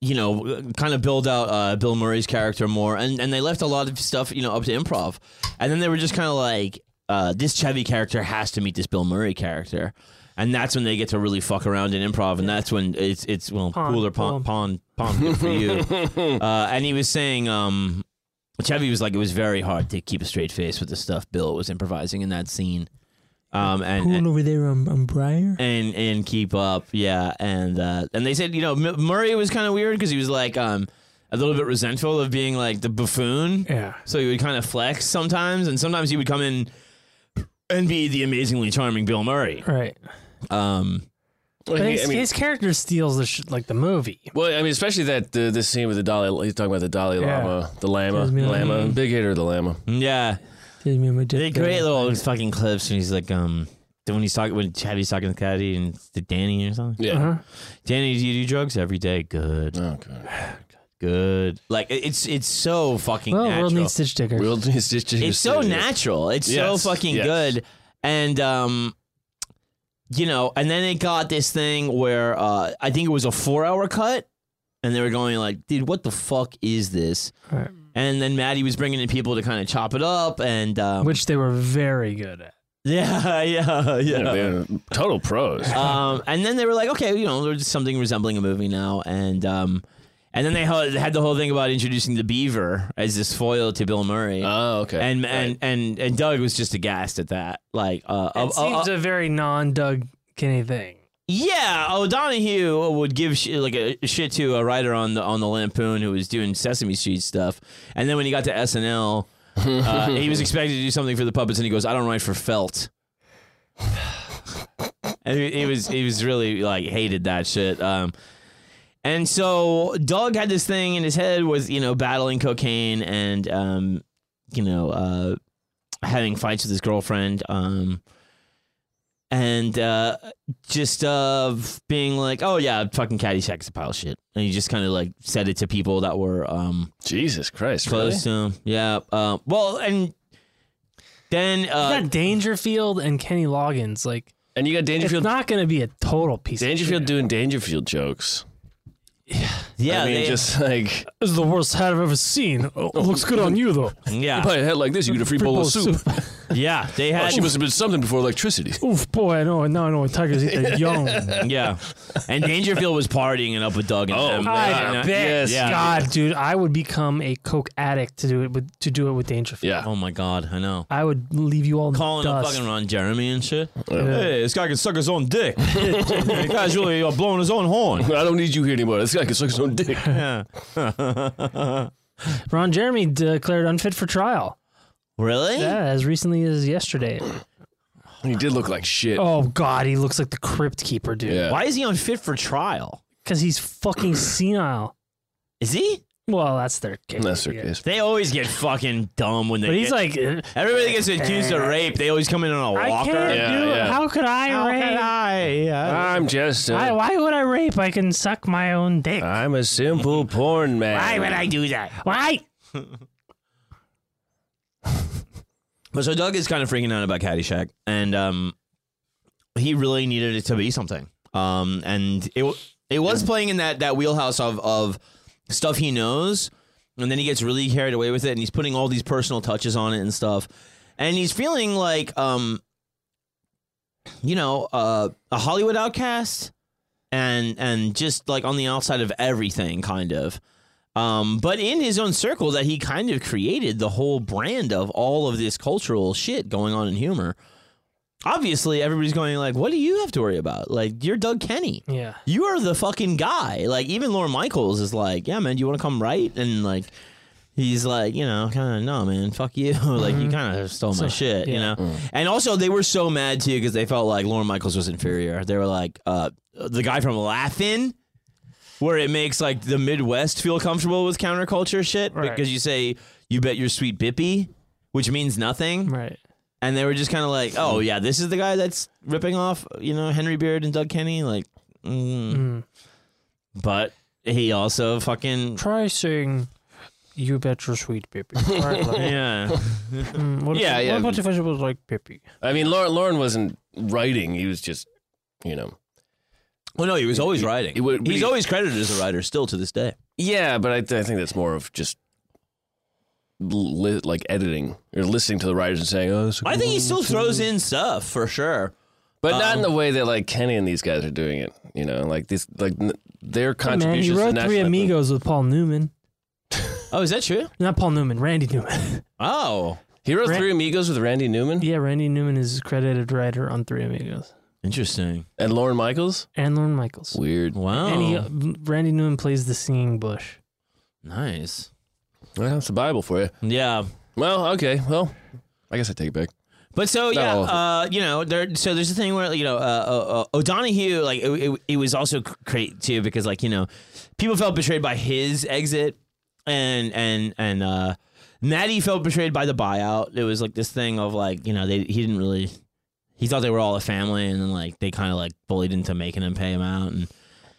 [SPEAKER 2] you know, kind of build out uh, Bill Murray's character more, and and they left a lot of stuff, you know, up to improv, and then they were just kind of like, uh, this Chevy character has to meet this Bill Murray character, and that's when they get to really fuck around in improv, and that's when it's it's well,
[SPEAKER 4] Pawn,
[SPEAKER 2] cooler pawn, pawn, pawn, good for you. uh, and he was saying, um, Chevy was like, it was very hard to keep a straight face with the stuff Bill was improvising in that scene. Um, and, and
[SPEAKER 4] over there on, on Briar?
[SPEAKER 2] and and keep up, yeah. And uh, and they said, you know, M- Murray was kind of weird because he was like um, a little bit resentful of being like the buffoon.
[SPEAKER 4] Yeah.
[SPEAKER 2] So he would kind of flex sometimes, and sometimes he would come in and be the amazingly charming Bill Murray.
[SPEAKER 4] Right.
[SPEAKER 2] Um,
[SPEAKER 3] Well,
[SPEAKER 4] But
[SPEAKER 3] he-
[SPEAKER 4] his,
[SPEAKER 3] I mean,
[SPEAKER 4] his character steals the sh- like the movie.
[SPEAKER 3] well, I mean, especially that the this scene with the Dalai. He's talking about the Dalai
[SPEAKER 4] Yeah.
[SPEAKER 3] Lama, the Lama,
[SPEAKER 4] Gives me the-
[SPEAKER 3] Lama, big hater, of the Lama.
[SPEAKER 2] yeah. They great little fucking clips, and he's like, um, then when he's talking, when Chavi's talking to Caddy and it's to Danny or something.
[SPEAKER 3] Yeah.
[SPEAKER 4] Uh-huh.
[SPEAKER 2] Danny, do you do drugs every day? Good,
[SPEAKER 3] Oh god.
[SPEAKER 2] good. Like it- it's it's so fucking.
[SPEAKER 4] Well,
[SPEAKER 2] natural.
[SPEAKER 4] world needs Stitch Digger.
[SPEAKER 3] Real, it's just,
[SPEAKER 2] it's so natural. It's
[SPEAKER 3] Yes,
[SPEAKER 2] so fucking
[SPEAKER 3] yes.
[SPEAKER 2] good. And um you know, and then it got this thing where uh I think it was a 4-hour cut and they were going like, "Dude, what the fuck is this?"
[SPEAKER 4] Right.
[SPEAKER 2] And then Maddie was bringing in people to kind of chop it up, and um,
[SPEAKER 4] which they were very good at.
[SPEAKER 2] yeah, yeah, yeah.
[SPEAKER 3] They're total pros.
[SPEAKER 2] um, and then they were like, okay, you know, there's something resembling a movie now, and um, and then they ho- had the whole thing about introducing the beaver as this foil to Bill Murray.
[SPEAKER 3] oh, okay.
[SPEAKER 2] and,
[SPEAKER 3] Right.
[SPEAKER 2] and and and Doug was just aghast at that. Like, uh,
[SPEAKER 4] It
[SPEAKER 2] uh, uh,
[SPEAKER 4] seems a very non-Doug Kinney thing.
[SPEAKER 2] yeah, O'Donohue would give sh- like a shit to a writer on the on the Lampoon who was doing Sesame Street stuff, and then when he got to SNL, uh, he was expected to do something for the puppets, and he goes, "I don't write for felt." and he, he was he was really like hated that shit. Um, and so Doug had this thing in his head was you know battling cocaine and um, you know uh, having fights with his girlfriend. Um, and uh, just uh, being like, oh yeah, fucking Caddyshack is a pile of shit, and he just kind of like said it to people that were um,
[SPEAKER 3] Jesus Christ, really?
[SPEAKER 2] close to him. Yeah. Uh, well, and then
[SPEAKER 4] You
[SPEAKER 2] uh,
[SPEAKER 4] got Dangerfield and Kenny Loggins. Like
[SPEAKER 3] And you got
[SPEAKER 4] it's
[SPEAKER 3] Dangerfield.
[SPEAKER 4] not going to be a total piece.
[SPEAKER 3] Dangerfield
[SPEAKER 4] of shit.
[SPEAKER 3] doing Dangerfield jokes.
[SPEAKER 2] yeah,
[SPEAKER 3] I mean,
[SPEAKER 2] they,
[SPEAKER 3] just like
[SPEAKER 4] This is the worst hat I've ever seen. Oh, it looks good on you though.
[SPEAKER 2] yeah,
[SPEAKER 3] buy a hat like this, you get a free, bowl, of soup.
[SPEAKER 2] yeah, they
[SPEAKER 3] Oh,
[SPEAKER 2] had
[SPEAKER 3] she must have been something before electricity.
[SPEAKER 4] Oof, boy, I know. Now I know why tigers eat their young.
[SPEAKER 2] yeah, and Dangerfield was partying and up with Doug and
[SPEAKER 3] Oh,
[SPEAKER 2] them.
[SPEAKER 3] I
[SPEAKER 2] Yeah.
[SPEAKER 3] bet. Yes.
[SPEAKER 2] Yeah.
[SPEAKER 4] God, dude, I would become a coke addict to do it with to do it with Dangerfield.
[SPEAKER 3] Yeah.
[SPEAKER 2] Oh my God, I know.
[SPEAKER 4] I would leave you all in
[SPEAKER 2] Calling up
[SPEAKER 4] dust.
[SPEAKER 2] fucking Ron Jeremy and shit. Hey, this guy can suck his own dick. this guy's really uh, blowing his own horn.
[SPEAKER 3] I don't need you here anymore. This guy can suck his own dick.
[SPEAKER 4] Ron Jeremy declared unfit for trial.
[SPEAKER 2] Really?
[SPEAKER 4] Yeah, as recently as yesterday.
[SPEAKER 3] He did look like shit.
[SPEAKER 4] Oh God, he looks like the crypt keeper, dude.
[SPEAKER 3] Yeah.
[SPEAKER 2] Why is he unfit for trial?
[SPEAKER 4] Because he's fucking senile.
[SPEAKER 2] Is he?
[SPEAKER 4] Well, that's their case.
[SPEAKER 3] That's their
[SPEAKER 4] yeah.
[SPEAKER 3] case.
[SPEAKER 2] They always get fucking dumb when they.
[SPEAKER 4] But he's
[SPEAKER 2] get-
[SPEAKER 4] like, uh,
[SPEAKER 2] everybody gets accused of rape. They always come in on a
[SPEAKER 4] I
[SPEAKER 2] walker.
[SPEAKER 4] can't
[SPEAKER 3] Yeah,
[SPEAKER 4] do it.
[SPEAKER 3] yeah.
[SPEAKER 4] How could I rape?
[SPEAKER 2] I?
[SPEAKER 3] I'm just.
[SPEAKER 4] Why,
[SPEAKER 3] A,
[SPEAKER 4] why would I rape? I can suck my own dick.
[SPEAKER 3] I'm a simple porn man.
[SPEAKER 2] do that?
[SPEAKER 4] why?
[SPEAKER 2] But so Doug is kind of freaking out about Caddyshack, and um, he really needed it to be something. Um, and it w- it was playing in that that wheelhouse of of stuff he knows, and then he gets really carried away with it, and he's putting all these personal touches on it and stuff, and he's feeling like um, you know, uh, a Hollywood outcast, and and just like on the outside of everything, kind of um, but in his own circle that he kind of created the whole brand of all of this cultural shit going on in humor. Obviously, everybody's going like, "What do you have to worry about? Like, you're Doug Kenny.
[SPEAKER 4] Yeah.
[SPEAKER 2] You are the fucking guy." Like, even Lauren Michaels is like, "Yeah, man, do you want to come right?" And like, he's like, you know, kind of, no, man, fuck you. like, you kind of stole my shit, you
[SPEAKER 4] Mm-hmm. yeah.
[SPEAKER 2] know. And also, they were so mad too because they felt like Lauren Michaels was inferior. They were like, uh, the guy from Laughing, where it makes like the Midwest feel comfortable with counterculture shit
[SPEAKER 4] Right.
[SPEAKER 2] because you say, "You bet your sweet bippy," which means nothing.
[SPEAKER 4] Right.
[SPEAKER 2] And they were just kind of like, "Oh yeah, this is the guy that's ripping off, you know, Henry Beard and Doug Kenny." Like, mm. but he also fucking.
[SPEAKER 4] Try saying, "You bet your sweet Pippi." Try it like-
[SPEAKER 2] Yeah.
[SPEAKER 4] Mm, what if-
[SPEAKER 3] Yeah, yeah.
[SPEAKER 4] What about if I was like Pippi?
[SPEAKER 3] I mean, Lauren, Lauren wasn't writing. He was just, you know.
[SPEAKER 2] Well, no, he was always writing.
[SPEAKER 3] he would-
[SPEAKER 2] He's
[SPEAKER 3] he-
[SPEAKER 2] always credited as a writer, still to this day.
[SPEAKER 3] Yeah, but I, th- I think that's more of just li- like editing or listening to the writers and saying, "Oh, this is
[SPEAKER 2] I
[SPEAKER 3] cool."
[SPEAKER 2] think he still throws in stuff for sure.
[SPEAKER 3] but not in the way that like Kenny and these guys are doing it. You know, like this, like n-
[SPEAKER 4] Man,
[SPEAKER 3] their
[SPEAKER 4] he
[SPEAKER 3] contributions. to
[SPEAKER 4] wrote
[SPEAKER 3] national
[SPEAKER 4] Three
[SPEAKER 3] anthem-
[SPEAKER 4] Amigos with Paul Newman.
[SPEAKER 2] Oh, is that true?
[SPEAKER 4] Not Paul Newman, Randy Newman.
[SPEAKER 2] Oh,
[SPEAKER 3] He wrote
[SPEAKER 4] Ran-
[SPEAKER 3] Three Amigos with Randy Newman
[SPEAKER 4] yeah, Randy Newman is credited writer on Three Amigos
[SPEAKER 2] interesting.
[SPEAKER 3] and Lauren Michaels.
[SPEAKER 4] and Lauren Michaels.
[SPEAKER 3] Weird.
[SPEAKER 2] Wow,
[SPEAKER 4] And
[SPEAKER 3] Oh.
[SPEAKER 4] he, uh, Randy Newman plays the singing bush.
[SPEAKER 2] nice.
[SPEAKER 3] Well, that's the Bible for you.
[SPEAKER 2] Yeah,
[SPEAKER 3] Well, okay. Well, I guess I take it back.
[SPEAKER 2] But so
[SPEAKER 3] Not
[SPEAKER 2] yeah,
[SPEAKER 3] all of it.
[SPEAKER 2] uh, you know, there. So there's a thing where you know, uh, uh, uh, O'Donohue, like it, it, it was also cr- great too because like you know, people felt betrayed by his exit, and and and uh, Maddie felt betrayed by the buyout. It was like this thing of like you know they he didn't really he thought they were all a family, and then like they kind of like bullied into making him pay him out, and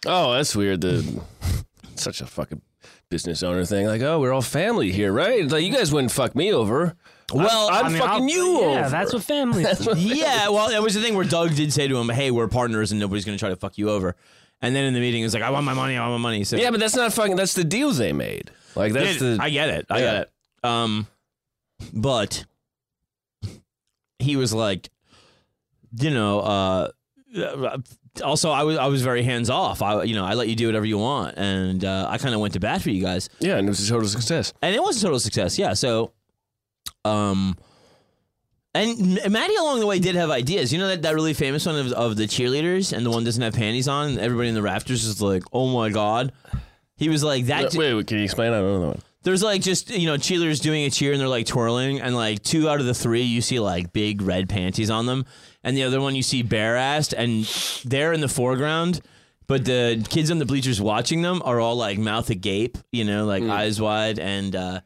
[SPEAKER 3] Oh, that's weird. The such a fucking business owner thing. Like, oh, we're all family here, right? Like, you guys wouldn't fuck me over.
[SPEAKER 2] Well,
[SPEAKER 3] I'm,
[SPEAKER 2] I mean,
[SPEAKER 3] fucking you
[SPEAKER 4] Yeah,
[SPEAKER 3] over.
[SPEAKER 4] that's what family. is.
[SPEAKER 2] yeah, well, it was the thing where Doug did say to him, "Hey, we're partners, and nobody's gonna try to fuck you over." And then in the meeting, he was like, "I want my money, I want my money." So
[SPEAKER 3] Yeah, but that's not fucking. That's the deal they made. Like that's
[SPEAKER 2] Yeah,
[SPEAKER 3] the
[SPEAKER 2] I get it. I
[SPEAKER 3] yeah.
[SPEAKER 2] get it. Um, but he was like, you know, uh, also I was I was very hands off. I you know I let you do whatever you want, and uh, I kind of went to bat for you guys,
[SPEAKER 3] yeah, and it was a total success.
[SPEAKER 2] and it was a total success. Yeah. So, um. And M- Maddie along the way did have ideas. You know that, that really famous one of, of the cheerleaders and the one doesn't have panties on and everybody in the rafters is like, oh my God. He was like, that.
[SPEAKER 3] Uh, wait, wait, can you explain? I don't know.
[SPEAKER 2] There's like just you know cheerleaders doing a cheer and they're like twirling and like two out of the three you see like big red panties on them and the other one you see bare assed and they're in the foreground but the kids on the bleachers watching them are all like mouth agape you know like eyes wide and uh,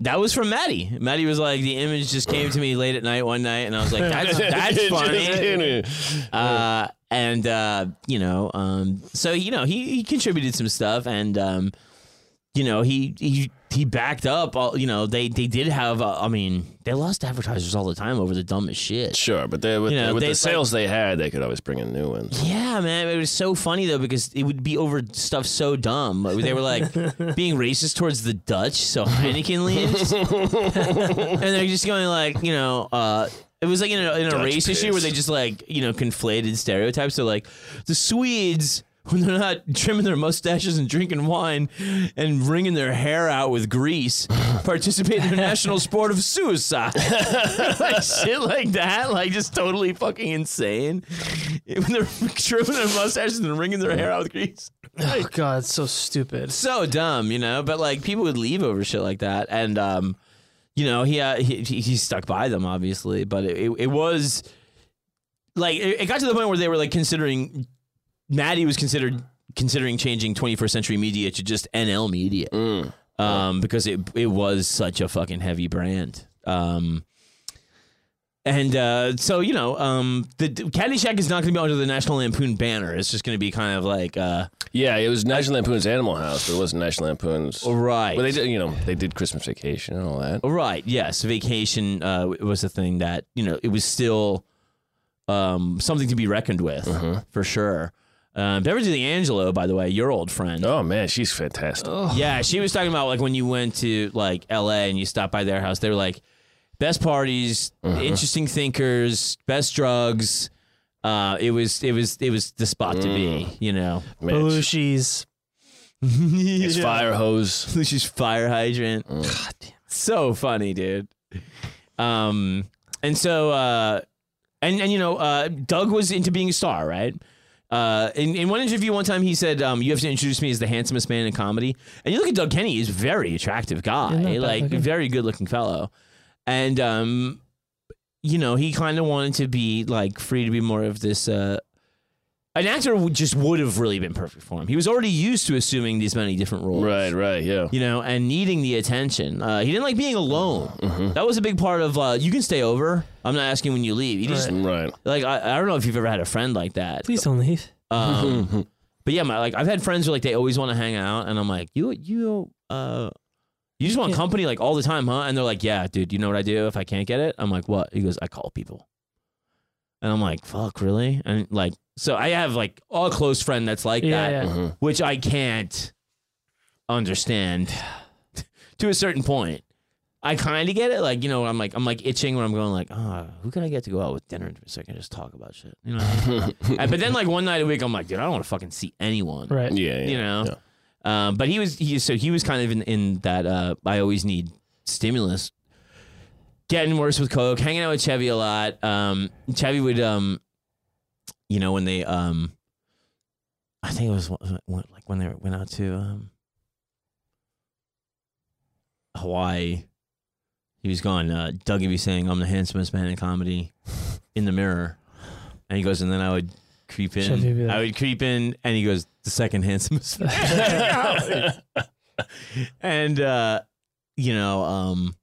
[SPEAKER 2] that was from Maddie. Maddie was like the image just came to me late at night one night and I was like that's that's
[SPEAKER 3] Just
[SPEAKER 2] funny
[SPEAKER 3] kidding.
[SPEAKER 2] uh, and uh, you know, um, so you know, he, he contributed some stuff, and um, you know, he he he backed up. All, you know, they they did have. Uh, I mean, they lost advertisers all the time over the dumbest shit.
[SPEAKER 3] Sure, but they, with,
[SPEAKER 2] You know,
[SPEAKER 3] with
[SPEAKER 2] they-
[SPEAKER 3] the sales they had, they could always bring in new ones.
[SPEAKER 2] Yeah, man, it was so funny though because it would be over stuff so dumb. Like, They were like being racist towards the Dutch, so Heineken leaves, and they're just going like, you know, uh, it was like in a, in a
[SPEAKER 3] Dutch
[SPEAKER 2] race issue where they
[SPEAKER 3] piss.
[SPEAKER 2] just like you know conflated stereotypes. So like the Swedes. When they're not trimming their mustaches and drinking wine and wringing their hair out with grease, participate in the national sport of suicide like shit like that, like just totally fucking insane. When they're trimming their mustaches and wringing their hair out with grease,
[SPEAKER 4] Oh god, it's so stupid.
[SPEAKER 2] so dumb, you know. But like people would leave over shit like that, and um, you know, he uh, he he he stuck by them obviously, but it it, it was like it, it got to the point where they were like considering Maddie was considered considering changing 21st century media to just NL media
[SPEAKER 3] Mm.
[SPEAKER 2] um, because it it was such a fucking heavy brand. Um, and uh, so you know, um, the Caddyshack is not going to be under the National Lampoon banner. It's just going to be kind of like uh,
[SPEAKER 3] Yeah, it was National Lampoon's Animal House, but it wasn't National Lampoon's.
[SPEAKER 2] right,
[SPEAKER 3] Well, they did, you know, they did Christmas Vacation and all that.
[SPEAKER 2] right, yes. Vacation uh, was a thing that you know it was still um, something to be reckoned with for sure. Um, Beverly D'Angelo, by the way, your old friend.
[SPEAKER 3] Oh man, she's fantastic.
[SPEAKER 2] Yeah, she was talking about like when you went to like LA and you stopped by their house, they were like best parties, interesting thinkers, best drugs. Uh, it was it was it was the spot to be, you know.
[SPEAKER 3] man, she-
[SPEAKER 4] Belushi's.
[SPEAKER 3] it's fire hose.
[SPEAKER 2] Lucy's fire hydrant.
[SPEAKER 4] God damn.
[SPEAKER 2] So funny, dude. Um and so uh and and you know, uh Doug was into being a star, right? Uh, in, in one interview one time he said um, you have to introduce me as the handsomest man in comedy and you look at doug kenny he's a very attractive guy
[SPEAKER 4] not bad
[SPEAKER 2] like
[SPEAKER 4] looking.
[SPEAKER 2] very good looking fellow and um, you know he kind of wanted to be like free to be more of this uh, an actor would just would have really been perfect for him he was already used to assuming these many different roles
[SPEAKER 3] Right, right, yeah.
[SPEAKER 2] you know, and needing the attention. Uh, he didn't like being alone.
[SPEAKER 4] Mm-hmm.
[SPEAKER 2] That was a big part of. Uh, you can stay over. I'm not asking when you leave. You just
[SPEAKER 3] Right.
[SPEAKER 2] like I, I don't know if you've ever had a friend like that.
[SPEAKER 4] Please don't leave.
[SPEAKER 2] Um, but yeah, my like I've had friends who like they always want to hang out, and I'm like, you you uh, you just want
[SPEAKER 4] Yeah.
[SPEAKER 2] company like all the time, huh? And they're like, yeah, dude. You know what I do if I can't get it? I'm like, what? He goes, I call people, and I'm like, fuck, really? And like, so I have like a close friend that's like
[SPEAKER 4] Yeah,
[SPEAKER 2] that
[SPEAKER 4] yeah. Mm-hmm.
[SPEAKER 3] Mhm.
[SPEAKER 2] which I can't understand to a certain point. I kind of get it, like you know, I'm like I'm like itching when I'm going like, oh, who can I get to go out with dinner so I can just talk about shit, you know? And- but then like one night a week, I'm like, dude, I don't want to fucking see anyone,
[SPEAKER 4] Right.
[SPEAKER 3] Yeah, yeah.
[SPEAKER 2] You know.
[SPEAKER 3] yeah.
[SPEAKER 2] Um, but he was he so he was kind of in in that uh, I always need stimulus. Getting worse with coke, hanging out with Chevy a lot. Um, Chevy would um, you know when they um, I think it was one- one- like when they went out to um, Hawaii. He was gone. Uh, Doug would be saying, "I'm the handsomest man in comedy," in the mirror, and he goes, and then I would creep in.
[SPEAKER 4] Chevy would be like-
[SPEAKER 2] I would creep in, and he goes, "The second handsomest." man and uh you know um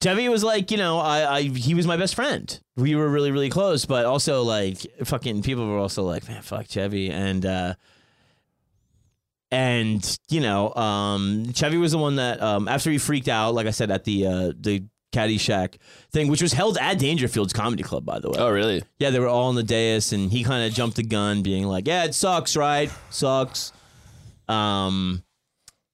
[SPEAKER 2] Debbie was like, you know, I, I he was my best friend. We were really, really close, but also like fucking people were also like, man, fuck Chevy. And uh and, you know, um Chevy was the one that um after he freaked out, like I said, at the uh the Caddyshack thing, which was held at Dangerfield's comedy club, by the way.
[SPEAKER 3] Oh, really?
[SPEAKER 2] Yeah, they were all on the dais, and he kind of jumped the gun, being like, "Yeah, it sucks, right? Sucks." Um,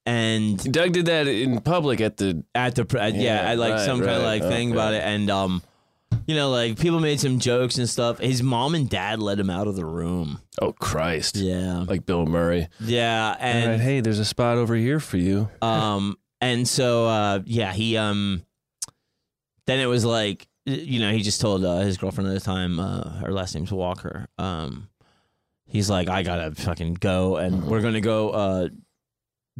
[SPEAKER 2] and
[SPEAKER 3] Doug did that in public at the.
[SPEAKER 2] at the pr- at, yeah,
[SPEAKER 3] Yeah,
[SPEAKER 2] at like
[SPEAKER 3] right,
[SPEAKER 2] some kind of
[SPEAKER 3] right,
[SPEAKER 2] like thing
[SPEAKER 3] okay.
[SPEAKER 2] about it, and um, you know, like people made some jokes and stuff. His mom and dad let him out of the room.
[SPEAKER 3] Oh Christ!
[SPEAKER 2] Yeah,
[SPEAKER 3] Like Bill Murray.
[SPEAKER 2] yeah,
[SPEAKER 3] All right,
[SPEAKER 2] and
[SPEAKER 3] hey, there's a spot over here for you.
[SPEAKER 2] um, and so uh, yeah, he um, then it was like you know he just told uh, his girlfriend at the time, uh, her last name's Walker. Um, he's like, I gotta fucking go,
[SPEAKER 3] Uh-huh.
[SPEAKER 2] and we're gonna go uh.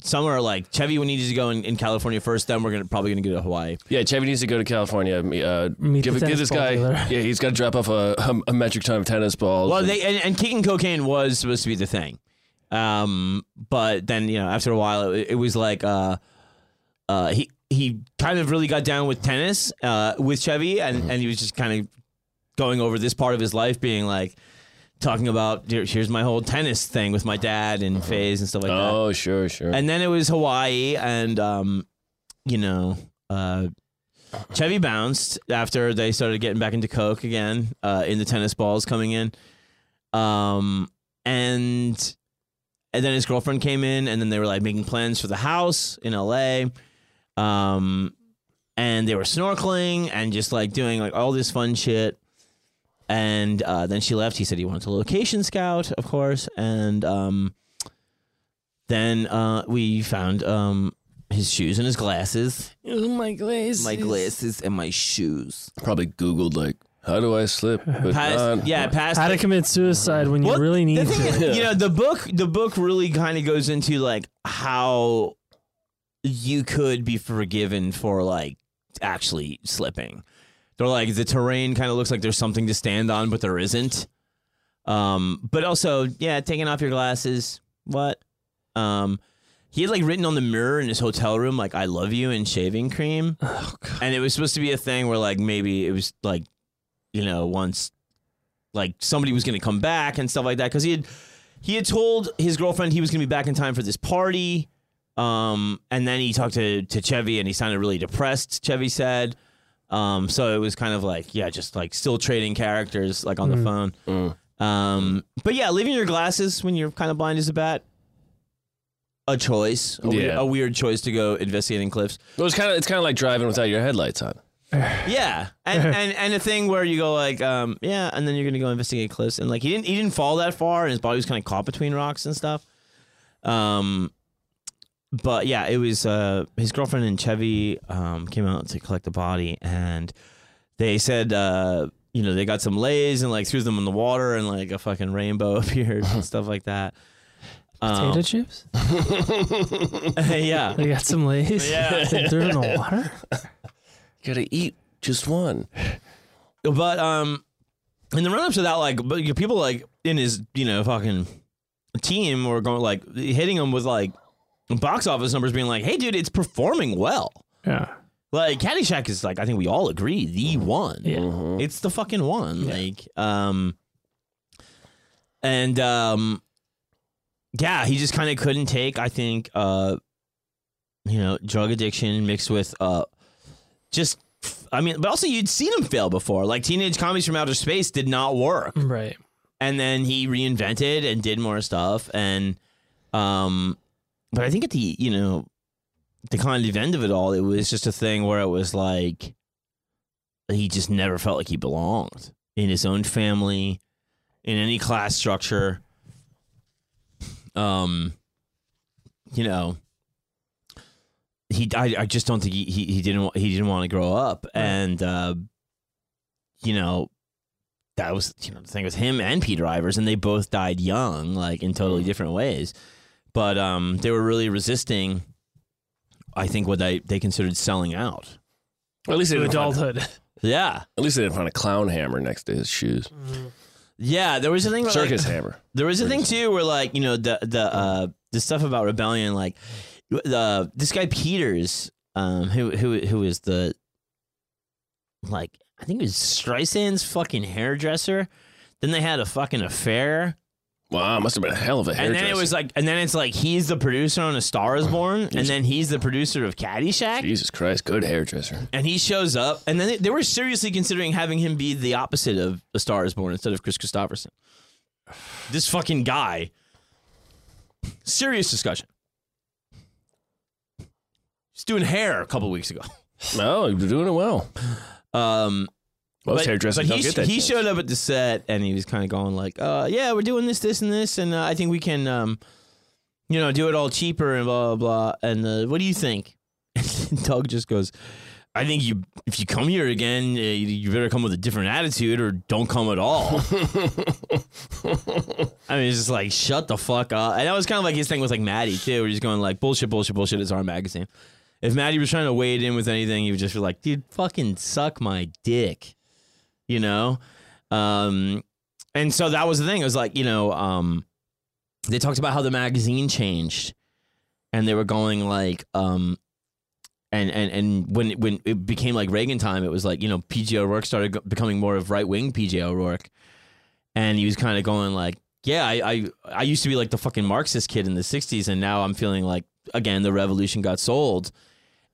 [SPEAKER 2] Somewhere like Chevy, we need you to go in, in California first. Then we're gonna probably gonna go to Hawaii.
[SPEAKER 3] Yeah, Chevy needs to go to California. Uh,
[SPEAKER 4] Meet
[SPEAKER 3] give
[SPEAKER 4] the
[SPEAKER 3] give
[SPEAKER 4] tennis
[SPEAKER 3] this
[SPEAKER 4] ball
[SPEAKER 3] guy.
[SPEAKER 4] dealer.
[SPEAKER 3] Yeah, he's got to drop off a, a, a metric ton of tennis balls.
[SPEAKER 2] Well, they and, and kicking cocaine was supposed to be the thing, um, but then you know after a while it, it was like uh, uh, he he kind of really got down with tennis uh, with Chevy, and and he was just kind of going over this part of his life, being like talking about "Here- here's my whole tennis thing with my dad and phase and stuff like that.
[SPEAKER 3] oh, sure, sure.
[SPEAKER 2] And then it was Hawaii, and um, you know, uh, Chevy bounced after they started getting back into coke again, uh, in the tennis balls coming in, um, and and then his girlfriend came in, and then they were like making plans for the house in L.A. Um, and they were snorkeling and just like doing like all this fun shit. And uh, then she left. He said he wanted to location scout, of course, and um, then uh, we found um, his shoes and his glasses.
[SPEAKER 4] my glaze.
[SPEAKER 2] glasses and my shoes.
[SPEAKER 3] Probably Googled like, how do I slip? But
[SPEAKER 2] Past,
[SPEAKER 3] not-
[SPEAKER 2] yeah, past.
[SPEAKER 4] Uh, How to commit suicide when you
[SPEAKER 2] Well,
[SPEAKER 4] really need
[SPEAKER 2] the
[SPEAKER 4] to.
[SPEAKER 2] thing is, you know, the book. The book really kind of goes into like how you could be forgiven for like actually slipping. They're like the terrain kind of looks like there's something to stand on, but there isn't. Um, but also, yeah, taking off your glasses. What? Um, he had like written on the mirror in his hotel room like "I love you" and shaving cream, and it was supposed to be a thing where like maybe it was like, you know, once like somebody was gonna come back and stuff like that because he had he had told his girlfriend he was gonna be back in time for this party, um, and then he talked to to Chevy and he sounded really depressed. Chevy said. Um, so it was kind of like, yeah, just like still trading characters like on the phone. Um, but yeah, leaving your glasses when you're kind of blind as a bat, a choice, a, weird,
[SPEAKER 3] Yeah.
[SPEAKER 2] a weird choice to go investigating cliffs.
[SPEAKER 3] Well, it's kind of it's kind of like driving without your headlights on.
[SPEAKER 2] Yeah, and, and and a thing where you go like, um, yeah, and then you're gonna go investigate cliffs, and like he didn't he didn't fall that far, and his body was kind of caught between rocks and stuff. Um, but yeah, it was uh his girlfriend and Chevy um came out to collect the body, and they said uh you know they got some lays and like threw them in the water, and like a fucking rainbow appeared and stuff like that.
[SPEAKER 4] Potato chips?
[SPEAKER 2] yeah.
[SPEAKER 4] They got some lays. Yeah. they threw it in the water.
[SPEAKER 3] Gotta eat just one.
[SPEAKER 2] But um, in the run up to that, like, but you- people like in his you know fucking team were going like hitting him with like box office numbers, being like, "Hey, dude, it's performing well."
[SPEAKER 4] Yeah.
[SPEAKER 2] Like Caddyshack is like I think we all agree the one.
[SPEAKER 4] Yeah.
[SPEAKER 3] Mm-hmm.
[SPEAKER 2] It's the fucking one. Like um, and um, yeah, he just kind of couldn't take. I think uh, you know, drug addiction mixed with uh, just. I mean, but also you'd seen him fail before. Like Teenage Commies from Outer Space did not work
[SPEAKER 4] Right.
[SPEAKER 2] and then he reinvented and did more stuff and um but i think at the you know the kind of end of it all it was just a thing where it was like he just never felt like he belonged in his own family in any class structure um you know he i, I just don't think he, he he didn't wa- he didn't want to grow up and uh you know that was you know the thing with him and Peter Ivers, and they both died young, like in
[SPEAKER 3] Mm.
[SPEAKER 2] totally different ways. But um, they were really resisting. I think what they they considered selling out.
[SPEAKER 3] Well, at least they
[SPEAKER 4] To
[SPEAKER 3] didn't find-
[SPEAKER 4] adulthood.
[SPEAKER 2] Yeah,
[SPEAKER 3] at least they didn't find a clown hammer next to his shoes.
[SPEAKER 2] yeah. There was a thing. where, like-
[SPEAKER 3] Circus hammer.
[SPEAKER 2] There was a thing too where like you know the the uh, the stuff about rebellion like the this guy Peters um who who who is the like I think it was Streisand's fucking hairdresser. Then they had a fucking affair,
[SPEAKER 3] Wow, must have been a hell of a
[SPEAKER 2] and
[SPEAKER 3] hairdresser.
[SPEAKER 2] then it was like, and then it's like he's the producer on A Star Is Born, and then he's the producer of Caddyshack,
[SPEAKER 3] Jesus Christ, good hairdresser.
[SPEAKER 2] and he shows up, and then they, they were seriously considering having him be the opposite of A Star Is Born instead of Chris Christopherson. This fucking guy. Serious discussion. He's doing hair a couple weeks ago.
[SPEAKER 3] No, you're doing it well.
[SPEAKER 2] Um,
[SPEAKER 3] Most
[SPEAKER 2] but,
[SPEAKER 3] hairdressers
[SPEAKER 2] but
[SPEAKER 3] don't
[SPEAKER 2] he,
[SPEAKER 3] get that.
[SPEAKER 2] he
[SPEAKER 3] chance.
[SPEAKER 2] showed up at the set and he was kind of going like, uh, "Yeah, we're doing this, this, and this, and uh, I think we can, um, you know, do it all cheaper and blah blah blah." And uh, what do you think? And Doug just goes, "I think you, if you come here again, uh, you, you better come with a different attitude or don't come at all." I mean, it's just like shut the fuck up. And that was kind of like his thing with like Maddie too. Where he's going like bullshit, bullshit, bullshit. It's our magazine. If Maddie was trying to wade in with anything, he would just be like, dude, fucking suck my dick. You know? Um, and so that was the thing. It was like, you know, um, they talked about how the magazine changed. And they were going like, um, and, and, and when when it became like Reagan time, it was like, you know, PJ O'Rourke started go- becoming more of right wing PJ O'Rourke. And he was kind of going like, yeah, I, I I used to be like the fucking Marxist kid in the 60s. And now I'm feeling like, again, the revolution got sold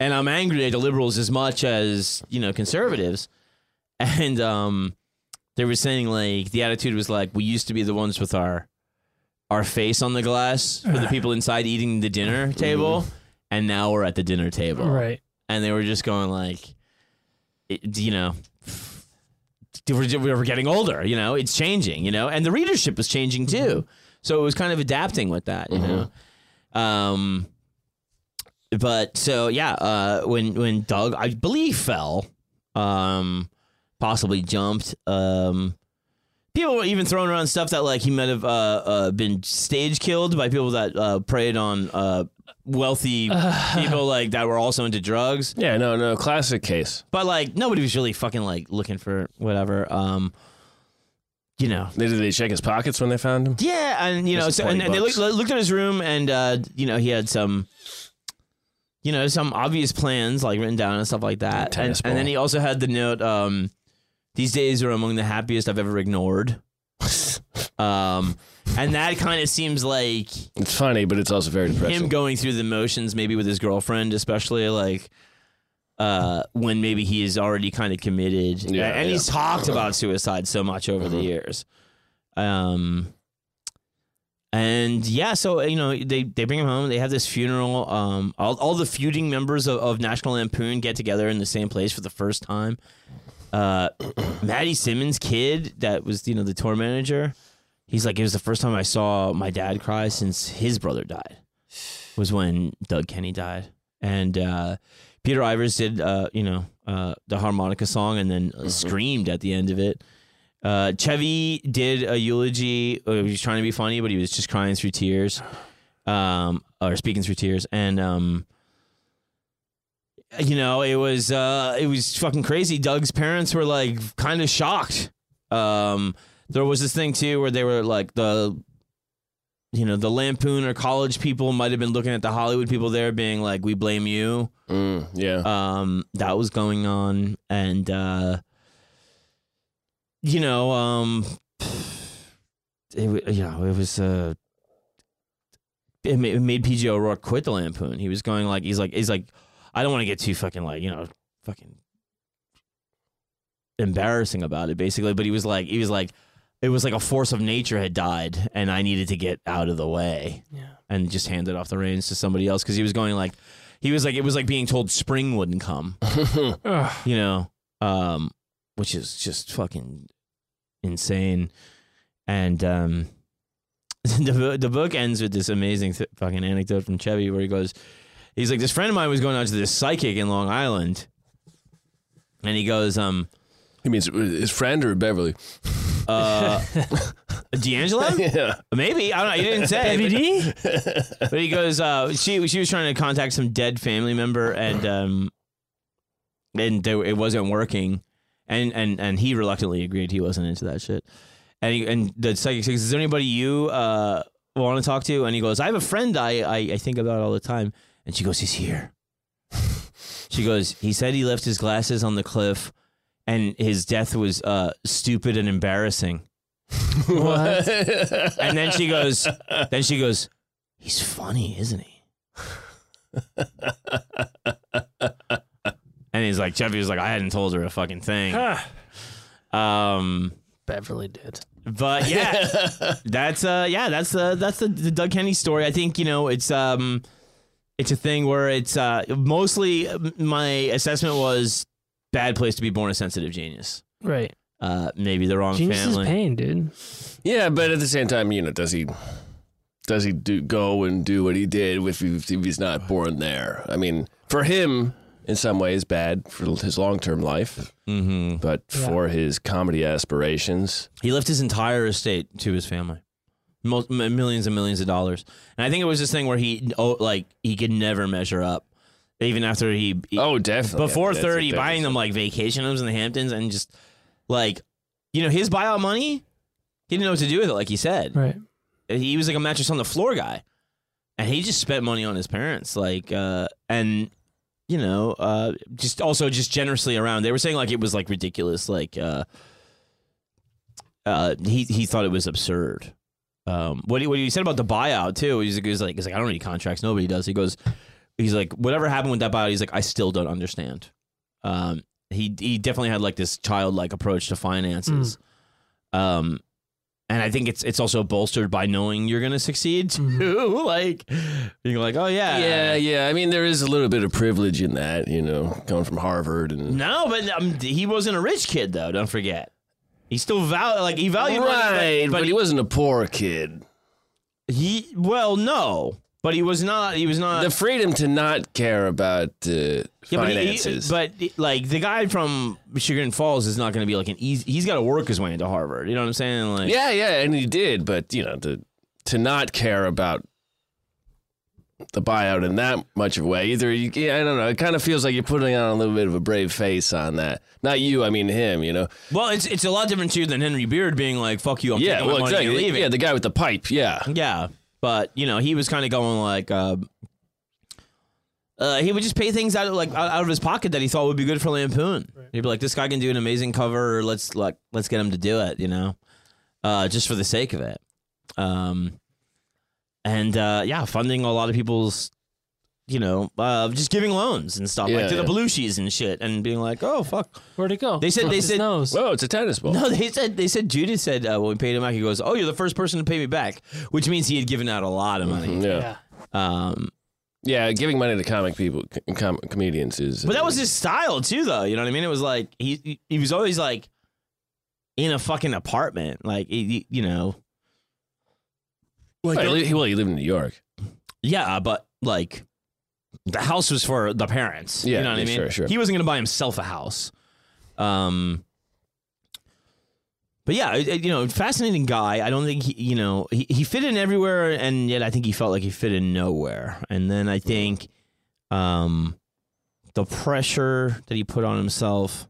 [SPEAKER 2] and I'm angry at the liberals as much as you know conservatives. And um, they were saying like the attitude was like we used to be the ones with our our face on the glass for the people inside eating the dinner table, and now we're at the dinner table,
[SPEAKER 4] Right.
[SPEAKER 2] And they were just going like, it, you know. We're, we're getting older, you know. It's changing, you know, and the readership was changing too. So it was kind of adapting with that, you know. Um, but so yeah, uh, when when Doug, I believe, fell, um, possibly jumped. Um, people were even throwing around stuff that like he might have uh, uh, been stage killed by people that uh, preyed on uh, wealthy people like that were also into drugs.
[SPEAKER 3] Yeah, no, no, classic case.
[SPEAKER 2] But like nobody was really fucking like looking for whatever. Um, you know,
[SPEAKER 3] They did they check his pockets when they found him?
[SPEAKER 2] yeah, and you know,
[SPEAKER 3] Just
[SPEAKER 2] so, and,
[SPEAKER 3] 20
[SPEAKER 2] and they looked,
[SPEAKER 3] bucks.
[SPEAKER 2] looked at his room, and uh, you know, he had some, you know, some obvious plans like written down and stuff like that. And,
[SPEAKER 3] Tennis
[SPEAKER 2] and then
[SPEAKER 3] ball.
[SPEAKER 2] he also had the note: um, "These days are among the happiest I've ever ignored." um, and that kind of seems like
[SPEAKER 3] It's funny, but it's also very depressing.
[SPEAKER 2] him going through the motions, maybe with his girlfriend, especially like uh, when maybe he is already kind of committed,
[SPEAKER 3] Yeah,
[SPEAKER 2] and
[SPEAKER 3] yeah. Mm-hmm.
[SPEAKER 2] he's talked about suicide so much over the years. Um, and yeah, so you know they they bring him home. They have this funeral. Um, all all the feuding members of, of National Lampoon get together in the same place for the first time. Uh, Maddie Simmons' kid, that was you know the tour manager. He's like, it was the first time I saw my dad cry since his brother died was when Doug Kenny died, and uh, Peter Ivers did uh, you know uh, the harmonica song and then uh, screamed at the end of it. Uh, Chevy did a eulogy. Uh, he was trying to be funny, but he was just crying through tears, um, or speaking through tears, and um, you know it was uh, it was fucking crazy. Doug's parents were like kind of shocked. Um, there was this thing too where they were like the you know, the Lampoon or college people might have been looking at the Hollywood people there being like, we blame you.
[SPEAKER 3] Mm, yeah.
[SPEAKER 2] Um, that was going on. And, uh, you know, um, it, wa- you know, it was, uh, it ma- it made PJ O'Rourke quit the Lampoon. He was going like, he's like, he's like, I don't want to get too fucking like, you know, fucking embarrassing about it basically. But he was like, he was like, it was like a force of nature had died and I needed to get out of the way
[SPEAKER 4] Yeah.
[SPEAKER 2] and just handed off the reins to somebody else because he was going like he was like it was like being told spring wouldn't come
[SPEAKER 4] Ugh.
[SPEAKER 2] you know um which is just fucking insane and um the, bo- the book ends with this amazing th- fucking anecdote from chevy where he goes he's like this friend of mine was going out to this psychic in long island and he goes um
[SPEAKER 3] He means uh, his friend or Beverly?
[SPEAKER 2] uh d'angelo
[SPEAKER 3] Yeah.
[SPEAKER 2] Maybe I don't know. He didn't say.
[SPEAKER 4] DVD?
[SPEAKER 2] but he goes. Uh, she she was trying to contact some dead family member, and um, and they, it wasn't working, and and and he reluctantly agreed he wasn't into that shit, and he, and the psychic says, "Is there anybody you uh want to talk to?" And he goes, "I have a friend I, I I think about all the time," and she goes, "He's here." she goes, "He said he left his glasses on the cliff, and his death was uh stupid and embarrassing."
[SPEAKER 4] What?
[SPEAKER 2] And then she goes, then she goes, he's funny, isn't he? and he's like, Jeffy was like, I hadn't told her a fucking thing. Um,
[SPEAKER 4] Beverly did.
[SPEAKER 2] but yeah, that's uh, yeah, that's uh, that's the, the Doug Kenny story. I think you know it's um, It's a thing where it's uh, mostly uh, my assessment was bad place to be born a sensitive genius.
[SPEAKER 4] Right.
[SPEAKER 2] Uh, maybe the wrong
[SPEAKER 4] Genius
[SPEAKER 2] family.
[SPEAKER 4] is pain, dude.
[SPEAKER 3] Yeah, but at the same time, you know, does he does he do go and do what he did if, he, if he's not born there? I mean, for him, in some ways, bad for his long term life,
[SPEAKER 2] Mm-hmm.
[SPEAKER 3] but for his comedy aspirations,
[SPEAKER 2] He left his entire estate to his family, Mul- m- millions and millions of dollars. And I think it was this thing where he, oh, like, he could never measure up, even after he, he-
[SPEAKER 3] oh, definitely
[SPEAKER 2] E- before
[SPEAKER 3] I mean, that's a
[SPEAKER 2] thirty,
[SPEAKER 3] different-
[SPEAKER 2] buying them like vacation homes in the Hamptons and just like, you know, his buyout money, he didn't know what to do with it. Like he said,
[SPEAKER 4] Right.
[SPEAKER 2] he was like a mattress on the floor guy, and he just spent money on his parents, like, uh, and you know, uh, just also just generously around. They were saying like it was like ridiculous, like uh, uh, he he thought it was absurd. Um, what he, what he said about the buyout too, he's like, he's like, he's like, I don't need contracts, nobody does. He goes, he's like, whatever happened with that buyout, he's like, I still don't understand. Um, he he definitely had like this childlike approach to finances. Um, and I think it's it's also bolstered by knowing you're gonna succeed too. like you're like, oh yeah,
[SPEAKER 3] Yeah, yeah. I mean, there is a little bit of privilege in that, you know, coming from Harvard and
[SPEAKER 2] No, but um, he wasn't a rich kid though. Don't forget, he still valued like he valued money, but-
[SPEAKER 3] right,
[SPEAKER 2] but,
[SPEAKER 3] but he wasn't a poor kid.
[SPEAKER 2] he well no, but he was not. He was not.
[SPEAKER 3] the freedom to not care about uh,
[SPEAKER 2] Uh, yeah, but, he- he,
[SPEAKER 3] finances.
[SPEAKER 2] but like the guy from Sugar Falls is not going to be like an easy. He's got to work his way into Harvard. You know what I'm saying? Like
[SPEAKER 3] Yeah, yeah, and he did, but you know, to to not care about the buyout in that much of a way either. You, yeah, I don't know. It kind of feels like you're putting on a little bit of a brave face on that. Not you, I mean him. You know.
[SPEAKER 2] Well, it's it's a lot different too than Henry Beard being like, "Fuck you, I'm
[SPEAKER 3] yeah,
[SPEAKER 2] taking
[SPEAKER 3] well,
[SPEAKER 2] my money
[SPEAKER 3] exactly.
[SPEAKER 2] and leaving."
[SPEAKER 3] Yeah, the guy with the pipe. Yeah,
[SPEAKER 2] Yeah, but you know, he was kind of going like, uh, uh, he would just pay things out of like out, out of his pocket that he thought would be good for Lampoon. He'd be like, "This guy can do an amazing cover. Let's like let's get him to do it," you know, uh, just for the sake of it. Um, and uh, yeah, funding a lot of people's. You know, uh, just giving loans and stuff like
[SPEAKER 3] Yeah,
[SPEAKER 2] to the
[SPEAKER 3] yeah.
[SPEAKER 2] Belushis and shit, and being like, "Oh fuck!"
[SPEAKER 4] Where'd it go?
[SPEAKER 2] They said- they
[SPEAKER 4] His
[SPEAKER 2] said-
[SPEAKER 4] nose.
[SPEAKER 3] Well, it's a tennis ball.
[SPEAKER 2] No, they said they said Judas said uh, when we paid him back, he goes, "Oh, you're the first person to pay me back," which means he had given out a lot of money.
[SPEAKER 3] Mm-hmm, yeah. yeah,
[SPEAKER 4] yeah.
[SPEAKER 2] Um,
[SPEAKER 3] Giving money to comic people, com- comedians is. uh,
[SPEAKER 2] but that was his style too, though. You know what I mean? It was like he he- he was always like in a fucking apartment, like he- he- you know.
[SPEAKER 3] Well, he, well, he lived in New York.
[SPEAKER 2] Yeah, but like the house was for the parents.
[SPEAKER 3] Yeah,
[SPEAKER 2] you know what I
[SPEAKER 3] yeah,
[SPEAKER 2] mean.
[SPEAKER 3] sure, sure.
[SPEAKER 2] He wasn't gonna buy himself a house. Um. But yeah, it- it- you know, fascinating guy. I don't think he, you know, he, he fit in everywhere, and yet I think he felt like he fit in nowhere. And then I think, um, the pressure that he put on himself,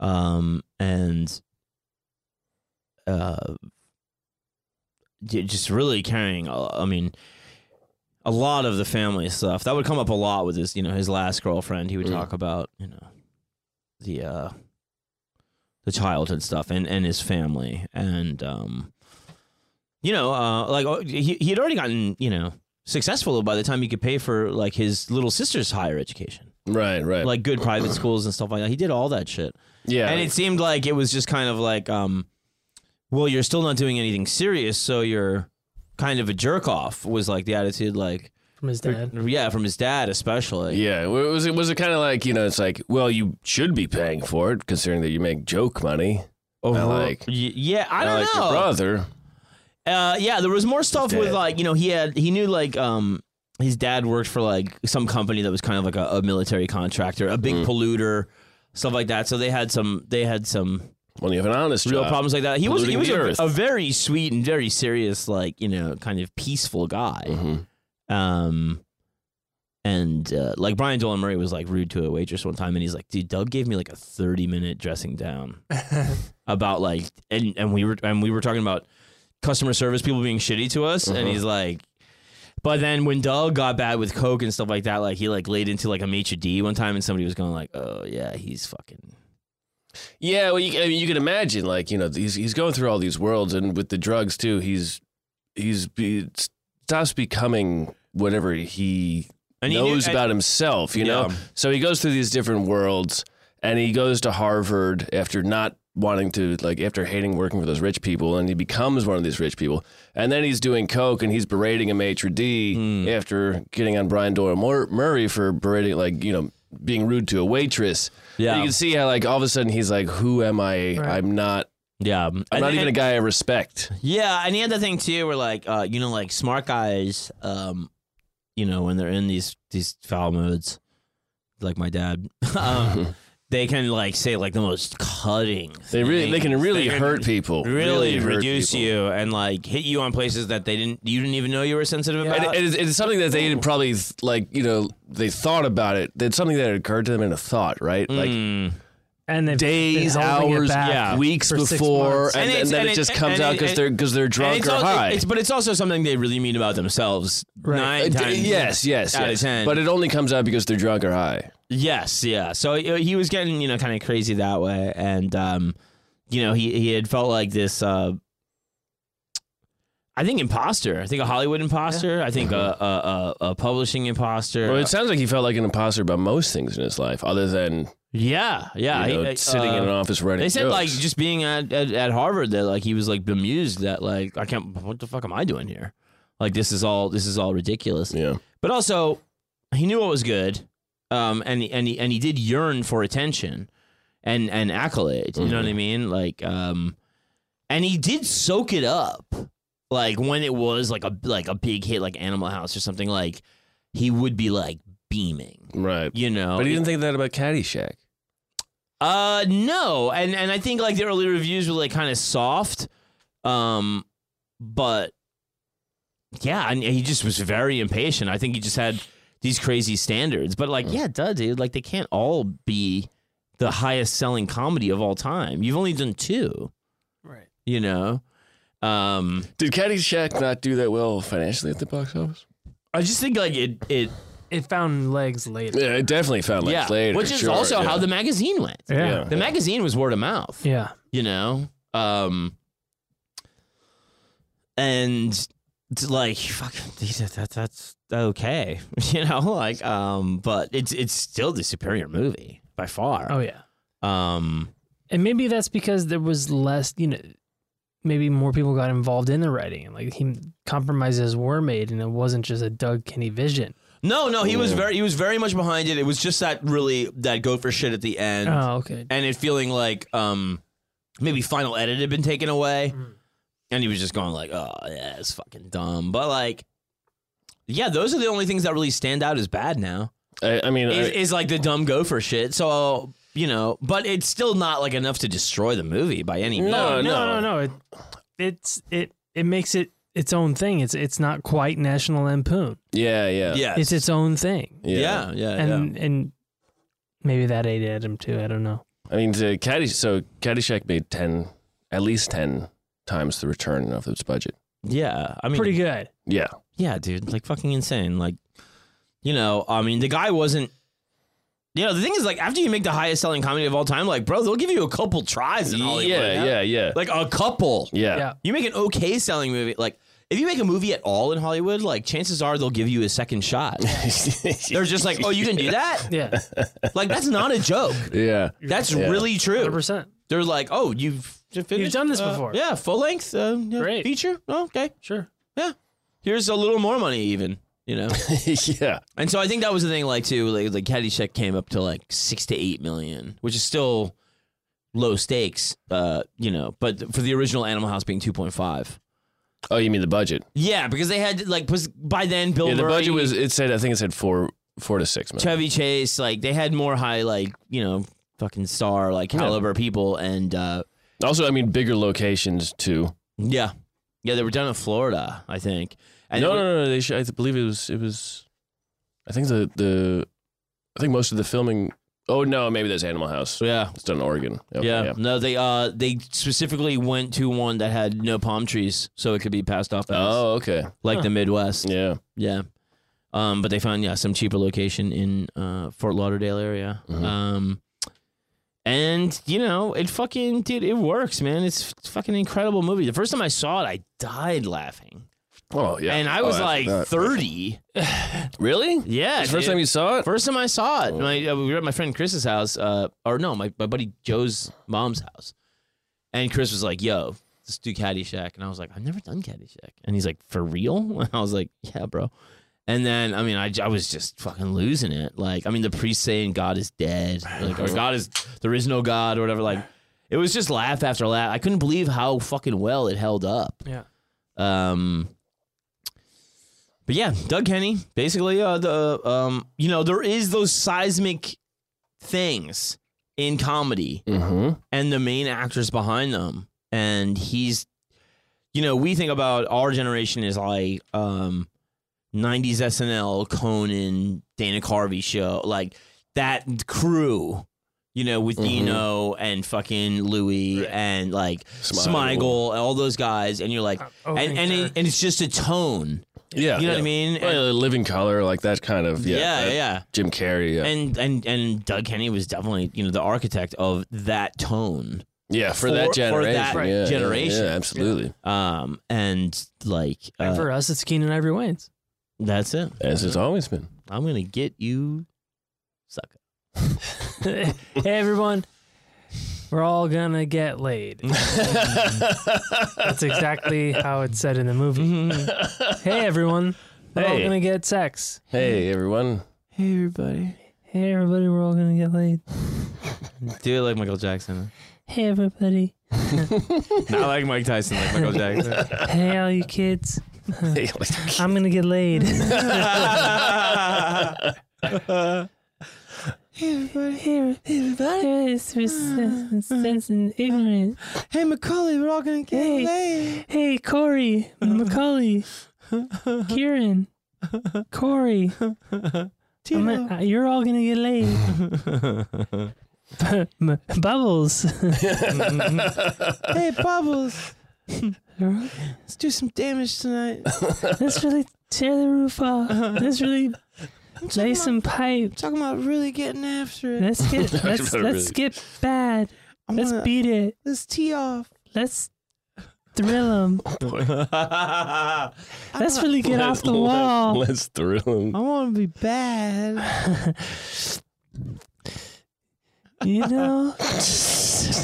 [SPEAKER 2] um, and uh, j- just really carrying. a- I mean, a lot of the family stuff that would come up a lot with his, you know, his last girlfriend. He would
[SPEAKER 3] Mm.
[SPEAKER 2] talk about, you know, the uh, the childhood stuff and and his family and um, you know, uh, like oh, he he had already gotten, you know. Successful by the time he could pay for like his little sister's higher education,
[SPEAKER 3] Right, right.
[SPEAKER 2] like good private schools and stuff like that. He did all that shit.
[SPEAKER 3] yeah,
[SPEAKER 2] And it seemed like it was just kind of like, um, well, you're still not doing anything serious, so you're kind of a jerk off. Was like the attitude, like
[SPEAKER 4] From his dad.
[SPEAKER 2] yeah, from his dad especially.
[SPEAKER 3] Yeah, w- was it was it kind of like you know it's like well you should be paying for it considering that you make joke money.
[SPEAKER 2] Over,
[SPEAKER 3] like-
[SPEAKER 2] Oh, Y- yeah, I don't
[SPEAKER 3] like
[SPEAKER 2] know.
[SPEAKER 3] your brother.
[SPEAKER 2] Uh, yeah, there was more stuff with
[SPEAKER 3] dad.
[SPEAKER 2] like you know he had he knew like um his dad worked for like some company that was kind of like a, a military contractor, a big
[SPEAKER 3] Mm.
[SPEAKER 2] polluter, stuff like that. So they had some they had some
[SPEAKER 3] Well, you have an honest
[SPEAKER 2] real
[SPEAKER 3] job.
[SPEAKER 2] problems like that. He was he
[SPEAKER 3] polluting
[SPEAKER 2] was
[SPEAKER 3] the
[SPEAKER 2] a, a
[SPEAKER 3] earth.
[SPEAKER 2] very sweet and very serious, like you know, kind of peaceful guy.
[SPEAKER 3] Mm-hmm.
[SPEAKER 2] Um, and uh, like Brian Dolan Murray was like rude to a waitress one time, and he's like, "Dude, Doug gave me like a thirty minute dressing down about like, and and we were and we were talking about customer service people being shitty to us, and he's like." But then when Doug got bad with coke and stuff like that, like he like laid into like a maitre d one time, and somebody was going like, "Oh yeah, he's fucking
[SPEAKER 3] Yeah, well, you, I mean, you can imagine like you know he's he's going through all these worlds and with the drugs too. He's he's he stops becoming whatever he
[SPEAKER 2] And he knew-
[SPEAKER 3] knows
[SPEAKER 2] and-
[SPEAKER 3] about himself. You
[SPEAKER 2] Yeah.
[SPEAKER 3] know, so he goes through these different worlds and he goes to Harvard after not wanting to like after hating working for those rich people, and he becomes one of these rich people, and then he's doing coke and he's berating a maitre d
[SPEAKER 2] Hmm.
[SPEAKER 3] after getting on Brian Doyle Mur- Murray for berating like you know being rude to a waitress.
[SPEAKER 2] Yeah.
[SPEAKER 3] you can see how like all of a sudden he's like, who am
[SPEAKER 4] Right.
[SPEAKER 3] I? I'm not.
[SPEAKER 2] Yeah,
[SPEAKER 3] I'm not even a guy I respect.
[SPEAKER 2] Yeah, and he had that thing too, where like uh, you know, like smart guys, um, you know, when they're in these these foul moods, like my dad, um, they can like say like the most cutting.
[SPEAKER 3] They really, they can
[SPEAKER 2] things.
[SPEAKER 3] really
[SPEAKER 2] They can
[SPEAKER 3] hurt people.
[SPEAKER 2] Really,
[SPEAKER 3] hurt
[SPEAKER 2] reduce
[SPEAKER 3] people.
[SPEAKER 2] you and like hit you on places that they didn't you didn't even know you were sensitive
[SPEAKER 3] And
[SPEAKER 2] about.
[SPEAKER 3] it- it's, it's something that they didn't probably th- like. You know, they thought about it. That's something that occurred to them in a thought, right? Like
[SPEAKER 2] Mm.
[SPEAKER 4] and they've
[SPEAKER 3] days,
[SPEAKER 4] been holding it
[SPEAKER 3] hours,
[SPEAKER 4] back
[SPEAKER 2] yeah,
[SPEAKER 3] weeks
[SPEAKER 4] for six
[SPEAKER 3] before,
[SPEAKER 4] months.
[SPEAKER 3] and,
[SPEAKER 2] And
[SPEAKER 3] then-
[SPEAKER 2] it's-
[SPEAKER 3] then
[SPEAKER 2] and
[SPEAKER 3] it
[SPEAKER 2] it-
[SPEAKER 3] just comes
[SPEAKER 2] and
[SPEAKER 3] out
[SPEAKER 2] it-
[SPEAKER 3] because
[SPEAKER 2] it-
[SPEAKER 3] they're because they're
[SPEAKER 2] And
[SPEAKER 3] drunk
[SPEAKER 2] it's
[SPEAKER 3] or
[SPEAKER 2] al-
[SPEAKER 3] high.
[SPEAKER 2] it's- but it's also something they really mean about themselves.
[SPEAKER 4] Right.
[SPEAKER 2] Nine
[SPEAKER 3] Uh, d-
[SPEAKER 2] times
[SPEAKER 3] yes, yes,
[SPEAKER 2] out of
[SPEAKER 3] yes.
[SPEAKER 2] 10.
[SPEAKER 3] But it only comes out because they're drunk or high.
[SPEAKER 2] Yes, yeah. So uh, he was getting, you know, kind of crazy that way and um you know, he he had felt like this uh I think imposter. I think a Hollywood imposter. I think a, a, a, a publishing imposter.
[SPEAKER 3] Well, it sounds like he felt like an imposter about most things in his life, other than
[SPEAKER 2] yeah, yeah.
[SPEAKER 3] you
[SPEAKER 2] he-
[SPEAKER 3] know,
[SPEAKER 2] uh,
[SPEAKER 3] sitting in an office writing.
[SPEAKER 2] They said
[SPEAKER 3] jokes.
[SPEAKER 2] like just being at, at at Harvard that like he was like bemused that like I can't. What the fuck am I doing here? Like this is all this is all ridiculous.
[SPEAKER 3] yeah,
[SPEAKER 2] But also, he knew what was good, um, and and he, and he did yearn for attention, and and accolades. You know what I
[SPEAKER 3] Mm-hmm.
[SPEAKER 2] mean? Like, um, and he did soak it up. Like when it was like a like a big hit, like Animal House or something. Like he would be like beaming.
[SPEAKER 3] right.
[SPEAKER 2] You know,
[SPEAKER 3] but he didn't think that about Caddyshack.
[SPEAKER 2] uh, no, and and I think like the early reviews were like kind of soft, um, but yeah, and he just was very impatient. I think he just had these crazy standards, but
[SPEAKER 3] Hmm.
[SPEAKER 2] like, yeah, duh, dude, like they can't all be the highest selling comedy of all time. You've only done two,
[SPEAKER 4] Right.
[SPEAKER 2] you know. Um,
[SPEAKER 3] Did Caddyshack not do that well financially at the box office?
[SPEAKER 2] I just think like it it
[SPEAKER 4] It found legs later.
[SPEAKER 3] Yeah, it definitely found like
[SPEAKER 2] yeah,
[SPEAKER 3] later.
[SPEAKER 2] which is
[SPEAKER 3] sure,
[SPEAKER 2] also
[SPEAKER 3] yeah.
[SPEAKER 2] how the magazine went.
[SPEAKER 3] Yeah.
[SPEAKER 2] The magazine was word of mouth.
[SPEAKER 4] Yeah.
[SPEAKER 2] you know um and it's like fuck that, that, that's okay you know like um but it's it's still the superior movie by
[SPEAKER 4] Oh
[SPEAKER 2] far
[SPEAKER 4] yeah.
[SPEAKER 2] um
[SPEAKER 4] And maybe that's because there was less, you know, maybe more people got involved in the writing. Like he compromises were made and it wasn't just a Doug Kenny vision.
[SPEAKER 2] no no he was very he was very much behind it it was just that really that go for shit at the end
[SPEAKER 4] Oh, okay.
[SPEAKER 2] and it feeling like um maybe final edit had been taken away
[SPEAKER 4] Mm.
[SPEAKER 2] and he was just going like oh yeah it's fucking dumb but like yeah those are the only things that really stand out as bad now
[SPEAKER 3] I, I mean,
[SPEAKER 2] is,
[SPEAKER 3] I-
[SPEAKER 2] is like the dumb gopher shit. So you know, but it's still not like enough to destroy the movie by any means.
[SPEAKER 3] No,
[SPEAKER 4] no, no, no. It it's it it makes it its own thing. It's it's not quite National Lampoon.
[SPEAKER 3] yeah, yeah,
[SPEAKER 2] Yes.
[SPEAKER 4] It's its own thing.
[SPEAKER 2] yeah, yeah, yeah.
[SPEAKER 4] And and maybe that ate at him too. I don't know.
[SPEAKER 3] I mean, the Caddy, so Caddyshack made ten, at least ten times the return of its budget.
[SPEAKER 2] Yeah, I mean,
[SPEAKER 4] Pretty good.
[SPEAKER 3] Yeah,
[SPEAKER 2] Yeah, dude, like fucking insane. Like, you know, I mean, the guy wasn't. You know, the thing is, like, after you make the highest selling comedy of all time, like, bro, they'll give you a couple tries in
[SPEAKER 3] yeah,
[SPEAKER 2] Hollywood.
[SPEAKER 3] yeah, yeah,
[SPEAKER 2] Like a couple.
[SPEAKER 3] yeah,
[SPEAKER 4] Yeah.
[SPEAKER 2] You make an okay selling movie, like. If you make a movie at all in Hollywood, like chances are they'll give you a second shot. They're just like, "Oh, you can do that?
[SPEAKER 4] Yeah.
[SPEAKER 2] Like that's not a joke.
[SPEAKER 3] yeah.
[SPEAKER 2] That's
[SPEAKER 3] Yeah.
[SPEAKER 2] really true.
[SPEAKER 4] 100%.
[SPEAKER 2] They're like, oh, you've finished,
[SPEAKER 4] You've done this
[SPEAKER 2] uh,
[SPEAKER 4] before.
[SPEAKER 2] Yeah, full length uh, yeah,
[SPEAKER 4] Great.
[SPEAKER 2] feature. Oh, okay,
[SPEAKER 4] Sure.
[SPEAKER 2] yeah. Here's a little more money, even you know.
[SPEAKER 3] yeah.
[SPEAKER 2] and so I think that was the thing, like too, like, like Caddyshack came up to like six to eight million, which is still low stakes, uh, you know. But for the original Animal House being two point five,
[SPEAKER 3] Oh, you mean the budget?
[SPEAKER 2] yeah, because they had like was by then Bill
[SPEAKER 3] Yeah, the
[SPEAKER 2] Murray,
[SPEAKER 3] budget was. It said, I think it said four, four to six million.
[SPEAKER 2] Chevy Chase, like they had more high, like you know, fucking star like
[SPEAKER 3] Yeah.
[SPEAKER 2] caliber people, and uh,
[SPEAKER 3] Also, I mean, bigger locations too.
[SPEAKER 2] Yeah, yeah, they were done in Florida, I think. And
[SPEAKER 3] no,
[SPEAKER 2] it-
[SPEAKER 3] no, no, no. They should, I th- believe it was. It was. I think the the, I think most of the filming. Oh no, maybe that's Animal House.
[SPEAKER 2] yeah,
[SPEAKER 3] It's done in Oregon. Yep,
[SPEAKER 2] yeah, no, they uh they specifically went to one that had no palm trees, so it could be passed off as
[SPEAKER 3] Oh, okay.
[SPEAKER 2] like the Midwest.
[SPEAKER 3] Yeah.
[SPEAKER 2] Yeah. Um, but they found yeah some cheaper location in uh, Fort Lauderdale area.
[SPEAKER 3] Mm-hmm.
[SPEAKER 2] Um, and you know it fucking dude, it works, man. It's a fucking incredible movie. The first time I saw it, I died laughing,
[SPEAKER 3] Oh yeah.
[SPEAKER 2] and I
[SPEAKER 3] Oh,
[SPEAKER 2] was
[SPEAKER 3] after
[SPEAKER 2] like
[SPEAKER 3] that.
[SPEAKER 2] thirty.
[SPEAKER 3] Really?
[SPEAKER 2] Yeah,
[SPEAKER 3] That's the first
[SPEAKER 2] dude.
[SPEAKER 3] time you saw it?
[SPEAKER 2] First time I saw it, my, uh, we were at my friend Chris's house, uh, or no, my, my buddy Joe's mom's house. And Chris was like, yo, let's do Caddyshack. And I was like, I've never done Caddyshack. And he's like, for real? And I was like, yeah, bro. And then, I mean, I, I was just fucking losing it. Like, I mean, the priest saying God is dead, like, or God is, there is no God, or whatever. Like, it was just laugh after laugh. I couldn't believe how fucking well it held up.
[SPEAKER 4] Yeah.
[SPEAKER 2] Um, but yeah, Doug Kenny, basically, uh, the um, you know, there is those seismic things in comedy
[SPEAKER 3] Mm-hmm.
[SPEAKER 2] and the main actors behind them. And he's, you know, we think about our generation is like um, 90s SNL, Conan, Dana Carvey show, like that crew, you know, with
[SPEAKER 3] Mm-hmm.
[SPEAKER 2] Dino and fucking Louis and like Smigel,
[SPEAKER 3] Smigel.
[SPEAKER 2] all those guys. And you're like,
[SPEAKER 4] oh,
[SPEAKER 2] and, and, it, and it's just a tone.
[SPEAKER 3] Yeah,
[SPEAKER 2] You know what I
[SPEAKER 3] yeah.
[SPEAKER 2] mean? And-
[SPEAKER 3] Well, living color, like that kind of yeah,
[SPEAKER 2] yeah,
[SPEAKER 3] that-
[SPEAKER 2] yeah.
[SPEAKER 3] Jim Carrey, yeah,
[SPEAKER 2] And, and and Doug Kenny was definitely you know the architect of that tone.
[SPEAKER 3] yeah for,
[SPEAKER 2] for-
[SPEAKER 3] that
[SPEAKER 2] for
[SPEAKER 3] generation,
[SPEAKER 2] that
[SPEAKER 3] yeah, yeah,
[SPEAKER 2] generation.
[SPEAKER 3] yeah, absolutely.
[SPEAKER 2] Um and like
[SPEAKER 4] And
[SPEAKER 2] uh,
[SPEAKER 4] for us, it's Keenan Ivory Wayans.
[SPEAKER 2] that's it.
[SPEAKER 3] As it's always been.
[SPEAKER 2] I'm gonna get you, sucker.
[SPEAKER 4] hey everyone, we're all gonna get laid. That's exactly how it's said in the movie. hey everyone, we're all
[SPEAKER 3] Hey.
[SPEAKER 4] gonna get sex.
[SPEAKER 3] Hey everyone,
[SPEAKER 2] Hey everybody,
[SPEAKER 4] Hey everybody, we're all gonna get laid.
[SPEAKER 2] do it like Michael Jackson.
[SPEAKER 4] Hey everybody,
[SPEAKER 2] Not like Mike Tyson, like Michael Jackson.
[SPEAKER 4] hey all you kids,
[SPEAKER 3] Hey,
[SPEAKER 4] I'm gonna get laid. hey everybody, hey everybody, it's sense and ignorance.
[SPEAKER 2] hey Macaulay, we're all gonna get
[SPEAKER 4] Hey. Hey Corey, Macaulay, Kieran, Corey. I'm gonna- uh, you're all gonna get laid. M- Bubbles.
[SPEAKER 2] hey Bubbles, let's do some damage tonight.
[SPEAKER 4] Let's really tear the roof off. Let's really lay some pipe.
[SPEAKER 2] Talking about really getting after it.
[SPEAKER 4] Let's get let's
[SPEAKER 3] about
[SPEAKER 4] let's
[SPEAKER 3] really-
[SPEAKER 4] get bad. Let's beat it.
[SPEAKER 2] Let's tee off.
[SPEAKER 4] Let's thrill them.
[SPEAKER 2] I
[SPEAKER 4] Let's really get off the wall.
[SPEAKER 3] Let's thrill him.
[SPEAKER 2] want to be bad.
[SPEAKER 4] You know.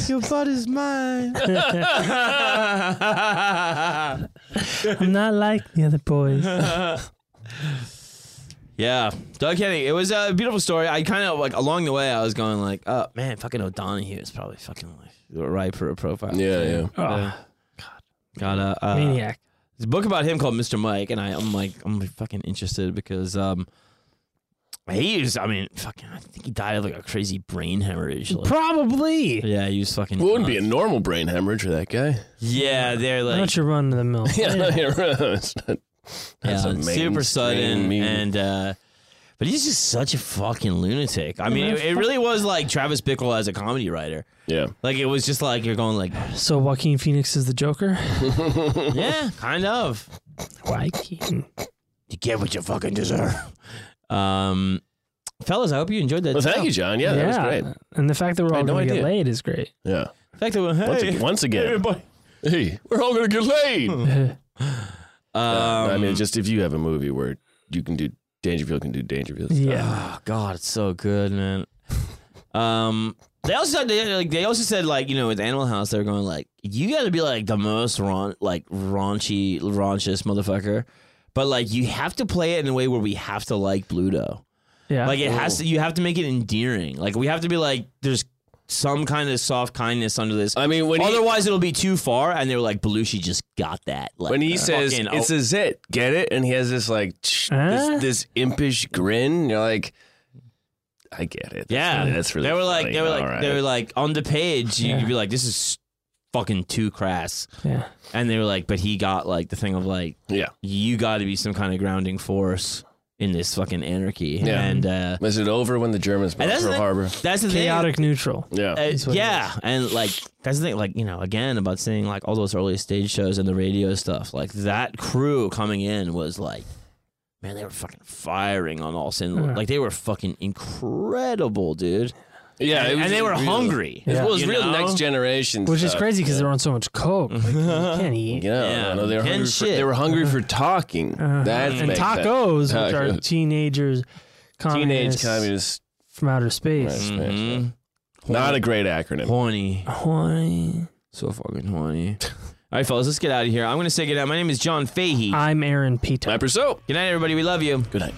[SPEAKER 2] Your butt is mine.
[SPEAKER 4] I'm not like the other boys.
[SPEAKER 2] Yeah, Doug Kenny. It was a beautiful story. I kind of like along the way, I was going like, "Oh man, fucking O'Donohue is probably fucking like right for a profile."
[SPEAKER 3] Yeah, yeah.
[SPEAKER 2] Oh, Got a uh,
[SPEAKER 4] Maniac.
[SPEAKER 2] There's a book about him called Mr. Mike, and I, I'm like, I'm fucking interested because um, he was. I mean, fucking, I think he died of like a crazy brain hemorrhage. Like,
[SPEAKER 4] Probably.
[SPEAKER 2] yeah, he was fucking.
[SPEAKER 3] Well, it wouldn't be a normal brain hemorrhage for that guy.
[SPEAKER 2] Yeah, they're
[SPEAKER 4] Why
[SPEAKER 2] like,
[SPEAKER 4] don't you run to the mill?
[SPEAKER 3] Yeah, no, you're right. It's not- that's
[SPEAKER 2] yeah,
[SPEAKER 3] a
[SPEAKER 2] it's
[SPEAKER 3] mainstream
[SPEAKER 2] super sudden
[SPEAKER 3] meme.
[SPEAKER 2] and uh but he's just such a fucking lunatic. I mean, it, it really was like Travis Bickle as a comedy writer.
[SPEAKER 3] yeah,
[SPEAKER 2] Like it was just like you're going like,
[SPEAKER 4] So Joaquin Phoenix is the Joker.
[SPEAKER 2] yeah, kind of.
[SPEAKER 4] Joaquin.
[SPEAKER 2] You get what you fucking deserve. Um, fellas, I hope you enjoyed that.
[SPEAKER 3] well, thank
[SPEAKER 2] show.
[SPEAKER 3] you, John. Yeah, that was great.
[SPEAKER 4] And the fact that we're all
[SPEAKER 3] had no
[SPEAKER 4] going to get
[SPEAKER 3] idea.
[SPEAKER 4] laid is great.
[SPEAKER 3] Yeah,
[SPEAKER 2] The fact that we- hey,
[SPEAKER 3] once, once again, hey, we're all gonna get laid. Uh,
[SPEAKER 2] um,
[SPEAKER 3] I mean, just if you have a movie where you can do Dangerfield, can do Dangerfield.
[SPEAKER 4] Yeah.
[SPEAKER 2] Oh God, it's so good, man. Um, they also said they, like they also said like you know with Animal House they were going like you got to be like the most raun- like raunchy raunchest motherfucker, but like you have to play it in a way where we have to like Bluto.
[SPEAKER 4] Yeah.
[SPEAKER 2] Like it has to you have to make it endearing. Like we have to be like there's some kind of soft kindness under this.
[SPEAKER 3] I mean, when he-
[SPEAKER 2] Otherwise, it'll be too far. And they were like, Belushi just got that. Like,
[SPEAKER 3] when he says
[SPEAKER 2] fucking-
[SPEAKER 3] it's a zit, get it, and he has this like tch,
[SPEAKER 4] Huh?
[SPEAKER 3] this, this impish grin. You're like, I get it. That's
[SPEAKER 2] Yeah,
[SPEAKER 3] really- that's really.
[SPEAKER 2] They were like,
[SPEAKER 3] funny.
[SPEAKER 2] they were like,
[SPEAKER 3] All right.
[SPEAKER 2] they were like on the page. You,
[SPEAKER 4] Yeah.
[SPEAKER 2] would be like, this is fucking too crass.
[SPEAKER 4] Yeah.
[SPEAKER 2] And they were like, but he got like the thing of like,
[SPEAKER 3] yeah.
[SPEAKER 2] you got to be some kind of grounding force in this fucking anarchy.
[SPEAKER 3] Yeah.
[SPEAKER 2] And uh,
[SPEAKER 3] Was it over when the Germans
[SPEAKER 2] and
[SPEAKER 3] bombed
[SPEAKER 2] that's the
[SPEAKER 3] Pearl
[SPEAKER 2] thing-
[SPEAKER 3] Harbor?
[SPEAKER 2] That's the
[SPEAKER 4] Chaotic neutral.
[SPEAKER 3] Yeah.
[SPEAKER 2] Thing.
[SPEAKER 4] is
[SPEAKER 2] Uh,
[SPEAKER 4] what it
[SPEAKER 2] yeah, and like that's the thing. Like you know, again about seeing like all those early stage shows and the radio stuff. Like that crew coming in was like, man, they were fucking firing on all cylinders.
[SPEAKER 4] Yeah.
[SPEAKER 2] Like they were fucking incredible, dude.
[SPEAKER 3] yeah. it
[SPEAKER 2] and,
[SPEAKER 3] was
[SPEAKER 2] they were
[SPEAKER 3] real-
[SPEAKER 2] hungry.
[SPEAKER 3] It
[SPEAKER 4] Yeah.
[SPEAKER 3] was
[SPEAKER 2] You
[SPEAKER 3] real
[SPEAKER 2] know?
[SPEAKER 3] next generation,
[SPEAKER 4] Which is
[SPEAKER 3] stuff.
[SPEAKER 4] crazy because they're on so much coke. Like, you can't eat.
[SPEAKER 3] Yeah,
[SPEAKER 2] Yeah,
[SPEAKER 3] I know they were
[SPEAKER 2] and
[SPEAKER 3] hungry. For,
[SPEAKER 2] shit.
[SPEAKER 3] they were hungry for talking.
[SPEAKER 4] Uh-huh.
[SPEAKER 3] That's
[SPEAKER 4] and
[SPEAKER 3] makes
[SPEAKER 4] tacos,
[SPEAKER 3] sense.
[SPEAKER 4] which are
[SPEAKER 3] Tacos.
[SPEAKER 4] teenagers,
[SPEAKER 3] teenage
[SPEAKER 4] communists
[SPEAKER 3] communists.
[SPEAKER 4] from outer space.
[SPEAKER 2] Mm-hmm.
[SPEAKER 3] Right. Not a great acronym.
[SPEAKER 4] Oh.
[SPEAKER 2] Horny.
[SPEAKER 4] Why?
[SPEAKER 2] So fucking horny. All right, fellas, let's get out of here. I'm going to say good night. My name is John Fahey.
[SPEAKER 4] I'm Aaron Peter.
[SPEAKER 3] My pursuit.
[SPEAKER 2] good night, everybody. We love you.
[SPEAKER 3] Good night.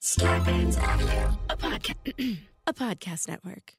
[SPEAKER 8] Scorpions Avenue, a, podca- a podcast network.